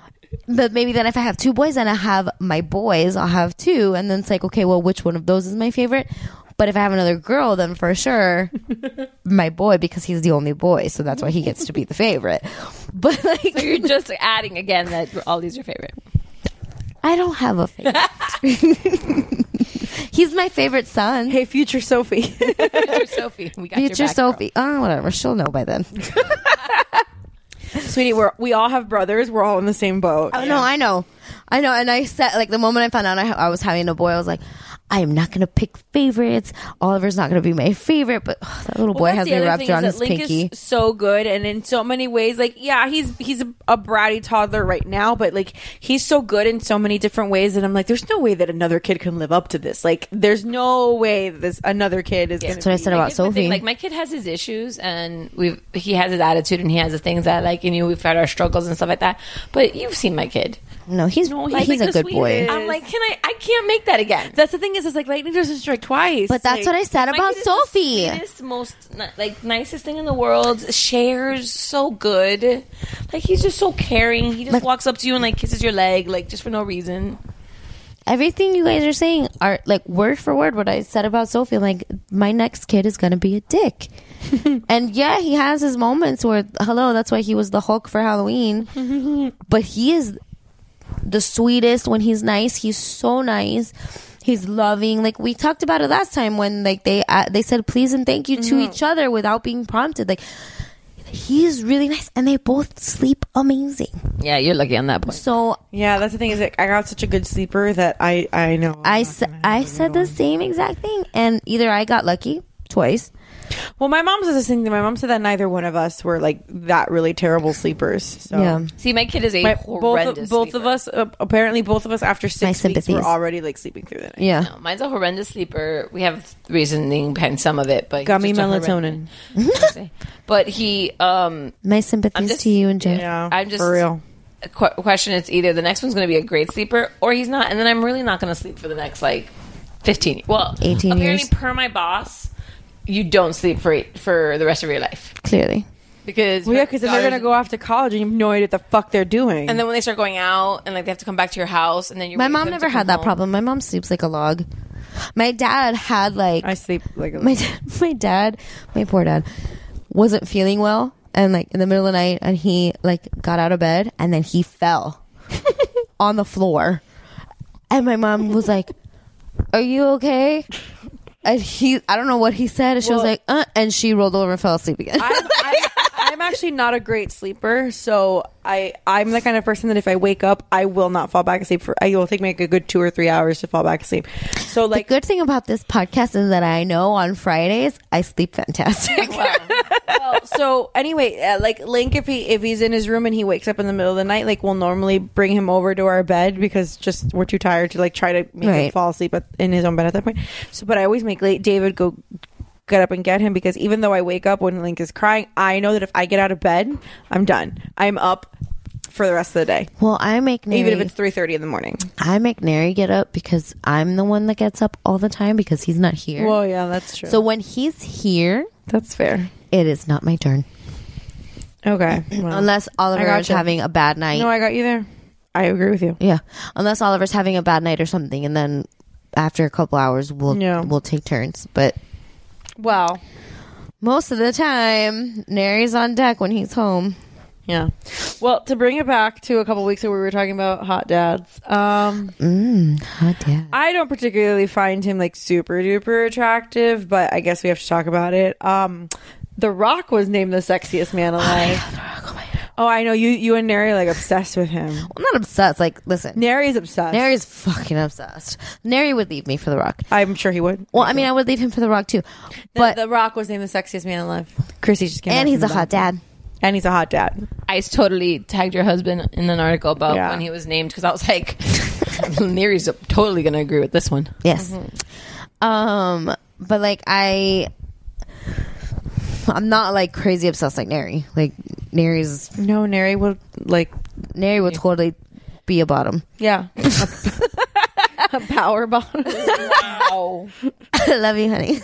Speaker 7: but maybe then if I have two boys and I have my boys, I'll have two, and then it's like, okay, well, which one of those is my favorite? But if I have another girl, then for sure, my boy because he's the only boy, so that's why he gets to be the favorite. But like,
Speaker 10: So you're just adding again that all these are favorite.
Speaker 7: I don't have a favorite. he's my favorite son.
Speaker 11: Hey, future Sophie.
Speaker 10: Future Sophie, we got
Speaker 7: Future
Speaker 10: your back, girl.
Speaker 7: Sophie. Oh, whatever. She'll know by then.
Speaker 11: Sweetie, we're, we all have brothers. We're all in the same boat.
Speaker 7: Oh no, I know, I know. And I said, like, the moment I found out I, I was having a boy, I was like, I am not going to pick favorites. Oliver's not going to be my favorite, but ugh, that little boy
Speaker 16: that's
Speaker 7: has
Speaker 16: the
Speaker 7: me
Speaker 16: other
Speaker 7: wrapped
Speaker 16: thing is
Speaker 7: around
Speaker 16: that
Speaker 7: his
Speaker 16: Link
Speaker 7: pinky.
Speaker 16: Is so good, and in so many ways, like yeah, he's he's a, a bratty toddler right now, but like he's so good in so many different ways that I'm like, there's no way that another kid can live up to this. Like, there's no way that this another kid is. gonna
Speaker 7: That's what I
Speaker 16: be-
Speaker 7: said about
Speaker 10: Here's the thing,
Speaker 7: Sophie.
Speaker 10: like my kid has his issues, and we've he has his attitude, and he has the things that like you know we've had our struggles and stuff like that. But you've seen my kid.
Speaker 7: no, he's
Speaker 10: Like,
Speaker 7: he's
Speaker 10: like
Speaker 7: a
Speaker 10: the
Speaker 7: good boy.
Speaker 10: sweetest. I'm like, can I? I can't make that again.
Speaker 16: That's the thing is, is like lightning doesn't strike twice.
Speaker 7: But that's
Speaker 16: Like,
Speaker 7: what I said
Speaker 10: My
Speaker 7: about
Speaker 10: kid is the
Speaker 7: Sophie.
Speaker 10: sweetest, most ni- like nicest thing in the world. Shares so good. Like he's just so caring. He just walks up to you and like kisses your leg, like just for no reason.
Speaker 7: Everything you guys are saying are like word for word what I said about Sophie. I'm like, my next kid is going to be a dick. and yeah, he has his moments where, hello, that's why he was the Hulk for Halloween. but he is the sweetest when he's nice. He's so nice. He's loving. Like we talked about it last time when like they uh, they said please and thank you
Speaker 10: Mm-hmm.
Speaker 7: to each other without being prompted. Like he's really nice, and they both sleep amazing.
Speaker 10: Yeah, you're lucky on that point.
Speaker 7: So
Speaker 11: Yeah, that's the thing is that I got such a good sleeper that I I know.
Speaker 7: I s- I said the same exact thing, and either I got lucky twice.
Speaker 11: Well, my mom says this thing. My mom said that neither one of us were like that really terrible sleepers. So.
Speaker 7: Yeah.
Speaker 10: See, my kid is a
Speaker 11: My- both
Speaker 10: horrendous.
Speaker 11: of, both of us uh, apparently both of us after six weeks
Speaker 7: sympathies.
Speaker 11: were already like sleeping through the night.
Speaker 7: Yeah.
Speaker 10: No, mine's a horrendous sleeper. We have reasoning behind some of it, but
Speaker 11: Gummy
Speaker 10: he's just a horrendous-
Speaker 11: melatonin.
Speaker 10: But he, um,
Speaker 7: My sympathies to you and Jeff.
Speaker 10: I'm just
Speaker 11: for real.
Speaker 10: Qu- question it's either the next one's going to be a great sleeper or he's not, and then I'm really not going to sleep for the next like 15. Well,
Speaker 7: 18
Speaker 10: apparently
Speaker 7: years.
Speaker 10: per my boss, you don't sleep for eight, for the rest of your life
Speaker 7: Clearly,
Speaker 10: because
Speaker 11: Well, yeah, because then they're gonna go off to college and you have no idea what the fuck they're doing.
Speaker 10: And then when they start going out and like they have to come back to your house, and then you're
Speaker 7: my
Speaker 10: waiting for
Speaker 7: mom
Speaker 10: them to
Speaker 7: never
Speaker 10: come
Speaker 7: had that
Speaker 10: home.
Speaker 7: problem. My mom sleeps like a log. My dad had like
Speaker 11: I sleep like a
Speaker 7: my dad, my dad, my poor dad, wasn't feeling well, and like in the middle of the night, and he like got out of bed, and then he fell on the floor, and my mom was like, "Are you okay?" And he, I don't know what he said. And she was like, uh, and she rolled over and fell asleep again.
Speaker 11: I'm, I'm, I'm actually not a great sleeper, so I I'm the kind of person that if I wake up, I will not fall back asleep. For I will take me like a good two or three hours to fall back asleep. So like
Speaker 7: Good thing about this podcast is that I know on Fridays I sleep fantastic.
Speaker 11: so anyway, uh, like Link, if he if he's in his room and he wakes up in the middle of the night, like we'll normally bring him over to our bed because just we're too tired to like try to make him
Speaker 7: Right.
Speaker 11: fall asleep at, in his own bed at that point. So, but I always make late David go get up and get him because even though I wake up when Link is crying, I know that if I get out of bed, I'm done. I'm up for the rest of the day,
Speaker 7: Well, I make Neri,
Speaker 11: even if it's three thirty in the morning.
Speaker 7: I make Neri get up because I'm the one that gets up all the time because he's not here.
Speaker 11: Well, yeah, that's true.
Speaker 7: so when he's here,
Speaker 11: that's fair.
Speaker 7: it is not my turn
Speaker 11: Okay, well,
Speaker 7: unless Oliver
Speaker 11: I
Speaker 7: is
Speaker 11: gotcha.
Speaker 7: having a bad night.
Speaker 11: no, I got you there. I agree with you.
Speaker 7: yeah, unless Oliver's having a bad night or something, and then after a couple hours we'll
Speaker 11: Yeah.
Speaker 7: we'll take turns. But
Speaker 11: Wow.
Speaker 7: most of the time, Neri's on deck when he's home.
Speaker 11: Yeah. Well, to bring it back to a couple weeks ago, we were talking about hot dads. Um,
Speaker 7: Mm, hot dad.
Speaker 11: I don't particularly find him like super duper attractive, but I guess we have to talk about it. Um, the Rock was named the sexiest man alive. Oh, I know you. You and Neri are, like obsessed with him.
Speaker 7: I'm not obsessed. Like, listen,
Speaker 11: Neri's obsessed.
Speaker 7: Neri's fucking obsessed. Neri would leave me for The Rock.
Speaker 11: I'm sure he would.
Speaker 7: Well, I mean, I would leave him for The Rock too, but
Speaker 11: But the Rock was named the sexiest man alive. Chrissy just came.
Speaker 7: and
Speaker 11: back
Speaker 7: he's a
Speaker 11: from the
Speaker 7: hot dad.
Speaker 11: bathroom. And he's a hot dad.
Speaker 10: I totally tagged your husband in an article about
Speaker 11: Yeah.
Speaker 10: when he was named because I was like, Leary's totally going to agree with this one.
Speaker 7: Yes. Um, but like I, I'm not like crazy obsessed like Neri. Like Neri's
Speaker 11: No, Neri would like.
Speaker 7: Neri would totally be a bottom.
Speaker 11: Yeah. a, a power bottom.
Speaker 10: Wow.
Speaker 7: I love you, honey.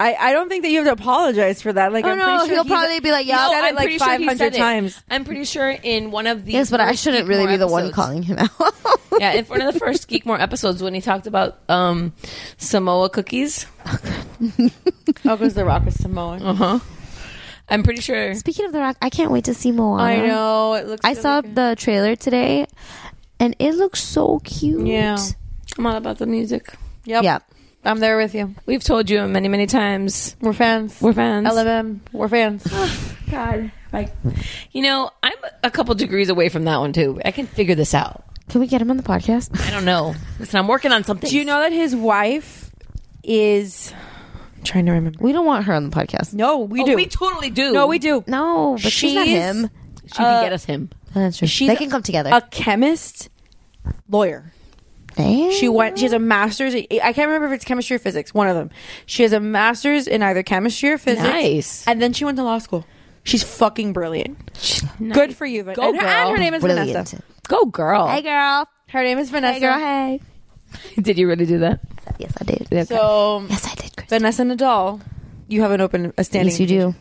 Speaker 11: I, I don't think that you have to apologize for that. Like,
Speaker 7: Oh,
Speaker 11: I'm
Speaker 7: no,
Speaker 11: pretty sure
Speaker 7: he'll
Speaker 11: he's-
Speaker 7: probably be like,
Speaker 11: he
Speaker 7: "Yeah,
Speaker 11: said
Speaker 7: I'm
Speaker 11: it like
Speaker 7: pretty sure he
Speaker 11: 500
Speaker 7: said it."
Speaker 11: times.
Speaker 10: I'm pretty sure in one of the
Speaker 7: yes, but I
Speaker 10: first
Speaker 7: shouldn't
Speaker 10: Geek
Speaker 7: really
Speaker 10: More
Speaker 7: be the one
Speaker 10: episodes-
Speaker 7: calling him out.
Speaker 10: yeah, in one of the first Geek More episodes when he talked about um, Samoa cookies.
Speaker 11: Oh, because The Rock is Samoan.
Speaker 10: Uh huh. I'm pretty sure.
Speaker 7: Speaking of The Rock, I can't wait to see Moana.
Speaker 11: I know, it looks
Speaker 7: I
Speaker 11: so
Speaker 7: saw the trailer today, and it looks so cute.
Speaker 11: Yeah.
Speaker 10: I'm all about the music.
Speaker 11: Yep.
Speaker 7: Yeah.
Speaker 11: I'm there with you.
Speaker 10: We've told you many, many times.
Speaker 11: We're fans.
Speaker 10: We're fans.
Speaker 11: LMM. We're fans.
Speaker 10: God. Like, you know, I'm a couple degrees away from that one, too. I can figure this out.
Speaker 7: Can we get him on the podcast?
Speaker 10: I don't know. Listen, I'm working on something.
Speaker 11: Do you know that his wife is? I'm trying to remember.
Speaker 7: We don't want her on the podcast.
Speaker 11: No, we
Speaker 10: Oh,
Speaker 11: do.
Speaker 10: we totally do.
Speaker 11: No, we do. Uh,
Speaker 7: No, but she's not him.
Speaker 10: She can get us him.
Speaker 7: That's true.
Speaker 11: She's
Speaker 7: they can come together.
Speaker 11: a chemist, lawyer.
Speaker 7: Damn.
Speaker 11: She went. She has a master's. I can't remember if it's chemistry or physics. One of them. She has a master's in either chemistry or physics.
Speaker 10: Nice.
Speaker 11: And then she went to law school. She's fucking brilliant. Good for you. Vin-
Speaker 10: Go,
Speaker 11: and, her, and her
Speaker 10: girl.
Speaker 11: name is
Speaker 7: Brilliant.
Speaker 11: Vanessa.
Speaker 10: Go, girl.
Speaker 7: Hey, girl.
Speaker 11: Her name is Vanessa.
Speaker 7: Hey, girl. Hey.
Speaker 10: Did you really do that?
Speaker 7: Yes, I did.
Speaker 11: So
Speaker 7: Yes, I did. Chris.
Speaker 11: Vanessa Nadal, you have an open a standing.
Speaker 7: Yes, you do.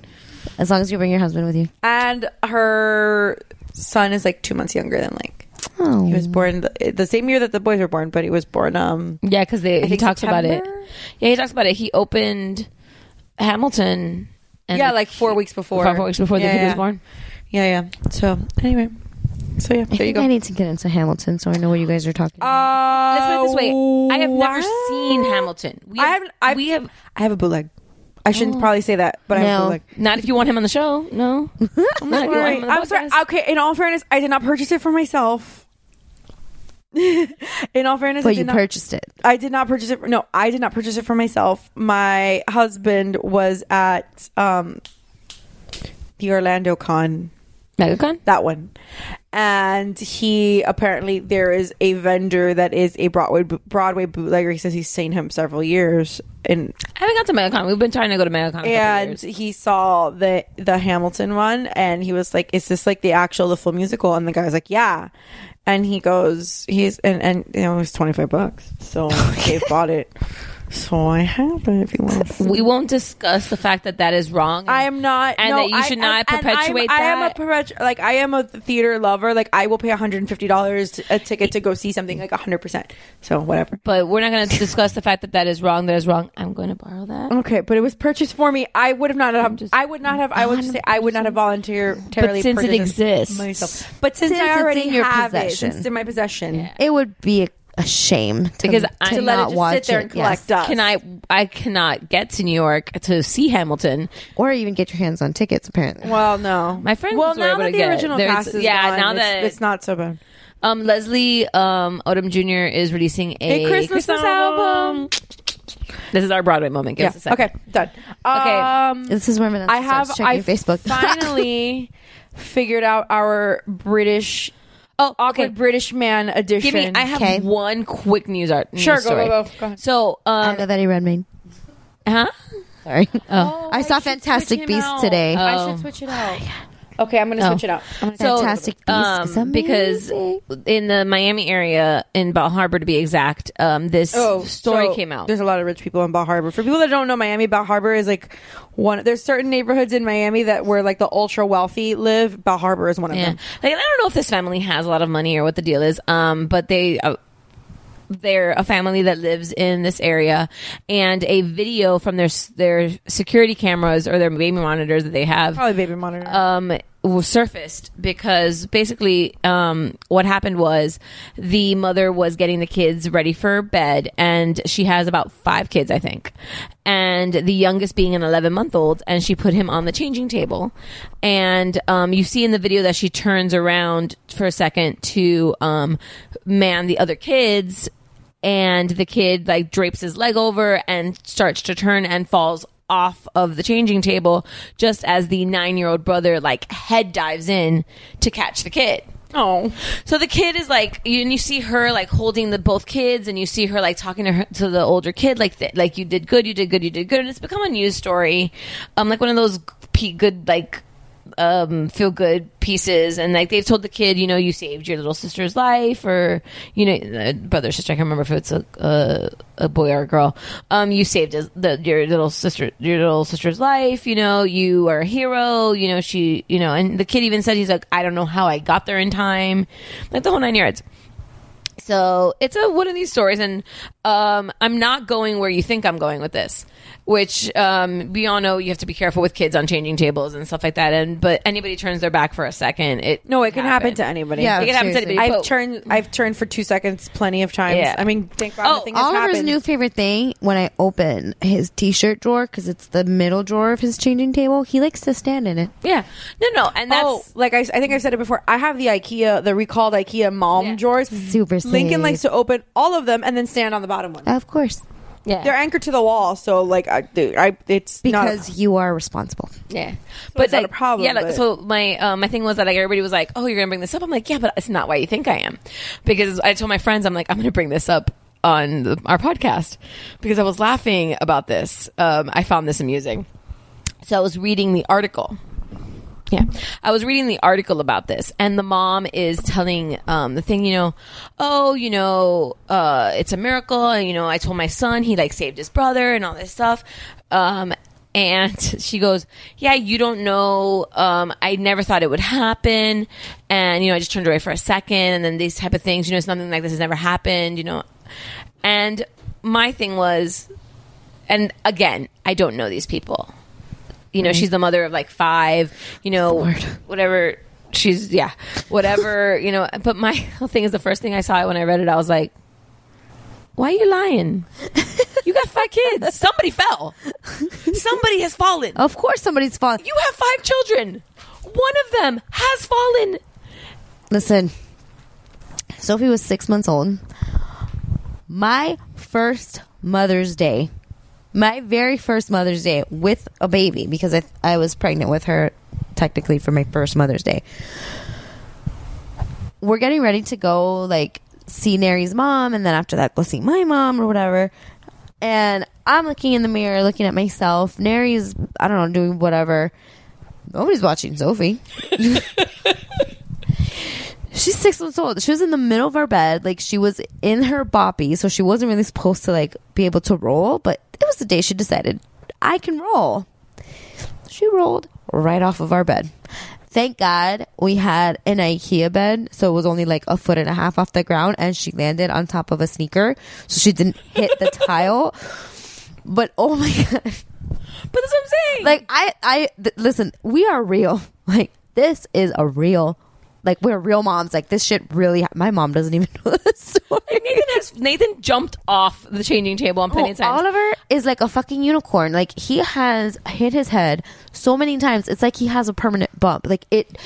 Speaker 7: As long as you bring your husband with you.
Speaker 11: And her son is like two months younger than like
Speaker 7: Oh.
Speaker 11: he was
Speaker 10: Mm.
Speaker 11: born the, the same year that the boys were born, but he was born um
Speaker 10: Yeah, because they he
Speaker 11: think
Speaker 10: talks about
Speaker 11: September?
Speaker 10: it. Yeah, he talks about it. He opened Hamilton. And
Speaker 11: yeah like four weeks before
Speaker 10: Five weeks before
Speaker 11: yeah,
Speaker 10: the kid
Speaker 11: yeah.
Speaker 10: was born.
Speaker 11: Yeah, yeah. So anyway, so yeah,
Speaker 7: I
Speaker 11: there you
Speaker 7: think
Speaker 11: go.
Speaker 7: I need to get into Hamilton so I know what you guys are talking about.
Speaker 11: Uh,
Speaker 10: Let's put it this way. I have never
Speaker 11: wow.
Speaker 10: seen Hamilton. We
Speaker 11: I
Speaker 10: have,
Speaker 11: haven't. I've,
Speaker 10: we have
Speaker 11: I have a bootleg. I shouldn't probably say that, but I have a
Speaker 7: Oh. No.
Speaker 11: bootleg.
Speaker 10: not if you want him on the show. No, I'm not if you want him on the
Speaker 11: I'm sorry.
Speaker 10: podcast.
Speaker 11: Okay. In all fairness, I did not purchase it for myself. in all fairness, I
Speaker 7: but
Speaker 11: did
Speaker 7: you
Speaker 11: not,
Speaker 7: purchased it.
Speaker 11: I did not purchase it. For, no, I did not purchase it for myself. My husband was at um, the Orlando Con,
Speaker 10: MegaCon.
Speaker 11: that one, and he apparently there is a vendor that is a Broadway Broadway bootlegger. He says he's seen him several years, and
Speaker 10: I haven't got to MegaCon. We've been trying to go to MegaCon.
Speaker 11: and
Speaker 10: And
Speaker 11: he saw the the Hamilton one, and he was like, "Is this like the actual the full musical?" And the guy was like, "Yeah," and he goes, "He's and and you know, it was twenty five bucks, so they bought it. So I have it if you want." to see.
Speaker 10: we won't discuss the fact that that is wrong.
Speaker 11: I am not,
Speaker 10: and
Speaker 11: no,
Speaker 10: that you
Speaker 11: I-
Speaker 10: should
Speaker 11: and-
Speaker 10: not
Speaker 11: and I'm-
Speaker 10: perpetuate
Speaker 11: I am a
Speaker 10: that.
Speaker 11: perpetu- like I am a theater lover. Like I will pay one hundred and fifty dollars a ticket to go see something like hundred percent. So whatever.
Speaker 10: but we're not going to discuss the fact that that is wrong. That is wrong. I'm going to borrow that.
Speaker 11: Okay, but it was purchased for me. I would have not have. I would not have. I would just say I would not have voluntarily.
Speaker 10: But since it
Speaker 11: purchased
Speaker 10: exists.
Speaker 11: myself. But since,
Speaker 7: Since
Speaker 11: I
Speaker 7: it's
Speaker 11: already
Speaker 7: in your
Speaker 11: have it,
Speaker 7: possession.
Speaker 11: since it's in my possession,
Speaker 7: It would be a, a shame to,
Speaker 10: Because
Speaker 7: to
Speaker 10: I- To let it
Speaker 7: not
Speaker 11: just
Speaker 7: watch
Speaker 11: sit there
Speaker 7: it.
Speaker 11: and collect
Speaker 7: yes.
Speaker 11: dust.
Speaker 10: Can I? I cannot get to New York to see Hamilton.
Speaker 7: Or even get your hands on tickets, apparently.
Speaker 11: Well, no,
Speaker 10: My friends
Speaker 11: Well,
Speaker 10: were
Speaker 11: now
Speaker 10: able
Speaker 11: that
Speaker 10: to
Speaker 11: the
Speaker 10: get it.
Speaker 11: original
Speaker 10: There's-
Speaker 11: cast is
Speaker 10: yeah,
Speaker 11: gone,
Speaker 10: now
Speaker 11: it's-
Speaker 10: that-
Speaker 11: it's, not so bad.
Speaker 10: Um, Leslie um, Odom Jr. is releasing a,
Speaker 11: A Christmas album.
Speaker 10: This is our Broadway moment. Give
Speaker 11: Yeah.
Speaker 10: us a second.
Speaker 11: Okay, done.
Speaker 10: Okay.
Speaker 11: Um,
Speaker 7: this is where Vanessa
Speaker 11: I have.
Speaker 7: starts
Speaker 11: I
Speaker 7: checking Facebook.
Speaker 11: finally figured out our British.
Speaker 10: Oh,
Speaker 11: awkward British man edition.
Speaker 10: Give me. I have
Speaker 7: Okay.
Speaker 10: one quick news art. News
Speaker 11: Sure, go,
Speaker 10: story.
Speaker 11: go, go. Go ahead.
Speaker 10: So,
Speaker 7: I
Speaker 10: um,
Speaker 7: know that he read Maine.
Speaker 10: huh?
Speaker 7: Sorry.
Speaker 11: Oh,
Speaker 7: I saw
Speaker 11: should switch
Speaker 7: Fantastic
Speaker 11: him
Speaker 7: Beasts
Speaker 11: out. Uh,
Speaker 7: today.
Speaker 11: I
Speaker 10: Oh.
Speaker 11: should switch it out. Okay, I'm gonna switch it out. I'm gonna
Speaker 10: So, um,
Speaker 7: Fantastic Beasts is
Speaker 11: um,
Speaker 7: amazing.
Speaker 10: because in the Miami area, in Bal Harbor to be exact, um, this story
Speaker 11: Oh, so
Speaker 10: came out.
Speaker 11: There's a lot of rich people in Bal Harbor. For people that don't know, Miami Bal Harbor is like one. There's certain neighborhoods in Miami that where like the ultra wealthy live. Bal Harbor is one of
Speaker 10: Yeah.
Speaker 11: them.
Speaker 10: Like, I don't know if this family has a lot of money or what the deal is, um, but they. Uh, they're a family that lives in this area, and a video from their s- their security cameras or their baby monitors that they have
Speaker 11: Probably baby monitor.
Speaker 10: um, was surfaced because basically um, what happened was the mother was getting the kids ready for bed, and she has about five kids, I think, and the youngest being an 11 month old, and she put him on the changing table. And um, you see in the video that she turns around for a second to um, man the other kids. And the kid like drapes his leg over and starts to turn and falls off of the changing table just as the nine year old brother like head dives in to catch the kid.
Speaker 11: oh,
Speaker 10: So the kid is like, you- and you see her like holding the both kids, and you see her like talking to her to the older kid, like th- like you did good, you did good, you did good, and it's become a news story, um, like one of those p- good like um, feel good pieces, and like they've told the kid, you know, you saved your little sister's life, or you know, uh, brother or sister. I can't remember if it's a a, a boy or a girl. Um, you saved his, the, your little sister, your little sister's life. You know, you are a hero. You know, she, you know, and the kid even said he's like, I don't know how I got there in time, like the whole nine yards. So it's a one of these stories, and um, I'm not going where you think I'm going with this. Which um, we all know, you have to be careful with kids on changing tables and stuff like that. And but anybody turns their back for a second, it
Speaker 8: No, it can happen to anybody.
Speaker 10: it can happen to anybody.
Speaker 8: I've
Speaker 10: but-
Speaker 8: turned I've turned for two seconds plenty of times.
Speaker 10: Yeah. Oh,
Speaker 8: I mean, thank God nothing has
Speaker 7: Oliver's
Speaker 8: happened.
Speaker 7: new favorite thing when I open his t-shirt drawer because it's the middle drawer of his changing table, he likes to stand in it.
Speaker 10: Yeah. No, no. And
Speaker 8: Oh,
Speaker 11: that's like I, I think I've said it before. I have the IKEA, the recalled IKEA mom drawers.
Speaker 10: Mhm.
Speaker 7: Super
Speaker 11: Lincoln
Speaker 7: safe.
Speaker 11: likes to open all of them and then stand on the bottom one.
Speaker 7: Of course,
Speaker 10: Yeah.
Speaker 11: They're anchored to the wall, so like I, dude, I it's not-
Speaker 7: because you are responsible.
Speaker 10: Yeah,
Speaker 11: but it's not a problem,
Speaker 10: Yeah, like,
Speaker 11: but-
Speaker 10: so my um, my thing was that like everybody was like, "Oh, you're gonna bring this up." I'm like, "Yeah, but it's not why you think I am," because I told my friends, "I'm like, I'm gonna bring this up on the, our podcast," because I was laughing about this. Um, I found this amusing, so I was reading the article. Yeah. I was reading the article about this, and the mom is telling um, the thing, you know, oh, you know, uh, it's a miracle. And, you know, I told my son he like saved his brother and all this stuff. Um, and she goes, yeah, you don't know. Um, I never thought it would happen. And, you know, I just turned away for a second. And then these type of things, you know, something like this has never happened, you know. And my thing was, and again, I don't know these people you know she's the mother of like five you know whatever she's yeah whatever you know but my whole thing is the first thing i saw when i read it i was like why are you lying you got five kids somebody fell somebody has fallen
Speaker 7: Of course, somebody's falling.
Speaker 10: you have five children one of them has fallen
Speaker 7: Listen, Sophie was six months old. My first Mother's Day, my very first Mother's Day with a baby, because I, I was pregnant with her technically for my first Mother's Day. We're getting ready to go, like, see Neri's mom, and then after that, go see my mom or whatever. And I'm looking in the mirror, looking at myself. Neri's, I don't know, doing whatever. Nobody's watching Sophie. She's six months old. She was in the middle of our bed, like she was in her boppy, so she wasn't really supposed to like be able to roll. But it was the day she decided I can roll. She rolled right off of our bed. Thank God we had an IKEA bed, so it was only like a foot and a half off the ground, and she landed on top of a sneaker, so she didn't hit the tile. But oh my god! But that's
Speaker 10: what I'm saying.
Speaker 7: Like I, I th- listen. We are real. Like this is a real. Like we're real moms. Like this shit really. Ha- my mom doesn't even know this story.
Speaker 10: Like, nathan has nathan jumped off the changing table on plenty of
Speaker 7: Oh,
Speaker 10: times
Speaker 7: Oliver is like a fucking unicorn. Like he has hit his head so many times. It's like he has a permanent bump. Like it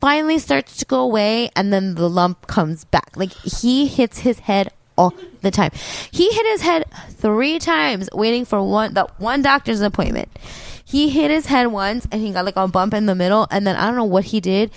Speaker 7: finally starts to go away and then the lump comes back. Like he hits his head all the time. He hit his head 3 times waiting for one that one doctor's appointment. He hit his head once and he got like a bump in the middle and then I don't know what he did,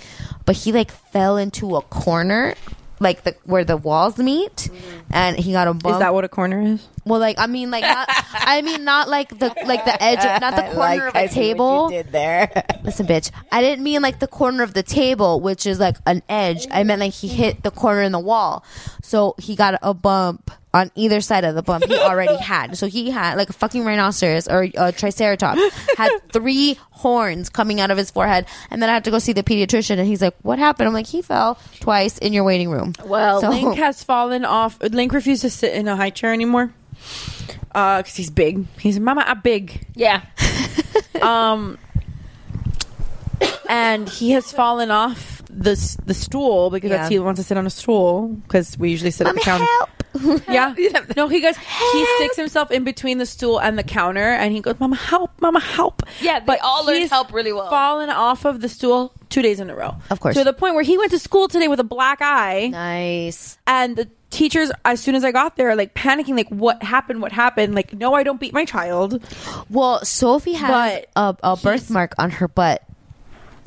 Speaker 7: but he like fell into a corner like the where the walls meet and he got a bump.
Speaker 8: that what a corner is?
Speaker 7: Well, like I mean, like not, I mean, not like the like the edge, of, not the corner
Speaker 8: Like,
Speaker 7: of
Speaker 8: I
Speaker 7: a
Speaker 8: see what you
Speaker 7: table.
Speaker 8: did there.
Speaker 7: Listen, bitch. I didn't mean like the corner of the table, which is like an edge. I meant like he hit the corner in the wall, so he got a bump on either side of the bump he already had. So he had like a fucking rhinoceros or a triceratops had three horns coming out of his forehead, and then I had to go see the pediatrician, and he's like, "What happened?" I'm like, "He fell twice in your waiting room."
Speaker 11: Well,
Speaker 7: So-
Speaker 11: Link has fallen off. Link refused to sit in a high chair anymore because he's big. He's mama, I'm big.
Speaker 10: Yeah.
Speaker 11: um, and he has fallen off the s- the stool because that's
Speaker 8: Yeah.
Speaker 11: he wants to sit on a stool because we usually sit at the counter. yeah. No, he goes. He sticks himself in between the stool and the counter, and he goes, "Mama, help! Mama, help!"
Speaker 10: yeah they
Speaker 11: But
Speaker 10: all learned
Speaker 11: he's
Speaker 10: help really well
Speaker 11: fallen off of the stool two days in a row.
Speaker 7: Of course.
Speaker 11: To the point where he went to school today with a black eye.
Speaker 7: Nice.
Speaker 11: And the teachers, as soon as I got there, like panicking, like, what happened? What happened? Like, no, I don't beat my child.
Speaker 7: Well, Sophie has a, a birthmark on her butt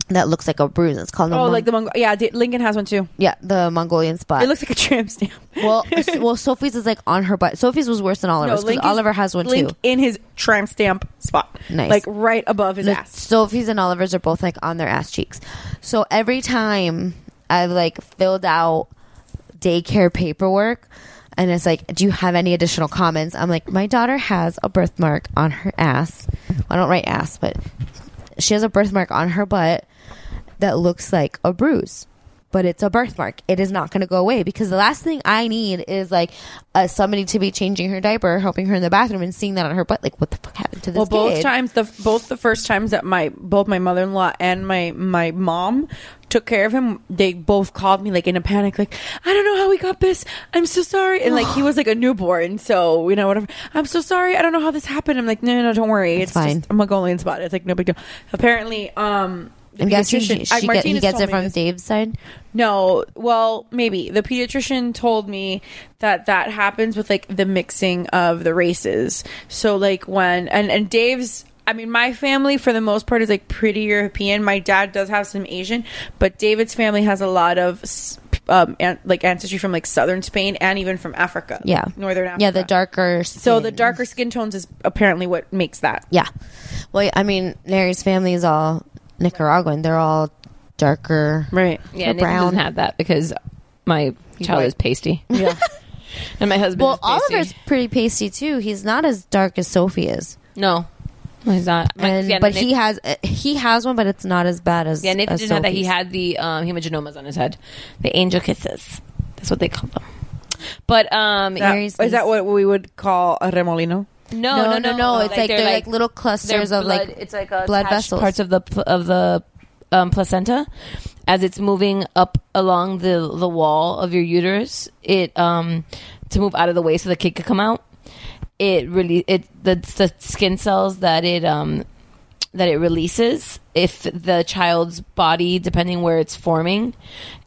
Speaker 7: that looks like a bruise. It's called a
Speaker 11: Oh,
Speaker 7: mon-
Speaker 11: like the Mongol. Yeah, D- Lincoln has one too.
Speaker 7: yeah the Mongolian spot.
Speaker 11: It looks like a tramp stamp.
Speaker 7: well, s- well, Sophie's is like on her butt. Sophie's was worse than Oliver's because
Speaker 11: Lincoln's-
Speaker 7: Oliver has one
Speaker 11: Link
Speaker 7: too.
Speaker 11: in his tramp stamp spot.
Speaker 7: Nice.
Speaker 11: Like right above his
Speaker 7: Like,
Speaker 11: ass.
Speaker 7: Sophie's and Oliver's are both like on their ass cheeks. So every time I've like filled out daycare paperwork and it's like, do you have any additional comments? I'm like, my daughter has a birthmark on her ass. I don't write ass, but she has a birthmark on her butt that looks like a bruise. But it's a birthmark. It is not going to go away because the last thing I need is like uh, somebody to be changing her diaper, helping her in the bathroom, and seeing that on her butt. Like, what the fuck happened to this?
Speaker 11: well both
Speaker 7: kid?
Speaker 11: times the both the first times that my both my mother-in-law and my my mom took care of him they both called me like in a panic like i don't know how we got this i'm so sorry and like he was like a newborn so you know whatever i'm so sorry i don't know how this happened i'm like no no, no don't worry it's,
Speaker 7: fine.
Speaker 11: just a mongolian spot it's like no big deal apparently um the
Speaker 7: I'm guessing she,
Speaker 11: pediatrician- I-
Speaker 7: she get, he
Speaker 11: Martinez
Speaker 7: gets
Speaker 11: told
Speaker 7: it
Speaker 11: me
Speaker 7: from
Speaker 11: this.
Speaker 7: Dave's side.
Speaker 11: No, well, maybe the pediatrician told me that that happens with like the mixing of the races. So like when and and Dave's I mean my family for the most part is like pretty European. My dad does have some Asian, but David's family has a lot of s- um an, like ancestry from like southern Spain and even from Africa.
Speaker 7: Yeah,
Speaker 11: like, Northern Africa.
Speaker 7: Yeah, the darker.
Speaker 11: So the darker skin tones is apparently what makes that.
Speaker 7: Yeah, well, I mean, Larry's family is all Nicaraguan. They're all darker,
Speaker 11: right?
Speaker 7: Yeah,
Speaker 10: Nathan
Speaker 7: brown.
Speaker 10: doesn't have that because my child
Speaker 7: white.
Speaker 10: is pasty. Yeah. and my husband
Speaker 7: well,
Speaker 10: is pasty.
Speaker 7: Oliver's pretty pasty too. He's not as dark as Sophie is.
Speaker 10: No. No, he's not. My-
Speaker 7: And,
Speaker 10: yeah,
Speaker 7: but
Speaker 10: Nathan-
Speaker 7: he has uh, he has one, but it's not as bad as
Speaker 10: Yeah, Nathan
Speaker 7: as
Speaker 10: didn't have that. He
Speaker 7: Sophie's.
Speaker 10: had the um, hemangiomas on his head, the angel kisses. That's what they call them. But um,
Speaker 11: That- is that what we would call a remolino?
Speaker 10: No, no, no, no.
Speaker 7: It's like they're like little clusters
Speaker 10: their
Speaker 7: of, like,
Speaker 10: blood- it's like uh,
Speaker 7: blood
Speaker 10: attached
Speaker 7: vessels.
Speaker 10: parts of the pl- of the um, placenta as it's moving up along the the wall of your uterus. It um to move out of the way so the kid could come out. It really it the the skin cells that it um that it releases if the child's body depending where it's forming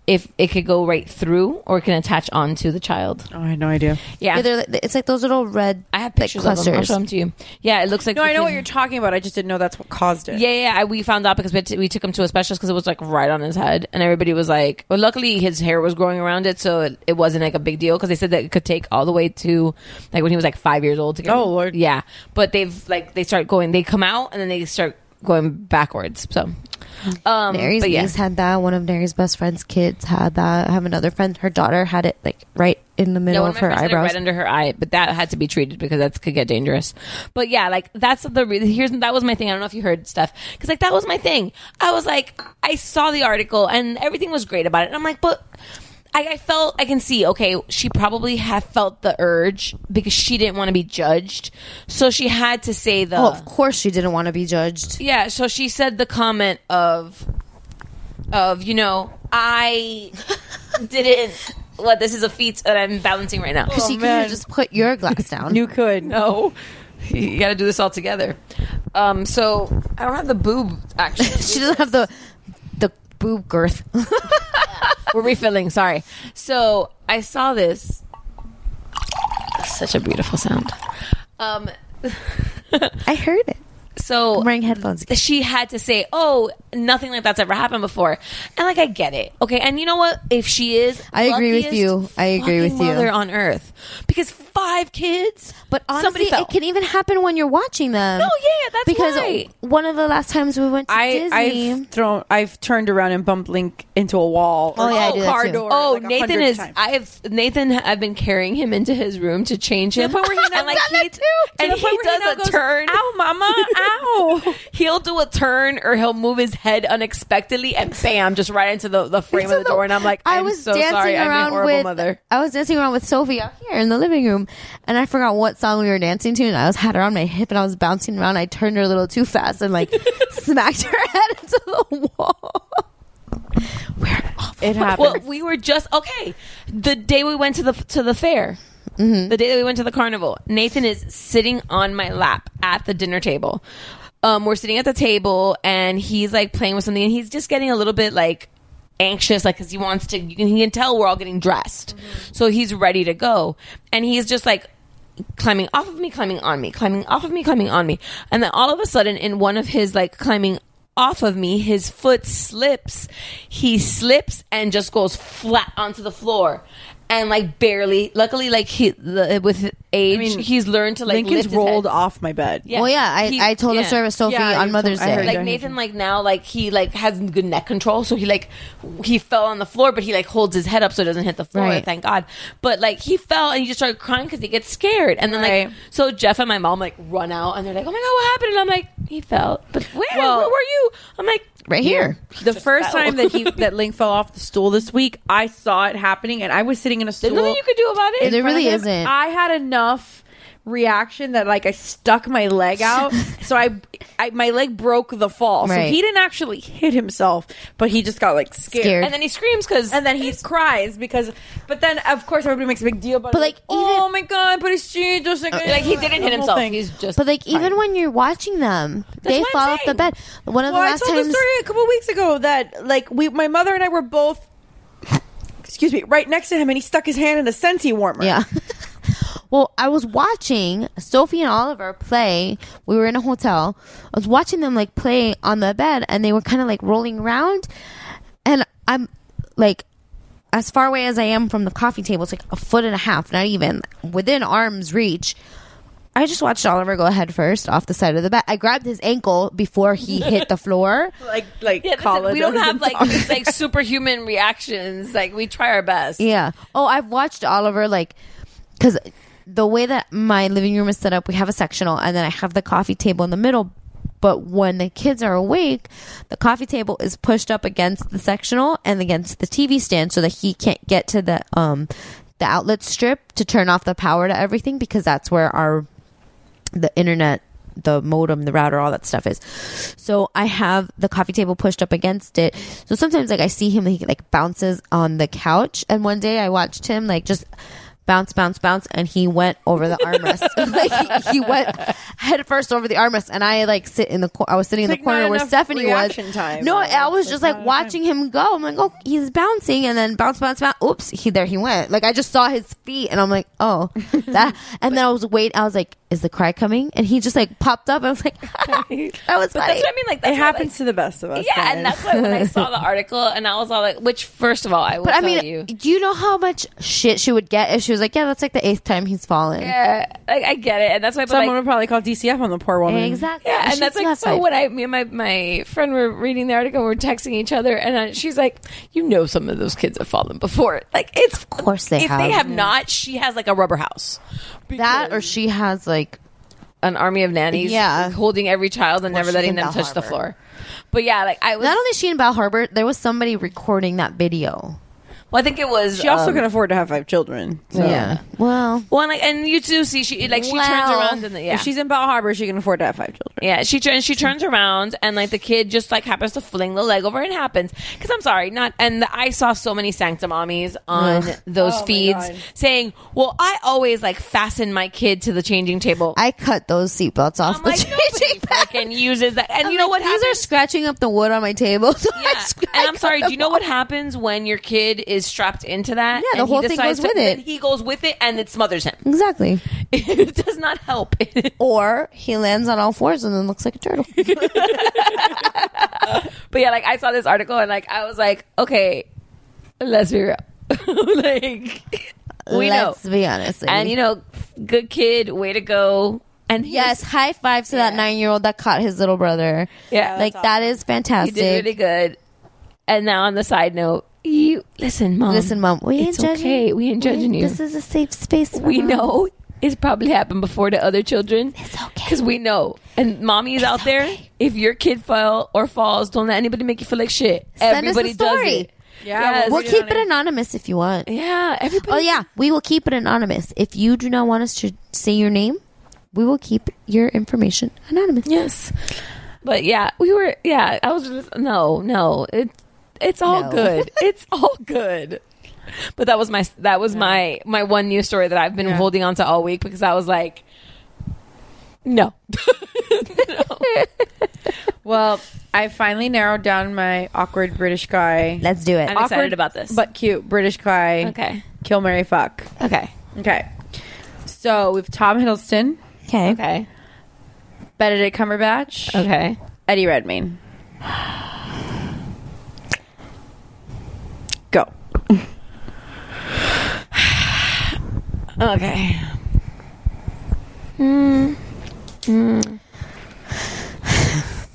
Speaker 10: if it could go right through or it can attach onto the child.
Speaker 11: Oh, I had no idea.
Speaker 10: Yeah.
Speaker 7: they're like- it's like those little red. I have
Speaker 10: pictures of them. I'll show them to you. Yeah, it looks like
Speaker 11: No,
Speaker 10: the
Speaker 11: I know
Speaker 10: kid-
Speaker 11: what you're talking about. I just didn't know that's what caused it.
Speaker 10: Yeah, yeah. I, we found out because we, had to- we took him to a specialist because it was like right on his head, and everybody was like, "Well, luckily his hair was growing around it, so it, it wasn't like a big deal." Because they said that it could take all the way to like when he was like five years old to get. Oh lord, yeah. But they've like they start going, they come out, and then they start going backwards. So, um,
Speaker 7: Mary's
Speaker 10: but yeah.
Speaker 7: niece had that. One of Mary's best friend's kids had that. I have another friend. Her daughter had it like right in the middle
Speaker 10: one
Speaker 7: of
Speaker 10: of my
Speaker 7: her
Speaker 10: friends had it
Speaker 7: eyebrows.
Speaker 10: right under her eye, but that had to be treated because that could get dangerous. But yeah, like that's the re- here's that was my thing. I don't know if you heard stuff because like that was my thing. I was like, I saw the article and everything was great about it, and I'm like, but. I, I felt I can see. Okay, she probably had felt the urge because she didn't want to be judged, so she had to say the.
Speaker 7: oh, of course she didn't want to be judged.
Speaker 10: Yeah, so she said the comment of of, you know, I didn't well, this is a feat that I'm balancing right now.
Speaker 7: Because you could have just put your glass down.
Speaker 11: you could.
Speaker 10: No. Oh, You gotta do this all together. Um, so I don't have the boob actually.
Speaker 7: she doesn't have the the boob girth.
Speaker 10: We're refilling, sorry. So I saw this. Such a beautiful sound. Um
Speaker 7: I heard it.
Speaker 10: So
Speaker 7: I'm wearing headphones. again.
Speaker 10: she had to say, "Oh, nothing like that's ever happened before," and like I get it, okay. And you know what? If she is,
Speaker 7: I agree with
Speaker 10: luckiest
Speaker 7: you. I agree with
Speaker 10: fucking
Speaker 7: you.
Speaker 10: Mother on earth, because five kids,
Speaker 7: but
Speaker 10: somebody
Speaker 7: Honestly,
Speaker 10: fell.
Speaker 7: it can even happen when you're watching them.
Speaker 10: No, yeah, that's
Speaker 7: because
Speaker 10: right.
Speaker 7: one of the last times we went to
Speaker 11: I,
Speaker 7: Disney,
Speaker 11: I've thrown, I've turned around and bumped Link into a wall.
Speaker 7: Oh, yeah, I do that
Speaker 11: car
Speaker 7: too.
Speaker 11: door.
Speaker 10: Oh,
Speaker 11: like a
Speaker 10: Nathan
Speaker 11: hundred
Speaker 10: is.
Speaker 11: times.
Speaker 10: I've Nathan. I've been carrying him into his room to change him.
Speaker 11: the point where he now
Speaker 10: and like
Speaker 11: does that
Speaker 10: he,
Speaker 11: too. To
Speaker 10: and
Speaker 11: the
Speaker 10: he
Speaker 11: point where he
Speaker 10: does
Speaker 11: now
Speaker 10: a
Speaker 11: goes,
Speaker 10: turn.
Speaker 11: "Ow, mama, ow!"
Speaker 10: he'll do a turn or he'll move his head unexpectedly, and bam, just right into the, the frame of the door. And I'm like,
Speaker 7: I
Speaker 10: I'm
Speaker 7: was
Speaker 10: so
Speaker 7: dancing
Speaker 10: sorry. I'm a
Speaker 7: around
Speaker 10: horrible
Speaker 7: with
Speaker 10: mother.
Speaker 7: I was dancing around with Sophie out here in the living room, and I forgot what song we were dancing to, and I was had her on my hip, and I was bouncing around. I turned her a little too fast and like smacked her head into the wall.
Speaker 11: It happened.
Speaker 10: Well, we were just okay. The day we went to the to the fair, the day that we went to the carnival, Nathan is sitting on my lap at the dinner table. Um, we're sitting at the table, and he's like playing with something, and he's just getting a little bit like anxious, like because he wants to. You can, he can tell we're all getting dressed, so he's ready to go, and he's just like climbing off of me, climbing on me, climbing off of me, climbing on me. And then all of a sudden, in one of his like climbing off of me. His foot slips. He slips and just goes flat onto the floor. And like barely, luckily, like he the, with age, he's learned to like
Speaker 17: Lincoln's
Speaker 10: lift his head.
Speaker 17: rolled off my bed.
Speaker 7: Well, yeah, I- I told the story with Sophie on
Speaker 10: you told-
Speaker 7: Mother's
Speaker 10: I
Speaker 7: Day.
Speaker 10: heard
Speaker 7: Like,
Speaker 10: Like Nathan, like now, like he like has good neck control, so he like he fell on the floor, but he like holds his head up so it doesn't hit the floor.
Speaker 18: Right.
Speaker 10: Thank God. But like he fell and he just started crying because he gets scared, and then like so Jeff and my mom like run out and they're like, "Oh my god, what happened?" And I'm like, "He fell." But where? where were you? I'm like
Speaker 7: right
Speaker 10: here.
Speaker 11: The first
Speaker 10: fell.
Speaker 11: time that he that Link fell off the stool this week, I saw it happening, and I was sitting in a stool.
Speaker 10: nothing you could do about it.
Speaker 11: in
Speaker 10: There
Speaker 11: front of
Speaker 10: really
Speaker 11: him.
Speaker 10: isn't.
Speaker 11: I had enough reaction that like I stuck my leg out, so I, I my leg broke the fall. So
Speaker 10: Right.
Speaker 11: he didn't actually hit himself, but he just got like scared,
Speaker 10: Scared. And then he screams because
Speaker 11: and then he cries because. But then of course everybody makes a big deal about but it. like oh my god, but it's she just like,
Speaker 10: Like, he didn't hit
Speaker 11: the whole
Speaker 10: himself.
Speaker 11: thing.
Speaker 10: He's just
Speaker 7: But like even when you're watching them, they
Speaker 11: what I'm
Speaker 7: fall off the
Speaker 11: saying.
Speaker 7: bed. One of
Speaker 11: well,
Speaker 7: the last
Speaker 11: I told
Speaker 7: times
Speaker 11: the story a couple weeks ago that like we, my mother and I were both, excuse me, right next to him, and he stuck his hand in a Scentsy warmer.
Speaker 7: Yeah. well, I was watching Sophie and Oliver play. We were in a hotel. I was watching them like play on the bed and they were kind of like rolling around. And I'm like, as far away as I am from the coffee table, it's like a foot and a half, not even within arm's reach. I just watched Oliver go head first off the side of the bed. I grabbed his ankle before he hit the floor.
Speaker 11: like like
Speaker 10: yeah, listen, we don't have like these like superhuman reactions. Like we try our best.
Speaker 7: Yeah. Oh, I've watched Oliver like because the way that my living room is set up, we have a sectional, and then I have the coffee table in the middle. But when the kids are awake, the coffee table is pushed up against the sectional and against the TV stand so that he can't get to the um the outlet strip to turn off the power to everything because that's where our the internet the modem the router all that stuff is so i have the coffee table pushed up against it so sometimes like i see him he like bounces on the couch and one day i watched him like just bounce bounce bounce and he went over the armrest like he, he went head first over the armrest and i like sit in the cor- i was sitting
Speaker 11: It's,
Speaker 7: in
Speaker 11: like,
Speaker 7: the corner
Speaker 11: not
Speaker 7: where
Speaker 11: enough
Speaker 7: stephanie was
Speaker 11: reaction time.
Speaker 7: no i was just like watching him go i'm like oh he's bouncing and then bounce bounce bounce oops he there he went like i just saw his feet and i'm like oh that and then i was waiting i was like is the cry coming and he just like popped up and i was like that was
Speaker 10: But
Speaker 7: funny
Speaker 10: that's what I mean. Like that's
Speaker 11: it
Speaker 10: what, like-
Speaker 11: happens to the best of us.
Speaker 10: Yeah, and that's why when I saw the article and I was all like, which first of all, I will
Speaker 7: but I
Speaker 10: tell
Speaker 7: mean,
Speaker 10: you.
Speaker 7: do you know how much shit she would get if she was like, "Yeah, that's like the eighth time he's fallen."
Speaker 10: Yeah, like I get it, and that's why. But
Speaker 11: Someone
Speaker 10: like,
Speaker 11: would probably call DCF on the poor woman.
Speaker 7: Exactly.
Speaker 10: yeah,
Speaker 7: She
Speaker 10: and that's
Speaker 7: still
Speaker 10: like
Speaker 7: has
Speaker 10: so.
Speaker 7: five.
Speaker 10: When I me and my my friend were reading the article, we were texting each other, and I, she's like, "You know, some of those kids have fallen before. Like it's of
Speaker 7: course they
Speaker 10: if
Speaker 7: have.
Speaker 10: they have
Speaker 7: Yeah.
Speaker 10: not, she has like a rubber house,
Speaker 7: that or she has like
Speaker 10: an army of nannies,
Speaker 7: Yeah.
Speaker 10: holding every child and never
Speaker 7: she's
Speaker 10: letting
Speaker 7: in
Speaker 10: them
Speaker 7: Bell
Speaker 10: touch the
Speaker 7: Harbor.
Speaker 10: floor. But yeah, like I was.
Speaker 7: not only she in Bell Harbor, there was somebody recording that video.
Speaker 10: well, I think it was.
Speaker 11: She also
Speaker 10: um,
Speaker 11: can afford to have five children. so-
Speaker 7: Yeah. Well,
Speaker 10: Well, and, like, and you do see she like she turns
Speaker 11: Well,
Speaker 10: around and the, yeah.
Speaker 11: If she's in Bell Harbor, she can afford to have five children.
Speaker 10: Yeah, she turns. She turns around, and like the kid just like happens to fling the leg over, and it happens. Because I'm sorry, not. And I saw so many sanctimomies on
Speaker 7: Ugh.
Speaker 10: those
Speaker 7: Oh my
Speaker 10: feeds
Speaker 7: God.
Speaker 10: saying, "Well, I always like fasten my kid to the changing table."
Speaker 7: I cut those seatbelts off.
Speaker 10: I'm like, nobody fucking uses that. And you know what?
Speaker 7: These are scratching up the wood on my table. So I
Speaker 10: Yeah. And I'm sorry. Do you know what happens when your kid is strapped into
Speaker 7: Yeah,
Speaker 10: that?
Speaker 7: the
Speaker 10: and he
Speaker 7: whole thing
Speaker 10: decides
Speaker 7: goes with
Speaker 10: then
Speaker 7: it.
Speaker 10: He goes with it, and it smothers him.
Speaker 7: Exactly.
Speaker 10: It does not help.
Speaker 7: or he lands on all fours and then looks like a turtle.
Speaker 10: But yeah, like I saw this article and like I was like, okay, let's be real. like we
Speaker 7: Let's
Speaker 10: know.
Speaker 7: be honest. lady.
Speaker 10: And you know, good kid, way to go. And
Speaker 7: yes, high five to that nine year old that caught his little brother.
Speaker 10: Yeah.
Speaker 7: like that is
Speaker 10: You
Speaker 7: fantastic.
Speaker 10: did really good. And now on the side note, you listen, mom.
Speaker 7: Listen, mom, we
Speaker 10: it's
Speaker 7: ain't judging.
Speaker 10: okay. We ain't
Speaker 7: Um, We-
Speaker 10: judging you.
Speaker 7: This is a safe space. for
Speaker 10: we
Speaker 7: moms.
Speaker 10: know it's probably happened before to other children. It's okay because we know. And mommies out there, if your kid fell or falls, don't let anybody make you feel like shit.
Speaker 7: Send us
Speaker 10: Everybody
Speaker 7: a story.
Speaker 10: does it. Yes.
Speaker 7: we'll keep it anonymous if you want.
Speaker 10: Yeah, everybody.
Speaker 7: Oh yeah, we will keep it anonymous. If you do not want us to say your name, we will keep your information anonymous.
Speaker 10: Yes. But yeah, we were. Yeah, I was. Just, no, no. It, it's all
Speaker 7: No.
Speaker 10: good. It's all good. But that was my that was my my one news story that I've been holding on to all week because I was like, no.
Speaker 11: Well, I finally narrowed down my awkward British guy.
Speaker 7: Let's do it.
Speaker 10: I'm excited about this.
Speaker 11: but cute British guy.
Speaker 10: Okay.
Speaker 11: kill Mary fuck.
Speaker 10: Okay.
Speaker 11: Okay, so we've Tom Hiddleston,
Speaker 7: Okay.
Speaker 10: Okay.
Speaker 11: Benedict Cumberbatch,
Speaker 10: Okay.
Speaker 11: Eddie Redmayne.
Speaker 19: Okay.
Speaker 10: Hmm.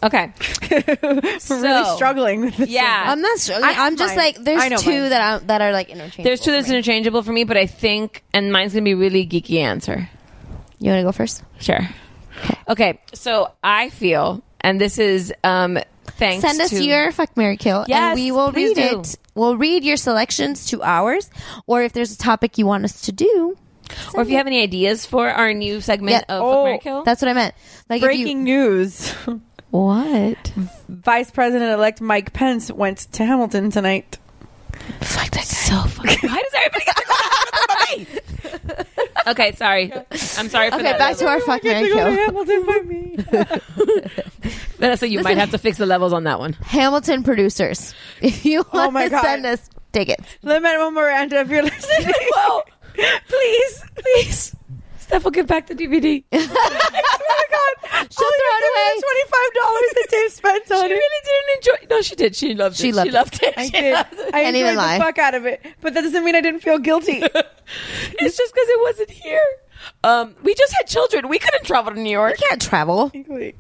Speaker 20: Okay.
Speaker 11: We're really struggling with this.
Speaker 20: Yeah.
Speaker 7: I'm not struggling. I, am just like
Speaker 20: I know
Speaker 7: there's two
Speaker 20: mine.
Speaker 7: that I, that are like interchangeable.
Speaker 10: There's two that's interchangeable for me, but I think, and mine's gonna be really geeky answer.
Speaker 7: You want to go first?
Speaker 10: Sure. Okay, so I feel, and this is um, thanks.
Speaker 7: Send us
Speaker 10: to-
Speaker 7: your fuck Mary Kill
Speaker 10: Yes,
Speaker 7: and we will
Speaker 10: please
Speaker 7: read
Speaker 10: do.
Speaker 7: it. We'll read your selections to ours or if there's a topic you want us to do.
Speaker 10: or if you have any ideas for our new segment of Fuck, Marry, Kill.
Speaker 7: Oh, That's what I meant. Like if you-
Speaker 11: Breaking news.
Speaker 7: What?
Speaker 11: Vice President elect Mike Pence went to Hamilton tonight.
Speaker 7: Fuck that guy.
Speaker 10: So fucking. Why does everybody get to go Okay, sorry. I'm sorry for
Speaker 7: Okay,
Speaker 10: that.
Speaker 7: back to our fuck Mary Kill.
Speaker 11: Hamilton by me.
Speaker 10: Vanessa, you might have to fix the levels on that one.
Speaker 7: Hamilton producers. If you
Speaker 10: Oh
Speaker 7: want
Speaker 11: my
Speaker 7: to
Speaker 11: God.
Speaker 7: send us tickets.
Speaker 11: Lin Manuel Miranda, if you're listening,
Speaker 10: Whoa. please, please. Steph will get back the DVD.
Speaker 7: She'll throw it away.
Speaker 11: twenty five dollars that they've spent on
Speaker 10: Oh, She
Speaker 11: it.
Speaker 10: really didn't enjoy. No, she did. She loved it.
Speaker 7: She loved
Speaker 10: she
Speaker 7: it.
Speaker 10: loved it.
Speaker 11: I
Speaker 10: She
Speaker 11: did.
Speaker 10: loved it.
Speaker 11: I
Speaker 7: Can't even
Speaker 11: enjoyed
Speaker 7: lie.
Speaker 11: the fuck out of it, but that doesn't mean I didn't feel guilty.
Speaker 10: It's just because it wasn't here. Um, we just had children. We couldn't travel to New York.
Speaker 7: Can't travel.
Speaker 11: Exactly.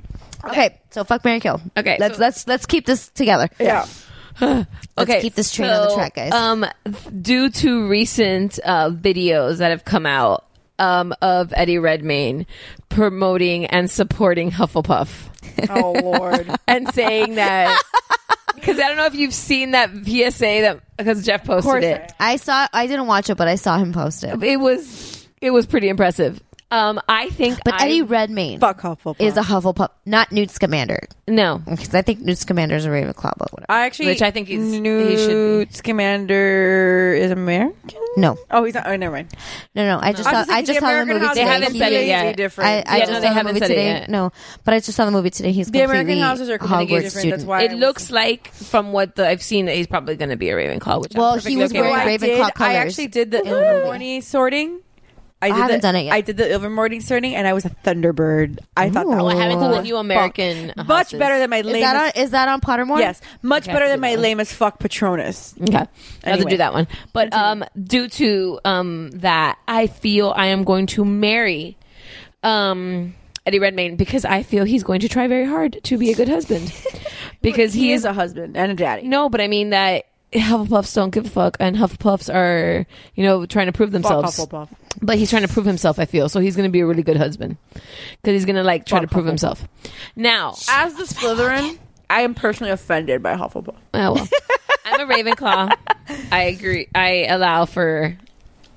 Speaker 7: Okay, so fuck Mary Kill.
Speaker 10: Okay,
Speaker 7: Let's
Speaker 10: so-
Speaker 7: let's let's keep this together.
Speaker 11: Yeah.
Speaker 7: Let's keep this train on the track, guys.
Speaker 10: Um, due to recent uh, videos that have come out um, of Eddie Redmayne promoting and supporting Hufflepuff
Speaker 11: Oh Lord.
Speaker 10: and saying that because I don't know if you've seen that PSA that because Jeff posted
Speaker 11: course
Speaker 10: it.
Speaker 7: I saw I didn't watch it, but I saw him post it.
Speaker 10: It was it was pretty impressive. Um, I think,
Speaker 7: But
Speaker 10: I-
Speaker 7: Eddie Redmayne
Speaker 11: Fuck Hufflepuff.
Speaker 7: is a Hufflepuff, not Newt Scamander.
Speaker 10: no,
Speaker 7: Because I think Newt Scamander is a Ravenclaw, but whatever.
Speaker 11: I actually,
Speaker 10: Which I think he's- he should be.
Speaker 11: Newt Scamander is American.
Speaker 7: No,
Speaker 11: Oh, he's not. Oh, never mind.
Speaker 7: no, no. I just saw, I just saw the movie today.
Speaker 10: They haven't
Speaker 7: He-
Speaker 10: said it
Speaker 7: I,
Speaker 10: yet.
Speaker 7: I
Speaker 10: Yeah,
Speaker 7: just
Speaker 10: no, they
Speaker 7: saw the
Speaker 10: haven't
Speaker 7: movie
Speaker 10: said it
Speaker 7: today.
Speaker 10: yet.
Speaker 7: No, but I just saw the movie today. He's
Speaker 11: The American
Speaker 7: completely
Speaker 11: houses are completely
Speaker 7: Hogwarts
Speaker 11: different.
Speaker 7: student.
Speaker 11: That's why
Speaker 10: it
Speaker 11: I
Speaker 10: looks
Speaker 11: was-
Speaker 10: like from what the, I've seen, he's probably going to be a Ravenclaw. Which I'm
Speaker 7: Well,
Speaker 10: perfectly
Speaker 7: he was
Speaker 10: okay with.
Speaker 7: wearing
Speaker 11: I
Speaker 7: Ravenclaw
Speaker 11: did- I
Speaker 7: colours
Speaker 11: actually did the
Speaker 7: in the movie.
Speaker 11: Ilvermorny sorting. I, did
Speaker 7: haven't
Speaker 11: the,
Speaker 7: done it yet.
Speaker 11: I did the Ilvermorny sorting, and I was a Thunderbird. I thought that
Speaker 7: Ooh.
Speaker 11: was
Speaker 10: I haven't seen the
Speaker 11: fuck.
Speaker 10: new American.
Speaker 11: Much better than my
Speaker 7: Is
Speaker 11: lamest.
Speaker 7: that on? Is that on Pottermore?
Speaker 11: yes, much
Speaker 10: Okay, I
Speaker 11: better
Speaker 10: have
Speaker 11: than
Speaker 10: to
Speaker 11: my
Speaker 10: do that.
Speaker 11: lame as fuck Patronus.
Speaker 10: Okay, I'll have to
Speaker 11: Anyway.
Speaker 10: do that one. But um, due to um that, I feel I am going to marry um Eddie Redmayne because I feel he's going to try very hard to be a good husband because he, is.
Speaker 11: a husband and a daddy.
Speaker 10: No, but I mean that Hufflepuffs don't give a fuck, and Hufflepuffs are you know trying to prove
Speaker 11: Fuck
Speaker 10: themselves.
Speaker 11: Hufflepuff.
Speaker 10: But he's trying to prove himself. I feel so he's going to be a really good husband because he's going to like try to prove himself. Now,
Speaker 11: As the Slytherin, I am personally offended by Hufflepuff.
Speaker 10: oh well, I'm a Ravenclaw. I agree. I allow for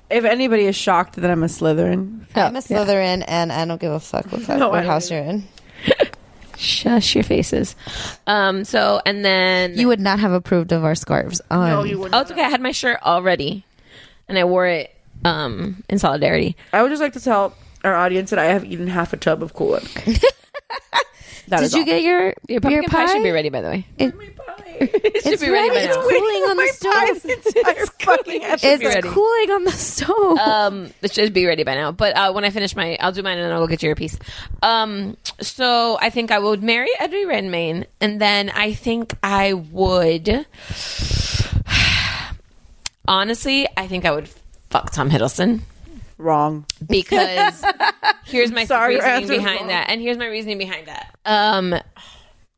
Speaker 11: If anybody is shocked that I'm a Slytherin,
Speaker 7: I'm a Slytherin, and I don't give a fuck what,
Speaker 11: No, I don't
Speaker 7: house you're in.
Speaker 10: Shush your faces. Um. So and then
Speaker 7: You would not have approved of our scarves. On. No, you would.
Speaker 10: Oh, it's okay. I had my shirt already, and I wore it um in solidarity.
Speaker 11: I would just like to tell our audience that I have eaten half a tub of Kool Aid. That
Speaker 7: Did
Speaker 11: is
Speaker 7: you
Speaker 11: all.
Speaker 7: get your
Speaker 10: Your pumpkin pie?
Speaker 7: pie?
Speaker 10: should be ready, by the way. it should
Speaker 7: It's
Speaker 10: be
Speaker 7: ready.
Speaker 10: ready,
Speaker 7: It's
Speaker 10: by now.
Speaker 7: cooling on the stove.
Speaker 11: Entire fucking episode.
Speaker 7: It's
Speaker 10: be ready.
Speaker 7: cooling on the stove.
Speaker 10: um it should be ready by now but uh when i finish my i'll do mine and then i'll go get your piece um so i think i would marry eddie redmayne and then i think i would honestly i think i would fuck tom hiddleston
Speaker 11: wrong.
Speaker 10: because here's my
Speaker 11: Sorry, your
Speaker 10: reasoning
Speaker 11: answer's
Speaker 10: behind
Speaker 11: wrong.
Speaker 10: that and here's my reasoning behind that um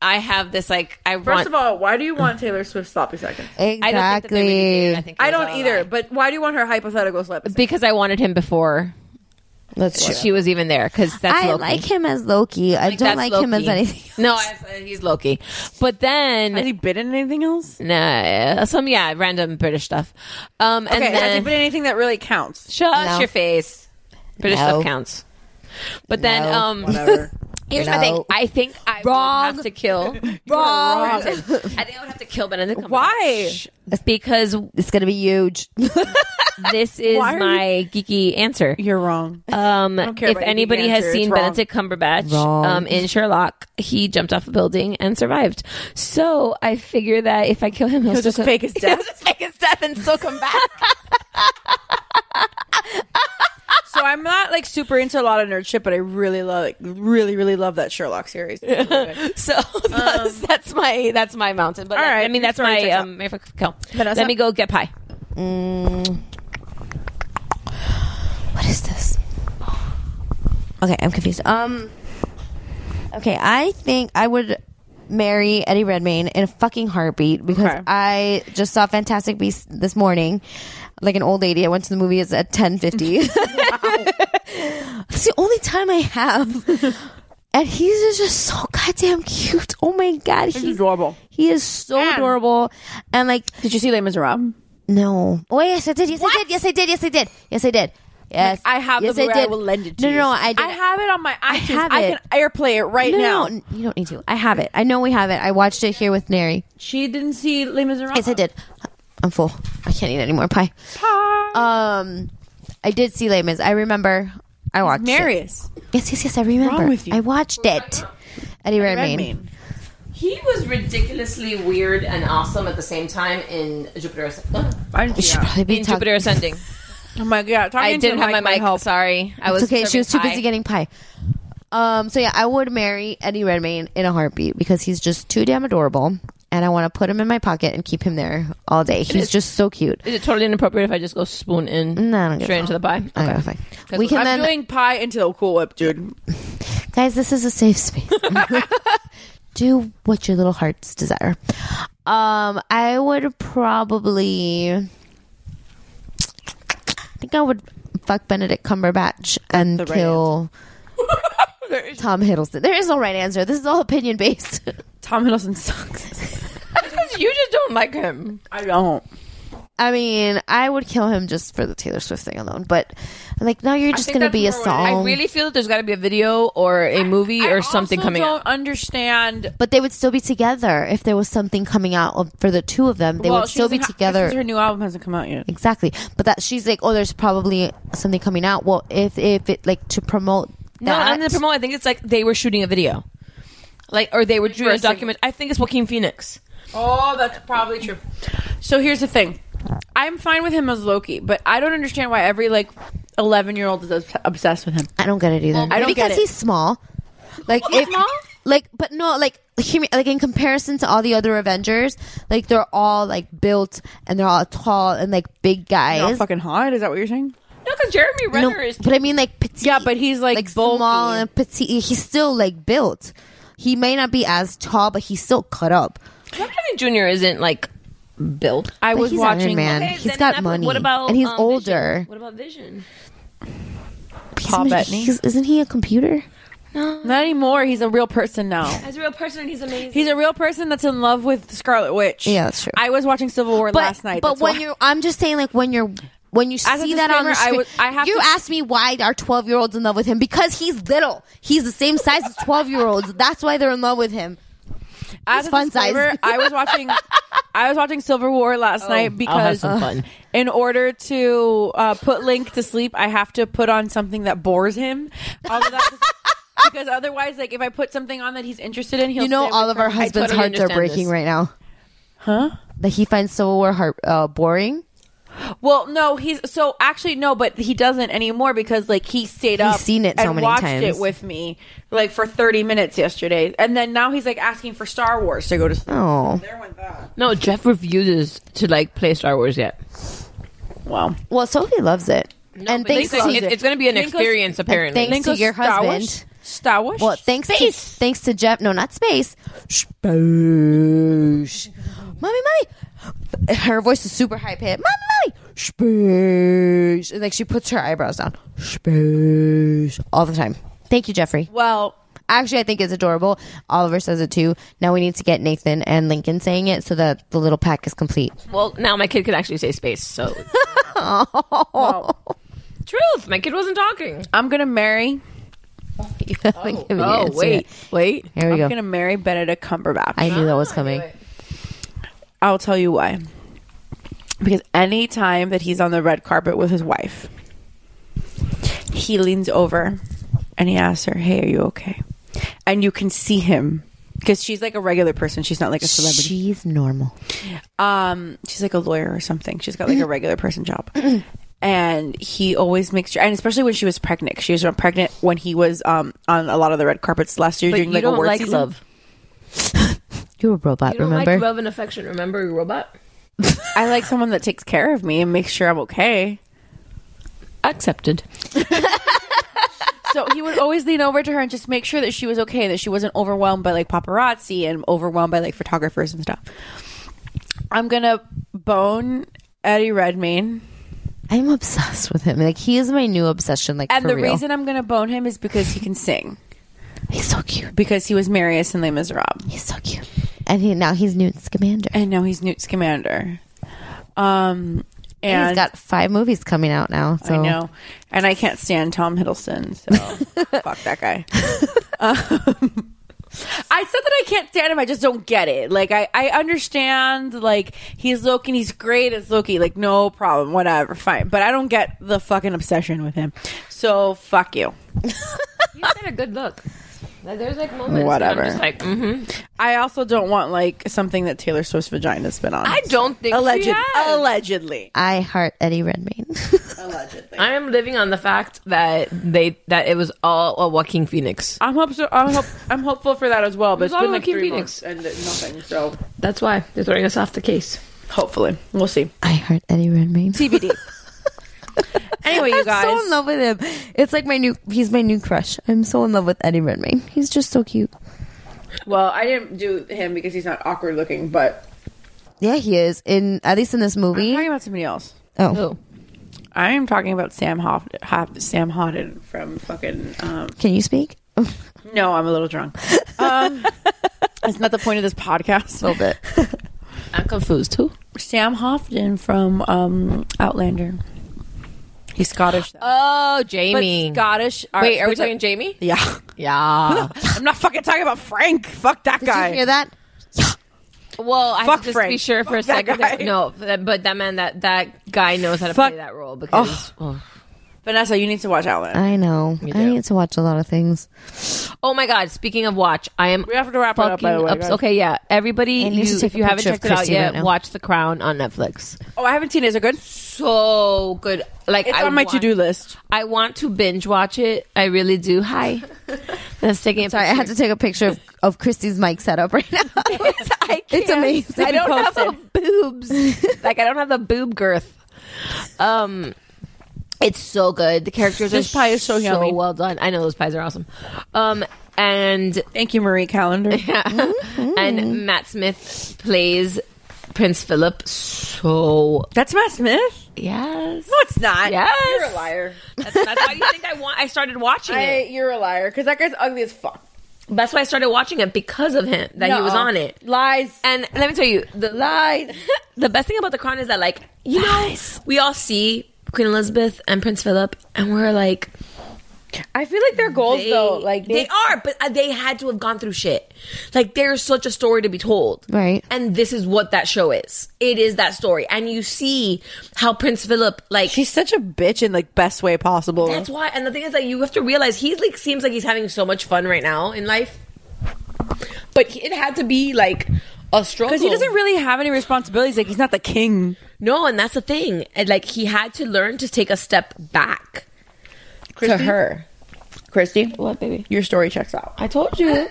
Speaker 10: i have this like i
Speaker 11: First
Speaker 10: want
Speaker 11: of all, why do you want Taylor Swift's sloppy seconds?
Speaker 7: exactly.
Speaker 10: i don't think that they really did. I, think it
Speaker 11: I
Speaker 10: was
Speaker 11: don't
Speaker 10: all a
Speaker 11: either,
Speaker 10: lie.
Speaker 11: but why do you want her hypothetical sloppy seconds?
Speaker 10: because i wanted him before
Speaker 7: Let's shoot.
Speaker 10: she was even there because that's
Speaker 7: I
Speaker 10: Loki.
Speaker 7: like him as Loki. I don't
Speaker 10: That's
Speaker 7: like him as
Speaker 10: Loki.
Speaker 7: anything.
Speaker 10: No, I, he's Loki. But
Speaker 11: Has
Speaker 10: then,
Speaker 11: he been in anything else?
Speaker 10: nah, some yeah, random British stuff. Um, and
Speaker 11: Okay, has he
Speaker 10: then
Speaker 11: been in anything that really counts?
Speaker 10: shut
Speaker 7: No.
Speaker 10: your face. British
Speaker 7: No.
Speaker 10: stuff counts. But then,
Speaker 7: No.
Speaker 10: um,
Speaker 11: Whatever.
Speaker 10: here's my thing.
Speaker 7: No.
Speaker 10: I think I
Speaker 7: Wrong.
Speaker 10: would have to kill. I
Speaker 7: Wrong.
Speaker 10: think I would have to kill Benedict. Cumberbatch.
Speaker 11: Why?
Speaker 10: Because
Speaker 7: It's gonna be huge.
Speaker 10: this is
Speaker 11: Why are
Speaker 10: my geeky answer.
Speaker 11: You're wrong.
Speaker 10: Um,
Speaker 11: don't care
Speaker 10: if
Speaker 11: about any
Speaker 10: anybody
Speaker 11: answer,
Speaker 10: has
Speaker 11: it's
Speaker 10: seen
Speaker 11: wrong.
Speaker 10: Benedict Cumberbatch
Speaker 7: Wrong.
Speaker 10: um, in Sherlock, he jumped off a building and survived. So I figure that if I kill him, he'll,
Speaker 11: He'll
Speaker 10: still
Speaker 11: just
Speaker 10: come-
Speaker 11: fake his
Speaker 10: He'll
Speaker 11: death.
Speaker 10: just fake his death and still come back.
Speaker 11: so I'm not like super into a lot of nerd shit, but I really love, like, really, really love that Sherlock series.
Speaker 10: so that's, that's my that's my mountain. But
Speaker 11: Um, all
Speaker 10: that- I
Speaker 11: right,
Speaker 10: mean that's
Speaker 11: sorry,
Speaker 10: my
Speaker 11: checks
Speaker 10: um, my fuck- kill.
Speaker 11: Vanessa?
Speaker 10: Let me go get pie.
Speaker 7: Mm. What is this? Okay, I'm confused. Um, okay, I think I would marry Eddie Redmayne in a fucking heartbeat because I just saw Fantastic Beasts this morning. Like an old lady, I went to the movies at ten fifty. It's the only time I have, and he's just so goddamn cute. Oh my god, he's, adorable. He is so adorable, and like, did you see Les Miserables? No. Oh yes, I did. Yes, I did. Yes, I did. Yes, I did. Yes, I did. Yes,
Speaker 11: I have
Speaker 7: yes,
Speaker 11: the Blu-ray. I
Speaker 7: did.
Speaker 11: will lend it to
Speaker 7: no,
Speaker 11: you.
Speaker 7: No, no, I did.
Speaker 11: I have it on my iTunes.
Speaker 7: have
Speaker 11: I,
Speaker 7: it.
Speaker 11: can airplay it right
Speaker 7: No,
Speaker 11: now.
Speaker 7: no, no, you don't need to. I have it. I know we have it. I watched it here with Neri.
Speaker 11: She didn't see Les Miserables.
Speaker 7: Yes, I did. I'm full. I can't eat any more pie. Pie. Um, I did see Les Mis. I remember. I watched
Speaker 11: Marius.
Speaker 7: it. Yes, yes, yes. I remember.
Speaker 11: wrong with you?
Speaker 7: I watched it. Eddie Redmayne.
Speaker 11: Redmayne.
Speaker 21: He was ridiculously weird and awesome at the same time in uh, Jupiter Ascending.
Speaker 11: We should probably
Speaker 7: be
Speaker 21: in
Speaker 7: talk-
Speaker 21: Jupiter Ascending.
Speaker 11: Oh my god!
Speaker 21: I didn't have my mic. Sorry, I was
Speaker 7: it's okay. She was too
Speaker 21: serving
Speaker 7: busy
Speaker 21: pie.
Speaker 7: getting pie. Um. So yeah, I would marry Eddie Redmayne in a heartbeat because he's just too damn adorable, and I want to put him in my pocket and keep him there all day. He's just so cute.
Speaker 21: Is it totally inappropriate if I just go spoon in
Speaker 7: No, I don't give a
Speaker 21: straight into the
Speaker 7: fuck.
Speaker 21: pie?
Speaker 7: I don't give a fuck.
Speaker 21: 'Cause
Speaker 7: We can
Speaker 11: I'm
Speaker 7: then,
Speaker 11: doing pie into the Cool Whip, dude.
Speaker 7: guys. This is a safe space. Do what your little hearts desire. Um, I would probably. I think I would fuck Benedict Cumberbatch and
Speaker 11: the right
Speaker 7: kill Tom Hiddleston. There is no right answer. This is all opinion based.
Speaker 11: Tom Hiddleston sucks.
Speaker 21: you just don't like him.
Speaker 11: I don't.
Speaker 7: I mean, I would kill him just for the Taylor Swift thing alone. But like now, you're just gonna be a song.
Speaker 21: I really feel that there's got to be a video or a movie or something coming
Speaker 11: don't
Speaker 21: out.
Speaker 11: understand.
Speaker 7: but they would still be together if there was something coming out of- for the two of them. They
Speaker 11: well,
Speaker 7: would still
Speaker 11: she
Speaker 7: be
Speaker 11: doesn't ha-
Speaker 7: together.
Speaker 11: because Her new album hasn't come out yet.
Speaker 7: Exactly. But that she's like, oh, there's probably something coming out. Well, if if it like to promote
Speaker 21: No,
Speaker 7: that.
Speaker 21: I'm the promote. I think it's like they were shooting a video, like or they were doing a document. I think it's Joaquin Phoenix.
Speaker 11: Oh, that's probably true. So here's the thing. I'm fine with him as Loki, but I don't understand why every like 11 year old is obs- obsessed with him.
Speaker 7: I don't get it either.
Speaker 11: I don't
Speaker 7: because
Speaker 11: get it.
Speaker 7: he's small. Like
Speaker 11: He's
Speaker 7: if,
Speaker 11: small?
Speaker 7: like but no, like hear me, like in comparison to all the other Avengers, like they're all like built and they're all tall and like big guys.
Speaker 11: Not fucking hot. Is that what you're saying?
Speaker 21: No, because Jeremy
Speaker 7: No,
Speaker 21: Renner is.
Speaker 7: but I mean like petite.
Speaker 11: Yeah, but he's like,
Speaker 7: like small and petite. He's still like built. He may not be as tall, but he's still cut up.
Speaker 21: Robert Downey Jr. isn't like built.
Speaker 11: I
Speaker 7: But
Speaker 11: was
Speaker 7: he's
Speaker 11: watching.
Speaker 7: Iron Man.
Speaker 21: Okay,
Speaker 7: he's
Speaker 21: then
Speaker 7: got
Speaker 21: that-
Speaker 7: money.
Speaker 21: What about
Speaker 7: and he's
Speaker 21: um, Vision?
Speaker 7: older.
Speaker 21: What about Vision?
Speaker 7: He's- he's- isn't he a computer?
Speaker 11: Not anymore. He's a real person now.
Speaker 21: As a real person, and he's amazing.
Speaker 11: He's a real person that's in love with Scarlet Witch.
Speaker 7: Yeah, that's true.
Speaker 11: I was watching Civil War
Speaker 7: but,
Speaker 11: last night.
Speaker 7: But
Speaker 11: that's
Speaker 7: when
Speaker 11: why.
Speaker 7: you're, I'm just saying, like when you're. When you
Speaker 11: As a
Speaker 7: see that on the
Speaker 11: disclaimer, I
Speaker 7: screen,
Speaker 11: would- I have
Speaker 7: you
Speaker 11: to-
Speaker 7: ask me why are 12 year olds in love with him because he's little. He's the same size as 12 year olds. That's why they're in love with him.
Speaker 11: as a
Speaker 7: fun size.
Speaker 11: disclaimer, I was watching. I was watching Civil War last
Speaker 7: Oh.
Speaker 11: night because
Speaker 21: some fun.
Speaker 11: in order to uh, put Link to sleep, I have to put on something that bores him. All of that because otherwise, like if I put something on that he's interested in, he'll
Speaker 7: you know,
Speaker 11: stay
Speaker 7: all
Speaker 11: away
Speaker 7: of
Speaker 11: from
Speaker 7: our
Speaker 11: it.
Speaker 7: husbands'
Speaker 21: totally
Speaker 7: hearts are
Speaker 21: understand
Speaker 7: breaking
Speaker 21: this.
Speaker 7: right now.
Speaker 11: Huh?
Speaker 7: That he finds Civil War heart, uh, boring.
Speaker 11: Well, no, he's so actually no, but he doesn't anymore because like he stayed up,
Speaker 7: seen it so
Speaker 11: and
Speaker 7: many
Speaker 11: watched
Speaker 7: times.
Speaker 11: it with me like for thirty minutes yesterday, and then now he's like asking for Star Wars to go to sleep.
Speaker 7: Oh.
Speaker 11: There went that.
Speaker 21: no, Jeff refuses to like play Star Wars yet.
Speaker 11: Wow.
Speaker 7: Well, Sophie loves it. and
Speaker 21: He's
Speaker 7: thanks
Speaker 21: like,
Speaker 7: to,
Speaker 21: it- it's going to be an experience, apparently.
Speaker 7: thanks to your
Speaker 11: Star Wars?
Speaker 7: husband.
Speaker 11: Star Wars.
Speaker 7: Well, thanks to, thanks to Jeff. No, not space.
Speaker 21: Mm.
Speaker 7: Space. Mommy, mommy. Her voice is super high pitched. Mommy, mommy. Space. And, like she puts her eyebrows down. Space. All the time. Thank you, Jeffrey.
Speaker 11: Well,
Speaker 7: Actually, I think it's adorable. Oliver says it too. Now we need to get Nathan and Lincoln saying it so that the little pack is complete.
Speaker 21: Well, now my kid can actually say space. So, truth, my kid wasn't talking.
Speaker 11: I'm gonna marry.
Speaker 7: oh,
Speaker 21: Oh wait, wait.
Speaker 7: Here we
Speaker 11: I'm
Speaker 7: go.
Speaker 11: gonna marry Benedict Cumberbatch.
Speaker 7: I knew that was coming.
Speaker 11: I'll tell you why. Because any time that he's on the red carpet with his wife, he leans over and he asks her, "Hey, are you okay?" And you can see him because she's like a regular person. She's not like a celebrity.
Speaker 7: She's normal.
Speaker 11: um she's like a lawyer or something she's got like a regular person job and he always makes sure and especially when she was pregnant she was pregnant when he was um on a lot of the red carpets last year
Speaker 21: But
Speaker 11: during
Speaker 21: you
Speaker 11: like
Speaker 21: don't
Speaker 11: award
Speaker 21: like
Speaker 11: season.
Speaker 21: love.
Speaker 7: You're a robot,
Speaker 21: You don't
Speaker 7: remember?
Speaker 21: like love and affection. Remember, you robot.
Speaker 11: i like someone that takes care of me and makes sure i'm okay
Speaker 10: accepted.
Speaker 11: so he would always lean over to her and just make sure that she was okay, that she wasn't overwhelmed by like paparazzi and overwhelmed by like photographers and stuff. I'm gonna bone Eddie Redmayne.
Speaker 7: I'm obsessed with him. Like he is my new obsession. Like
Speaker 11: And
Speaker 7: for
Speaker 11: the
Speaker 7: real.
Speaker 11: reason I'm gonna bone him is because he can sing.
Speaker 7: He's so cute.
Speaker 11: Because he was Marius in Les Miserables.
Speaker 7: He's so cute. And he, now he's Newt Scamander.
Speaker 11: And now he's Newt Scamander. Um, and
Speaker 7: he's got five movies coming out now. So
Speaker 11: I know, and I can't stand Tom Hiddleston. So fuck that guy. Um, I said that I can't stand him. I just don't get it. Like I, I understand. Like he's Loki. and He's great as Loki. Like no problem. Whatever. Fine. But I don't get the fucking obsession with him. So fuck you.
Speaker 10: You had a good look. Like, there's like moments.
Speaker 11: Whatever.
Speaker 10: Whatever. I'm just like, mm-hmm.
Speaker 11: I also don't want like something that Taylor Swift's vagina's been on.
Speaker 10: I don't think
Speaker 11: Alleged-
Speaker 10: she has.
Speaker 11: allegedly.
Speaker 7: I heart Eddie Redmayne.
Speaker 10: I am living on the fact that they that it was all a Joaquin Phoenix.
Speaker 11: I'm hopeful. I'm, hope- I'm hopeful for that as well. But
Speaker 10: It was
Speaker 11: it's
Speaker 10: all
Speaker 11: been like
Speaker 10: Joaquin
Speaker 11: three months
Speaker 10: Phoenix.
Speaker 11: and uh, nothing. So
Speaker 10: That's why they're throwing us off the case.
Speaker 11: hopefully we'll see.
Speaker 7: I heart Eddie Redmayne.
Speaker 11: TBD. anyway, you guys.
Speaker 7: I'm so in love with him. It's like my new. He's my new crush. I'm so in love with Eddie Redmayne. He's just so cute.
Speaker 11: Well, I didn't do him because he's not awkward looking, but
Speaker 7: Yeah, he is. In at least in this
Speaker 11: I'm
Speaker 7: movie.
Speaker 11: talking about somebody else.
Speaker 7: Oh.
Speaker 11: I am talking about Sam Hoff, Hoff, Sam Hodden from fucking. Um,
Speaker 7: Can you speak?
Speaker 11: no, I'm a little drunk. Um, that's not the point of this podcast.
Speaker 7: A little bit.
Speaker 10: I'm confused too.
Speaker 11: Sam Hofden from um, Outlander. He's Scottish. Though.
Speaker 10: Oh, Jamie.
Speaker 11: But Scottish.
Speaker 10: Wait, are we
Speaker 11: but the-
Speaker 10: talking Jamie?
Speaker 11: Yeah.
Speaker 10: Yeah.
Speaker 11: I'm not fucking talking about Frank. Fuck that
Speaker 7: Did
Speaker 11: guy.
Speaker 7: you hear that?
Speaker 10: Well, I
Speaker 11: Fuck
Speaker 10: have to just
Speaker 11: Frank.
Speaker 10: be sure for a
Speaker 11: Fuck that
Speaker 10: second.
Speaker 11: guy.
Speaker 10: That, no, that- but that man, that that guy knows how to
Speaker 11: Fuck.
Speaker 10: play that role because. Oh.
Speaker 11: Vanessa, you need to watch Outlander.
Speaker 7: I know. I need to watch a lot of things.
Speaker 10: Oh my God! Speaking of watch, I am.
Speaker 11: We have to wrap it up, by the
Speaker 10: fucking
Speaker 11: way.
Speaker 10: ups-
Speaker 11: guys.
Speaker 10: okay, yeah. Everybody,
Speaker 7: I need to
Speaker 10: you,
Speaker 7: take
Speaker 10: if
Speaker 7: a
Speaker 10: you haven't
Speaker 7: picture of
Speaker 10: checked it out
Speaker 7: Christy right
Speaker 10: yet,
Speaker 7: now.
Speaker 10: watch The Crown on Netflix.
Speaker 11: Oh, I haven't seen it. Is it good?
Speaker 10: So good. Like
Speaker 11: It's
Speaker 10: I
Speaker 11: on my
Speaker 10: want-
Speaker 11: to do list.
Speaker 10: I want to binge watch it. I really do. Hi. Let's take it.
Speaker 7: Sorry, I had to take a picture of, of Christy's mic setup right now. It's amazing.
Speaker 10: I don't have the boobs. like I don't have the boob girth. Um, it's so good. The characters
Speaker 11: This
Speaker 10: are
Speaker 11: pie is so yummy.
Speaker 10: well done. I know those pies are awesome. Um, and
Speaker 11: Thank you, Marie Calendar.
Speaker 10: Mm-hmm. and Matt Smith plays Prince Philip. So
Speaker 11: That's Matt Smith.
Speaker 10: yes,
Speaker 11: No, it's not.
Speaker 10: Yes.
Speaker 11: You're a liar.
Speaker 10: That's, that's why do you think I want. I started watching
Speaker 11: I,
Speaker 10: it.
Speaker 11: you're a liar because that guy's ugly as fuck.
Speaker 10: That's why I started watching it because of him that he was
Speaker 11: Nuh-uh.
Speaker 10: on it.
Speaker 11: Lies.
Speaker 10: And let me tell you, the
Speaker 11: Lies.
Speaker 10: the best thing about the crown is that like you know we all see Queen Elizabeth and Prince Philip, and we're like
Speaker 11: I feel like their goals
Speaker 10: they,
Speaker 11: though, like
Speaker 10: they, are, but uh, they had to have gone through shit. Like there's such a story to be told,
Speaker 7: Right.
Speaker 10: And this is what that show is. It is that story, and you see how Prince Philip like.
Speaker 11: She's such a bitch in like best way possible.
Speaker 10: that's why, and the thing is that you have to realize he's like seems like he's having so much fun right now in life, but he- it had to be like a struggle
Speaker 11: because he doesn't really have any responsibilities. Like he's not the king.
Speaker 10: No, and that's the thing. And like he had to learn to take a step back to her.
Speaker 11: Christy,
Speaker 10: What, baby?
Speaker 11: your story checks out.
Speaker 10: I told you.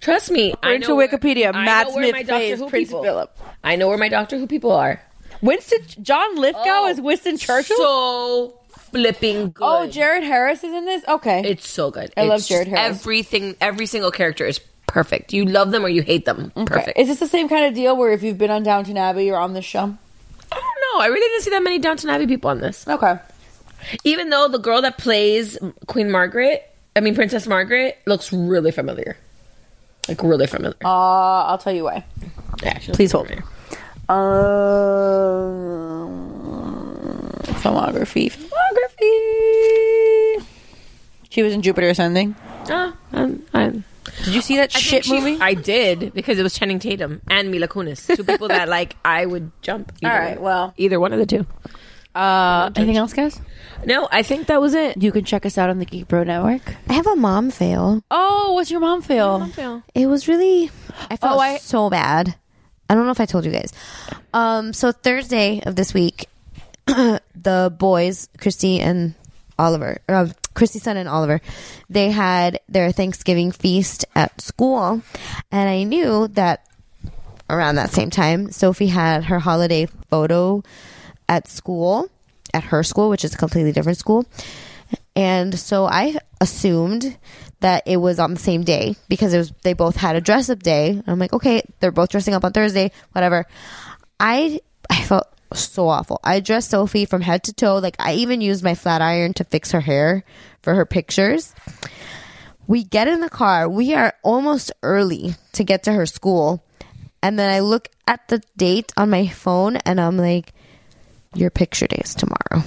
Speaker 10: Trust me. I
Speaker 11: According
Speaker 10: know
Speaker 11: to
Speaker 10: where-
Speaker 11: Wikipedia,
Speaker 10: I
Speaker 11: Matt
Speaker 10: know where
Speaker 11: Smith
Speaker 10: my Doctor
Speaker 11: plays
Speaker 10: Who
Speaker 11: Prince
Speaker 10: people-
Speaker 11: Philip.
Speaker 10: I know where my Doctor Who people are.
Speaker 11: Winston John Lithgow
Speaker 10: Oh,
Speaker 11: is Winston Churchill.
Speaker 10: So flipping good.
Speaker 11: oh, Jared Harris is in this. Okay,
Speaker 10: It's so good.
Speaker 11: I
Speaker 10: It's
Speaker 11: love Jared
Speaker 10: just
Speaker 11: Harris.
Speaker 10: Everything, every single character is perfect. You love them or you hate them. Perfect.
Speaker 11: Is this the same kind of deal where if you've been on Downton Abbey, you're on this show?
Speaker 10: I don't know. I really didn't see that many Downton Abbey people on this.
Speaker 11: Okay.
Speaker 10: Even though the girl that plays Queen Margaret, I mean Princess Margaret, looks really familiar. Like really familiar.
Speaker 11: Uh, I'll tell you why.
Speaker 10: Yeah, she looks
Speaker 11: please hold.
Speaker 10: familiar.
Speaker 11: Um, Uh, filmography. Filmography. She was in Jupiter Ascending.
Speaker 10: Ah, I'm, I'm,
Speaker 11: Did you see that
Speaker 10: I think
Speaker 11: shit
Speaker 10: she-
Speaker 11: movie?
Speaker 10: I did because it was Channing Tatum and Mila Kunis, two people that like I would jump. Either
Speaker 11: All right,
Speaker 10: one.
Speaker 11: well.
Speaker 10: either one of the two.
Speaker 11: Uh, anything else, guys?
Speaker 10: No, I think that was it.
Speaker 11: You can check us out on the Geek Bro Network.
Speaker 7: I have a mom fail.
Speaker 11: Oh, what's your mom feel?
Speaker 7: It was really. I felt
Speaker 11: Oh, I-
Speaker 7: so bad. I don't know if I told you guys. Um, so Thursday of this week, the boys, Christy and Oliver, uh, Christy's son and Oliver, they had their Thanksgiving feast at school, and I knew that around that same time, Sophie had her holiday photo at school. at her school, which is a completely different school. And so I assumed that it was on the same day because it was they both had a dress up day. I'm like, okay, they're both dressing up on Thursday, whatever. I I felt so awful. I dressed Sophie from head to toe. Like I even used my flat iron to fix her hair for her pictures. We get in the car. We are almost early to get to her school. And then I look at the date on my phone and I'm like, your picture day is tomorrow.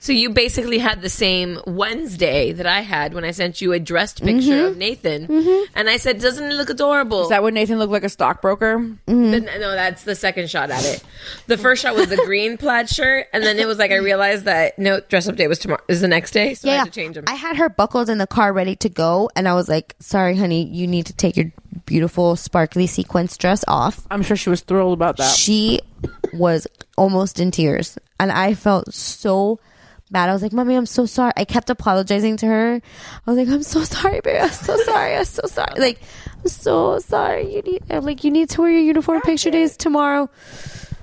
Speaker 10: So you basically had the same Wednesday that I had when I sent you a dressed picture
Speaker 2: Mm-hmm.
Speaker 10: of Nathan, and I said, "Doesn't it look adorable?" Is
Speaker 11: that when Nathan looked like a stockbroker?
Speaker 2: mm-hmm.
Speaker 10: no, that's the second shot at it. The first shot was the green plaid shirt, and then it was like I realized that no dress up day was tomorrow is the next day, so I had to change them.
Speaker 7: I had her buckled in the car ready to go, and I was like, sorry, honey, you need to take your beautiful, sparkly sequence dress off.
Speaker 11: I'm sure she was thrilled about that.
Speaker 7: She was almost in tears, and I felt so bad. I was like, Mommy, I'm so sorry. I kept apologizing to her. I was like, I'm so sorry, babe. I'm so sorry. I'm so sorry. Like, I'm so sorry. You need, I'm like, you need to wear your uniform picture days tomorrow.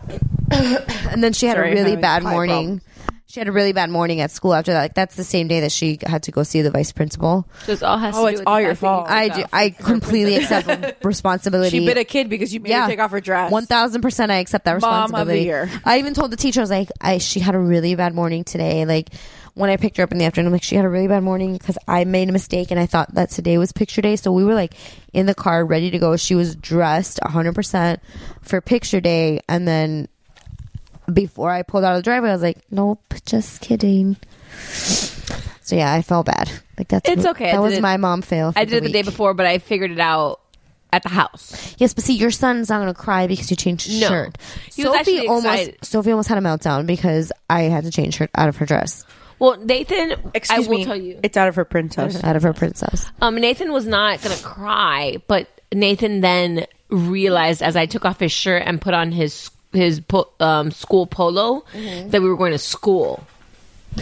Speaker 7: and then she had
Speaker 11: Sorry,
Speaker 7: a
Speaker 11: I'm
Speaker 7: really
Speaker 11: having
Speaker 7: bad
Speaker 11: eye
Speaker 7: morning.
Speaker 11: problems.
Speaker 7: She had a really bad morning at school after that. Like that's the same day that she had to go see the vice principal.
Speaker 2: So it's all has
Speaker 11: Oh,
Speaker 2: to do
Speaker 11: it's
Speaker 2: with
Speaker 11: all
Speaker 2: the
Speaker 11: your
Speaker 2: fact that you
Speaker 11: fault.
Speaker 7: I do. I completely accept responsibility.
Speaker 11: She bit a kid because you made her take off her dress.
Speaker 7: One thousand percent, I accept that
Speaker 11: Mom of the
Speaker 7: responsibility.
Speaker 11: year.
Speaker 7: I even told the teacher, I was like, I she had a really bad morning today. Like when I picked her up in the afternoon, I'm like she had a really bad morning because I made a mistake and I thought that today was picture day. So we were like in the car ready to go. She was dressed hundred percent for picture day, and then before I pulled out of the driveway, I was like, nope, just kidding. So yeah, I felt bad. Like that's
Speaker 2: It's okay. I
Speaker 7: That
Speaker 2: did
Speaker 7: was
Speaker 2: it-
Speaker 7: my mom fail. for
Speaker 2: I did it the day
Speaker 7: week.
Speaker 2: before, but I figured it out at the house.
Speaker 7: Yes, but see, your son's not going to cry because you changed his
Speaker 2: No.
Speaker 7: shirt.
Speaker 2: He was actually
Speaker 7: almost
Speaker 2: excited.
Speaker 7: Sophie almost had a meltdown because I had to change her out of her dress,
Speaker 10: Well, Nathan,
Speaker 11: Excuse
Speaker 10: I will
Speaker 11: me.
Speaker 10: tell you,
Speaker 11: It's out of her princess.
Speaker 7: out of her princess.
Speaker 10: um, Nathan was
Speaker 2: was not gonna cry, but Nathan then realized as I took off his shirt and put on his his po- um, school polo that we were going to school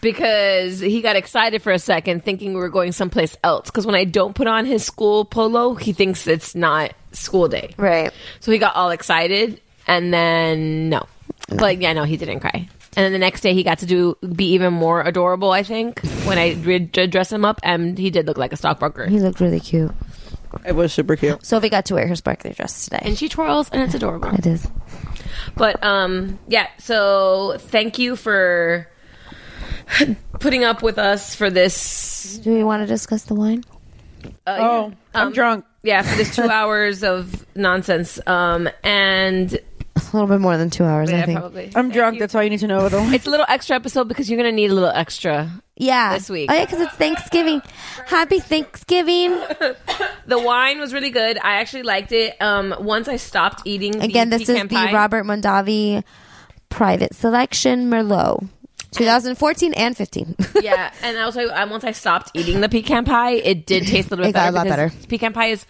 Speaker 2: because he got excited for a second, thinking we were going someplace else. Because when I don't put on his school polo, he thinks it's not school day,
Speaker 7: right?
Speaker 2: So he got all excited, and then no, but yeah, no, he didn't cry. And then the next day, he got to do be even more adorable. I think when I did dress him up, and he did look like a stockbroker.
Speaker 7: He looked really cute.
Speaker 11: It was super cute.
Speaker 7: Sophie got to wear her sparkly dress today.
Speaker 2: and she twirls and it's adorable
Speaker 7: it is.
Speaker 10: But um, yeah. So thank you for putting up with us for this.
Speaker 7: Do we want to discuss the wine?
Speaker 10: Uh, oh,
Speaker 11: I'm drunk.
Speaker 10: Yeah, for this two hours of nonsense. Um, and
Speaker 7: A little bit more than two hours, I
Speaker 10: yeah,
Speaker 7: think.
Speaker 10: probably
Speaker 11: I'm drunk. That's all you need to know. Though.
Speaker 10: it's a little extra episode because you're gonna need a little extra.
Speaker 7: Yeah,
Speaker 10: This week.
Speaker 7: Oh yeah, because it's Thanksgiving. Happy Thanksgiving!
Speaker 10: The wine was really good. I actually liked it. Um, once I stopped eating the
Speaker 7: Again, this is
Speaker 10: pecan
Speaker 7: the
Speaker 10: pie-
Speaker 7: Robert Mondavi Private Selection Merlot, 2014 and 15.
Speaker 10: yeah, and also um, once I stopped eating the pecan pie, it did taste a little bit
Speaker 7: It got a
Speaker 10: better
Speaker 7: lot
Speaker 10: because Pecan pie is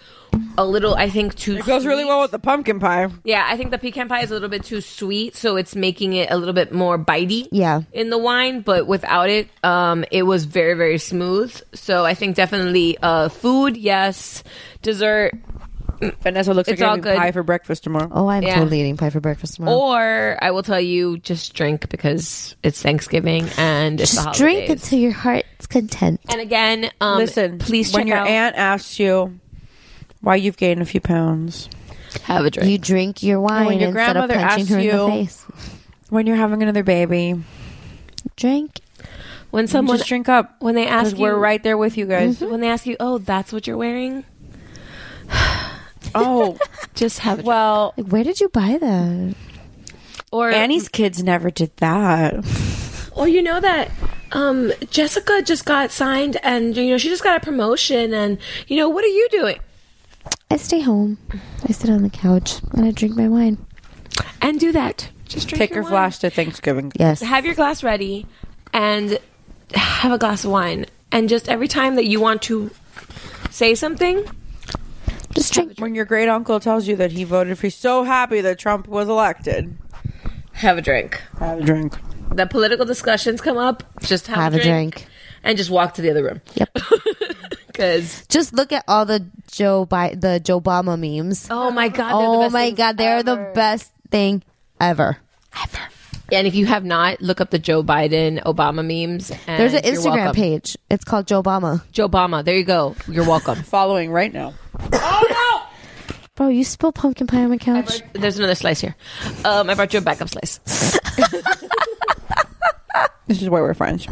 Speaker 10: a little, I think, too.
Speaker 11: It goes really
Speaker 10: sweet.
Speaker 11: well with the pumpkin pie.
Speaker 10: Yeah, I think the pecan pie is a little bit too sweet, so it's making it a little bit more bitey.
Speaker 7: Yeah.
Speaker 10: in the wine, but without it, um, it was very very smooth. So I think definitely uh, food, yes, dessert,
Speaker 11: Vanessa looks
Speaker 10: It's
Speaker 11: like
Speaker 10: all
Speaker 11: having
Speaker 10: good.
Speaker 11: pie for breakfast tomorrow.
Speaker 7: oh, I'm
Speaker 10: Yeah.
Speaker 7: totally eating pie for breakfast tomorrow.
Speaker 10: or I will tell you, just drink because it's Thanksgiving and it's the
Speaker 7: Just
Speaker 10: holidays.
Speaker 7: drink until your heart's content.
Speaker 10: And again, um,
Speaker 11: Listen,
Speaker 10: please check
Speaker 11: when your
Speaker 10: out.
Speaker 11: aunt asks you why you've gained a few pounds,
Speaker 10: have a drink.
Speaker 7: You drink your wine
Speaker 11: your
Speaker 7: instead of
Speaker 11: grandmother
Speaker 7: punching
Speaker 11: asks
Speaker 7: her in the
Speaker 11: you-
Speaker 7: face.
Speaker 11: when you're having another baby,
Speaker 7: Drink.
Speaker 10: when someone
Speaker 11: just drink up.
Speaker 10: when they ask
Speaker 11: 'Cause we're
Speaker 10: you-
Speaker 11: right there with you guys.
Speaker 10: when they ask you, oh, that's what you're wearing,
Speaker 11: Oh,
Speaker 10: just have a drink.
Speaker 11: well,
Speaker 7: Like, where did you buy that?
Speaker 10: or
Speaker 11: Annie's kids never did that.
Speaker 10: or you know that um, Jessica just got signed and you know she just got a promotion and you know what are you doing?
Speaker 7: I stay home. I sit on the couch and I drink my wine.
Speaker 10: And do that. Just drink
Speaker 11: Take
Speaker 10: your
Speaker 11: her
Speaker 10: wine.
Speaker 11: flash to Thanksgiving.
Speaker 7: Yes.
Speaker 10: Have your glass ready and have a glass of wine. And just every time that you want to say something,
Speaker 7: Just drink.
Speaker 11: When your great uncle tells you that he voted for you, so happy that Trump was elected.
Speaker 10: have a drink.
Speaker 11: Have a drink.
Speaker 10: The political discussions come up, just have,
Speaker 7: Have a drink.
Speaker 10: and just walk to the other room.
Speaker 7: Yep.
Speaker 10: Cuz
Speaker 7: Just look at all the Joe Bi- the Joe Obama memes.
Speaker 10: oh my god, they're the
Speaker 7: Oh
Speaker 10: best
Speaker 7: my
Speaker 10: things
Speaker 7: god, they're
Speaker 10: ever.
Speaker 7: the best thing ever. Ever.
Speaker 10: And if you have not, look up the Joe Biden Obama memes. And
Speaker 7: There's an
Speaker 10: you're
Speaker 7: Instagram
Speaker 10: welcome.
Speaker 7: page. It's called Joe Obama.
Speaker 10: Joe Obama. There you go. You're welcome.
Speaker 11: Following right now.
Speaker 7: Bro, you spilled pumpkin pie on my couch.
Speaker 10: There's another slice here. Um, I brought you a backup slice.
Speaker 11: This is why we're friends.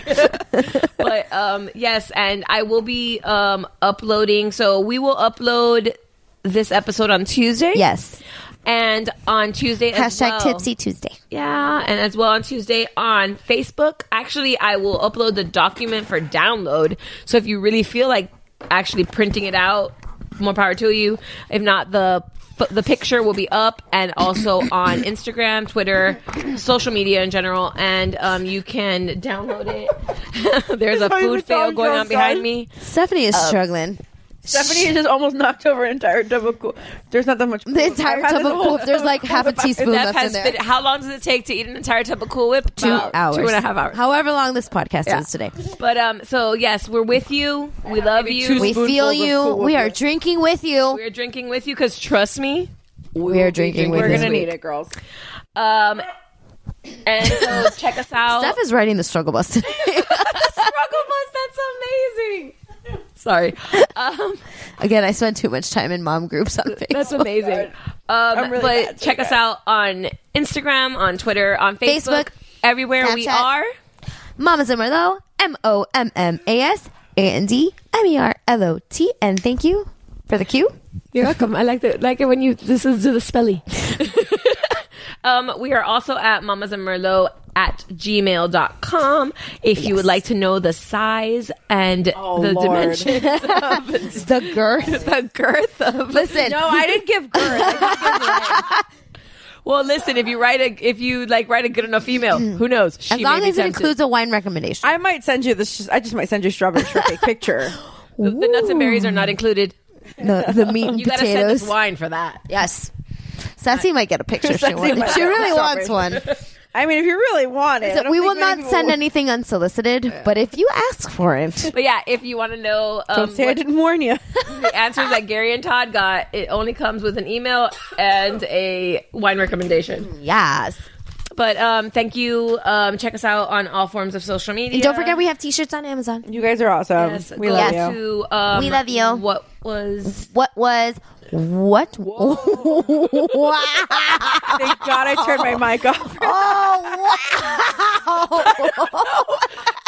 Speaker 10: but um, yes, and I will be um, uploading. So we will upload this episode on Tuesday.
Speaker 7: Yes.
Speaker 10: And on Tuesday, as
Speaker 7: Hashtag
Speaker 10: well-
Speaker 7: Tipsy Tuesday.
Speaker 10: Yeah, and as well on Tuesday on Facebook. Actually, I will upload the document for download. So if you really feel like actually printing it out, more power to you. If not, the the picture will be up and also on Instagram, Twitter, social media in general, and um, you can download it. There's a
Speaker 11: Why are we
Speaker 10: food fail
Speaker 11: talking
Speaker 10: going on
Speaker 11: outside?
Speaker 10: behind me.
Speaker 7: Stephanie is
Speaker 10: Oh.
Speaker 11: Uh,
Speaker 7: struggling.
Speaker 11: Stephanie just almost knocked over an entire tub of cool. There's not that much. The
Speaker 7: entire tub of Cool- there's like half a teaspoon
Speaker 10: That
Speaker 7: left in
Speaker 10: has
Speaker 7: there.
Speaker 10: been, how long does it take to eat an entire tub of Cool Whip?
Speaker 7: Two
Speaker 10: About
Speaker 7: hours.
Speaker 10: Two and a half hours.
Speaker 7: However long this podcast
Speaker 10: Yeah.
Speaker 7: is today.
Speaker 10: But um, so yes, we're with you. We love you.
Speaker 7: We feel you. We are drinking with you.
Speaker 10: We're drinking with you because trust me,
Speaker 7: We are drinking with
Speaker 11: We're
Speaker 7: you.
Speaker 11: gonna need it, girls.
Speaker 10: um, and so check us out.
Speaker 7: Steph is riding the struggle bus today.
Speaker 10: struggle bus. That's amazing. Sorry. Um,
Speaker 7: Again, I spent too much time in mom groups on Facebook.
Speaker 10: that's amazing. Um,
Speaker 11: really
Speaker 10: but
Speaker 11: bad at
Speaker 10: check us out on Instagram, on Twitter, on
Speaker 7: Facebook,
Speaker 10: Facebook, everywhere we
Speaker 7: Snapchat.
Speaker 10: are.
Speaker 7: Mamas and Merlot, M O M M A S A N D M E R L O T. And thank you for the cue.
Speaker 22: You're welcome. I like the like it when you this is the spelly.
Speaker 10: Um, we are also at mamas and merlot at gmail.com if you would like to know the size and the
Speaker 11: Lord.
Speaker 10: dimensions of
Speaker 7: the girth
Speaker 10: the girth of
Speaker 7: Listen.
Speaker 11: No, I didn't give birth.
Speaker 10: well listen if you write a if you like write a good enough email who knows she
Speaker 7: As long
Speaker 10: may be
Speaker 7: as it
Speaker 10: tempted.
Speaker 7: includes a wine recommendation.
Speaker 11: I might send you this. I just might send you a strawberry shortcake picture.
Speaker 10: the, the nuts and berries are not included
Speaker 7: The, the meat and
Speaker 10: you gotta send us
Speaker 7: potatoes.
Speaker 10: wine for that
Speaker 7: Yes. Sassy might get a picture if she
Speaker 11: Sassy
Speaker 7: wants.
Speaker 11: might
Speaker 7: She
Speaker 11: get a
Speaker 7: really wants
Speaker 11: strawberry.
Speaker 7: one.
Speaker 11: I mean, if you really want it,
Speaker 7: So
Speaker 11: I don't
Speaker 7: we
Speaker 11: think
Speaker 7: will
Speaker 11: many
Speaker 7: not
Speaker 11: people
Speaker 7: send
Speaker 11: will.
Speaker 7: anything unsolicited, but if you ask for it,
Speaker 10: but yeah if you want to know um,
Speaker 11: Don't say I
Speaker 10: what
Speaker 11: didn't warn you.
Speaker 10: the answers that gary and todd got it only comes with an email and a wine recommendation
Speaker 7: yes.
Speaker 10: But um, thank you. Um, check us out on all forms of social media.
Speaker 7: And don't forget, we have t-shirts on Amazon.
Speaker 11: You guys are awesome.
Speaker 10: Yes,
Speaker 11: we
Speaker 10: go
Speaker 11: love
Speaker 7: Yes.
Speaker 11: you.
Speaker 10: to, um,
Speaker 7: We love you.
Speaker 10: What was
Speaker 7: What was what? wow.
Speaker 11: Thank God I turned my mic off.
Speaker 7: Oh wow!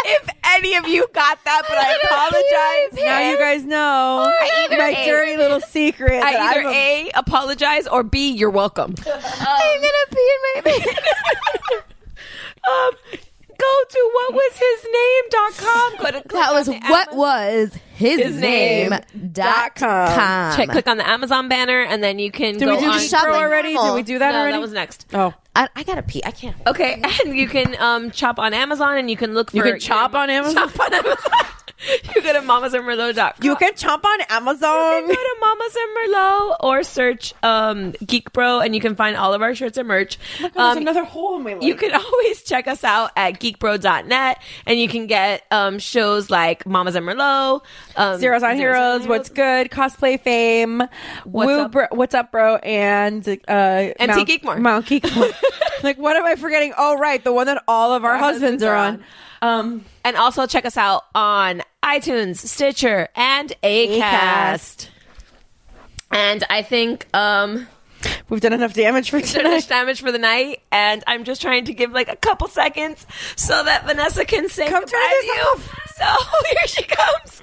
Speaker 10: if any of you got that? But I, apologize.
Speaker 11: now you guys know
Speaker 10: either
Speaker 11: my
Speaker 10: ate-
Speaker 11: dirty little secret.
Speaker 10: I
Speaker 11: that
Speaker 10: either
Speaker 11: I'm a-
Speaker 10: a, apologize or b you're welcome.
Speaker 7: I'm gonna pee in my pants.
Speaker 10: Um, go to what was his name.com. Go to click
Speaker 7: That
Speaker 10: on
Speaker 7: was
Speaker 10: the
Speaker 7: what
Speaker 10: Amaz-
Speaker 7: was his,
Speaker 10: His name
Speaker 7: name, dot
Speaker 11: com.
Speaker 7: com.
Speaker 10: Check, click on the Amazon banner and then you can
Speaker 11: Did
Speaker 10: go
Speaker 11: we do
Speaker 10: on.
Speaker 11: the
Speaker 7: Shop
Speaker 11: intro
Speaker 7: like
Speaker 11: already? Did
Speaker 7: normal.
Speaker 11: we do that
Speaker 10: no,
Speaker 11: already?
Speaker 10: that was next.
Speaker 11: Oh,
Speaker 7: I, I gotta pee. I can't.
Speaker 10: Okay, and you can um, chop on Amazon and you can look for
Speaker 11: you can chop on Amazon.
Speaker 10: Chop on Amazon. you go to mamasandmerlot.com.
Speaker 11: You can chomp on
Speaker 10: You can go
Speaker 11: Amazon.
Speaker 10: to Mamas and Merlot or search um, Geek Bro and you can find all of our shirts and merch.
Speaker 11: There's
Speaker 10: Um,
Speaker 11: Oh another hole in my leg.
Speaker 10: you can always check us out at geekbro.net and you can get um, shows like Mamas and Merlot, um,
Speaker 11: Zeros on Heroes, What's Good, Cosplay Fame,
Speaker 10: What's
Speaker 11: Woo
Speaker 10: Up?
Speaker 11: Bro, What's Up Bro, and uh, MT Mount,
Speaker 10: Geekmore.
Speaker 11: Mount Geekmore. like, what am I forgetting? Oh, right, the one that all of our, husbands, are on. Um,
Speaker 10: And also check us out on iTunes, Stitcher, and ACAST. And I think um,
Speaker 11: we've done enough damage for
Speaker 10: finish
Speaker 11: tonight.
Speaker 10: damage for the night. And I'm just trying to give like a couple seconds so that Vanessa can say
Speaker 11: Come turn
Speaker 10: goodbye to
Speaker 11: this
Speaker 10: you. So here she comes.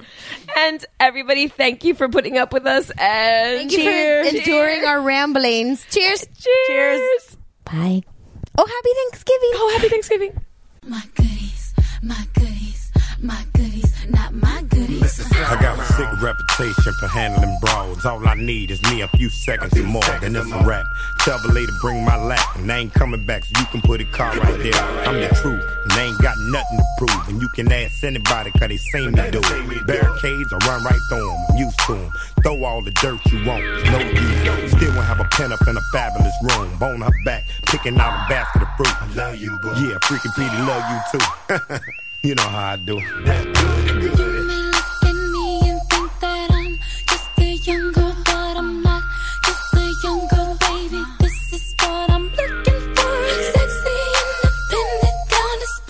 Speaker 10: And everybody, thank you for putting up with us. And
Speaker 7: Thank you for enduring our ramblings. Cheers.
Speaker 10: cheers.
Speaker 11: Cheers.
Speaker 7: Bye. Oh, happy Thanksgiving.
Speaker 10: Oh, happy Thanksgiving.
Speaker 23: My goodies, my goodies, my goodies, not my goodies.
Speaker 24: I got a sick reputation for handling broads. All I need is me a few seconds or more, then it's a wrap. Tell the lady bring my lap, and I ain't coming back, so you can put a car right there. I'm the truth, and I ain't got nothing to prove. And you can ask anybody, cause they seen me do it. Barricades, I run right through them, I'm used to 'em. Throw all the dirt you want, no use. Still won't have a pen up in a fabulous room. Bone her back, picking out a basket of fruit. I love you, boo. Yeah, freaking Petey love you too. you know how I do.
Speaker 23: You may look at me and think that I'm just a young girl, but I'm not just a young girl, baby. This is what I'm looking for. Sexy in the pen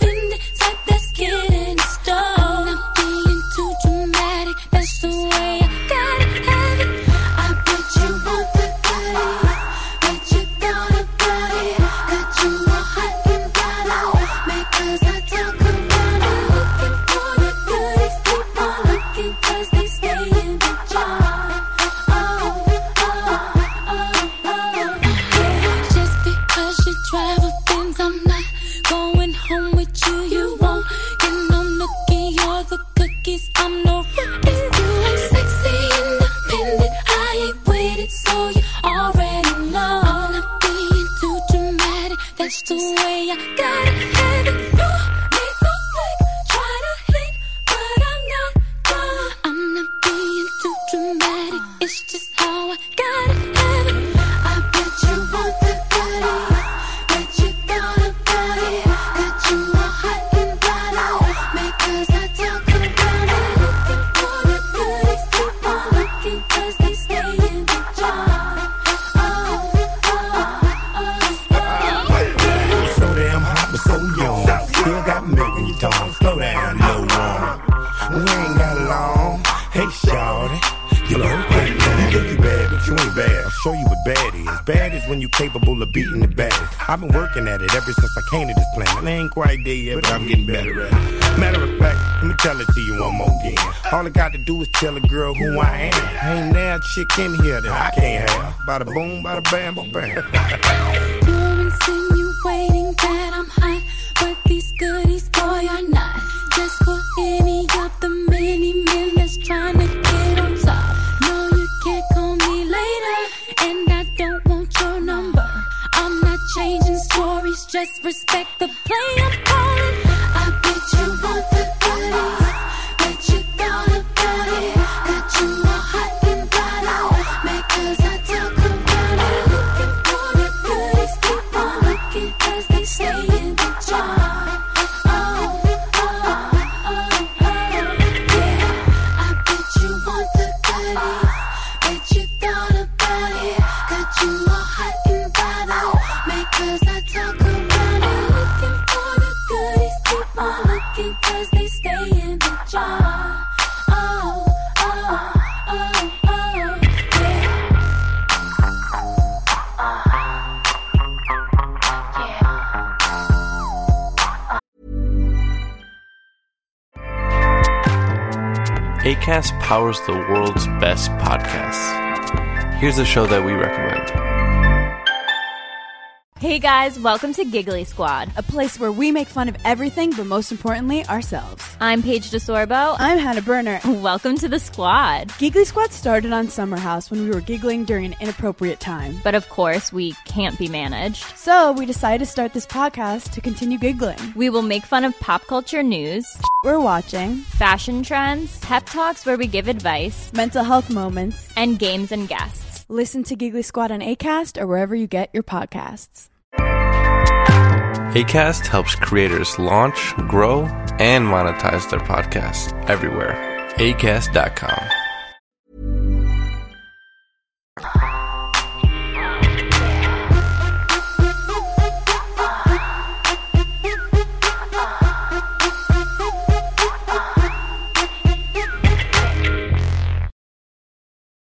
Speaker 23: so you already know. I'm not being too dramatic, that's the way I gotta have it. You need to slick, try to hit, but I'm not done. I'm not being too dramatic, it's just how I gotta have it. I bet you want the body, bet you got a body, that you are hot and body, because I talk about it. Looking for the goodies, keep on looking 'cause they stay in the jar. Oh,
Speaker 24: So damn hot, but so young. Still got milk in your tongue. Slow down, little woman. We ain't got long. Hey, shawty. You look pretty. You think you bad, but you ain't bad. I'll show you what bad is. Bad is when you capable of beating the baddest. I've been working at it ever since I came to this planet. I ain't quite there yet, but I'm getting better at it. Matter of fact, let me tell it to you one more again. All I got to do is tell a girl who I am. Ain't now chick in here that I can't have. Bada boom, bada bam, bada bam.
Speaker 23: You're insinuating that I'm hot, but these goodies, boy, are not. Just for any of the many men that's trying to get on top. No, you can't call me later, and I don't want your number. I'm not changing stories, just respect the play I'm calling. I bet you want the goodies, bet you got a body that you are hot and body. Because I talk about it, looking for the goodies, keep on looking 'cause they stay in the jar. Oh, oh, oh, oh, yeah. I bet you want the goodies, bet you got a body that you are hot and body. Because I talk about it, looking for the goodies, keep on looking 'cause they stay in the jar. Oh, oh, oh, oh, yeah.
Speaker 1: ACAST powers the world's best podcasts. Here's a show that we recommend.
Speaker 25: Hey guys, welcome to Giggly Squad,
Speaker 26: a place where we make fun of everything, but most importantly, ourselves.
Speaker 25: I'm Paige DeSorbo.
Speaker 26: I'm Hannah Berner.
Speaker 25: Welcome to the squad.
Speaker 26: Giggly Squad started on Summer House when we were giggling during an inappropriate time.
Speaker 25: But of course, we can't be managed.
Speaker 26: So we decided to start this podcast to continue giggling.
Speaker 25: We will make fun of pop culture news,
Speaker 26: We're watching
Speaker 25: fashion trends, pep talks where we give advice,
Speaker 26: mental health moments.
Speaker 25: and games and guests.
Speaker 26: Listen to Giggly Squad on ACAST or wherever you get your podcasts.
Speaker 1: ACAST helps creators launch, grow, and monetize their podcasts everywhere. ACAST.com.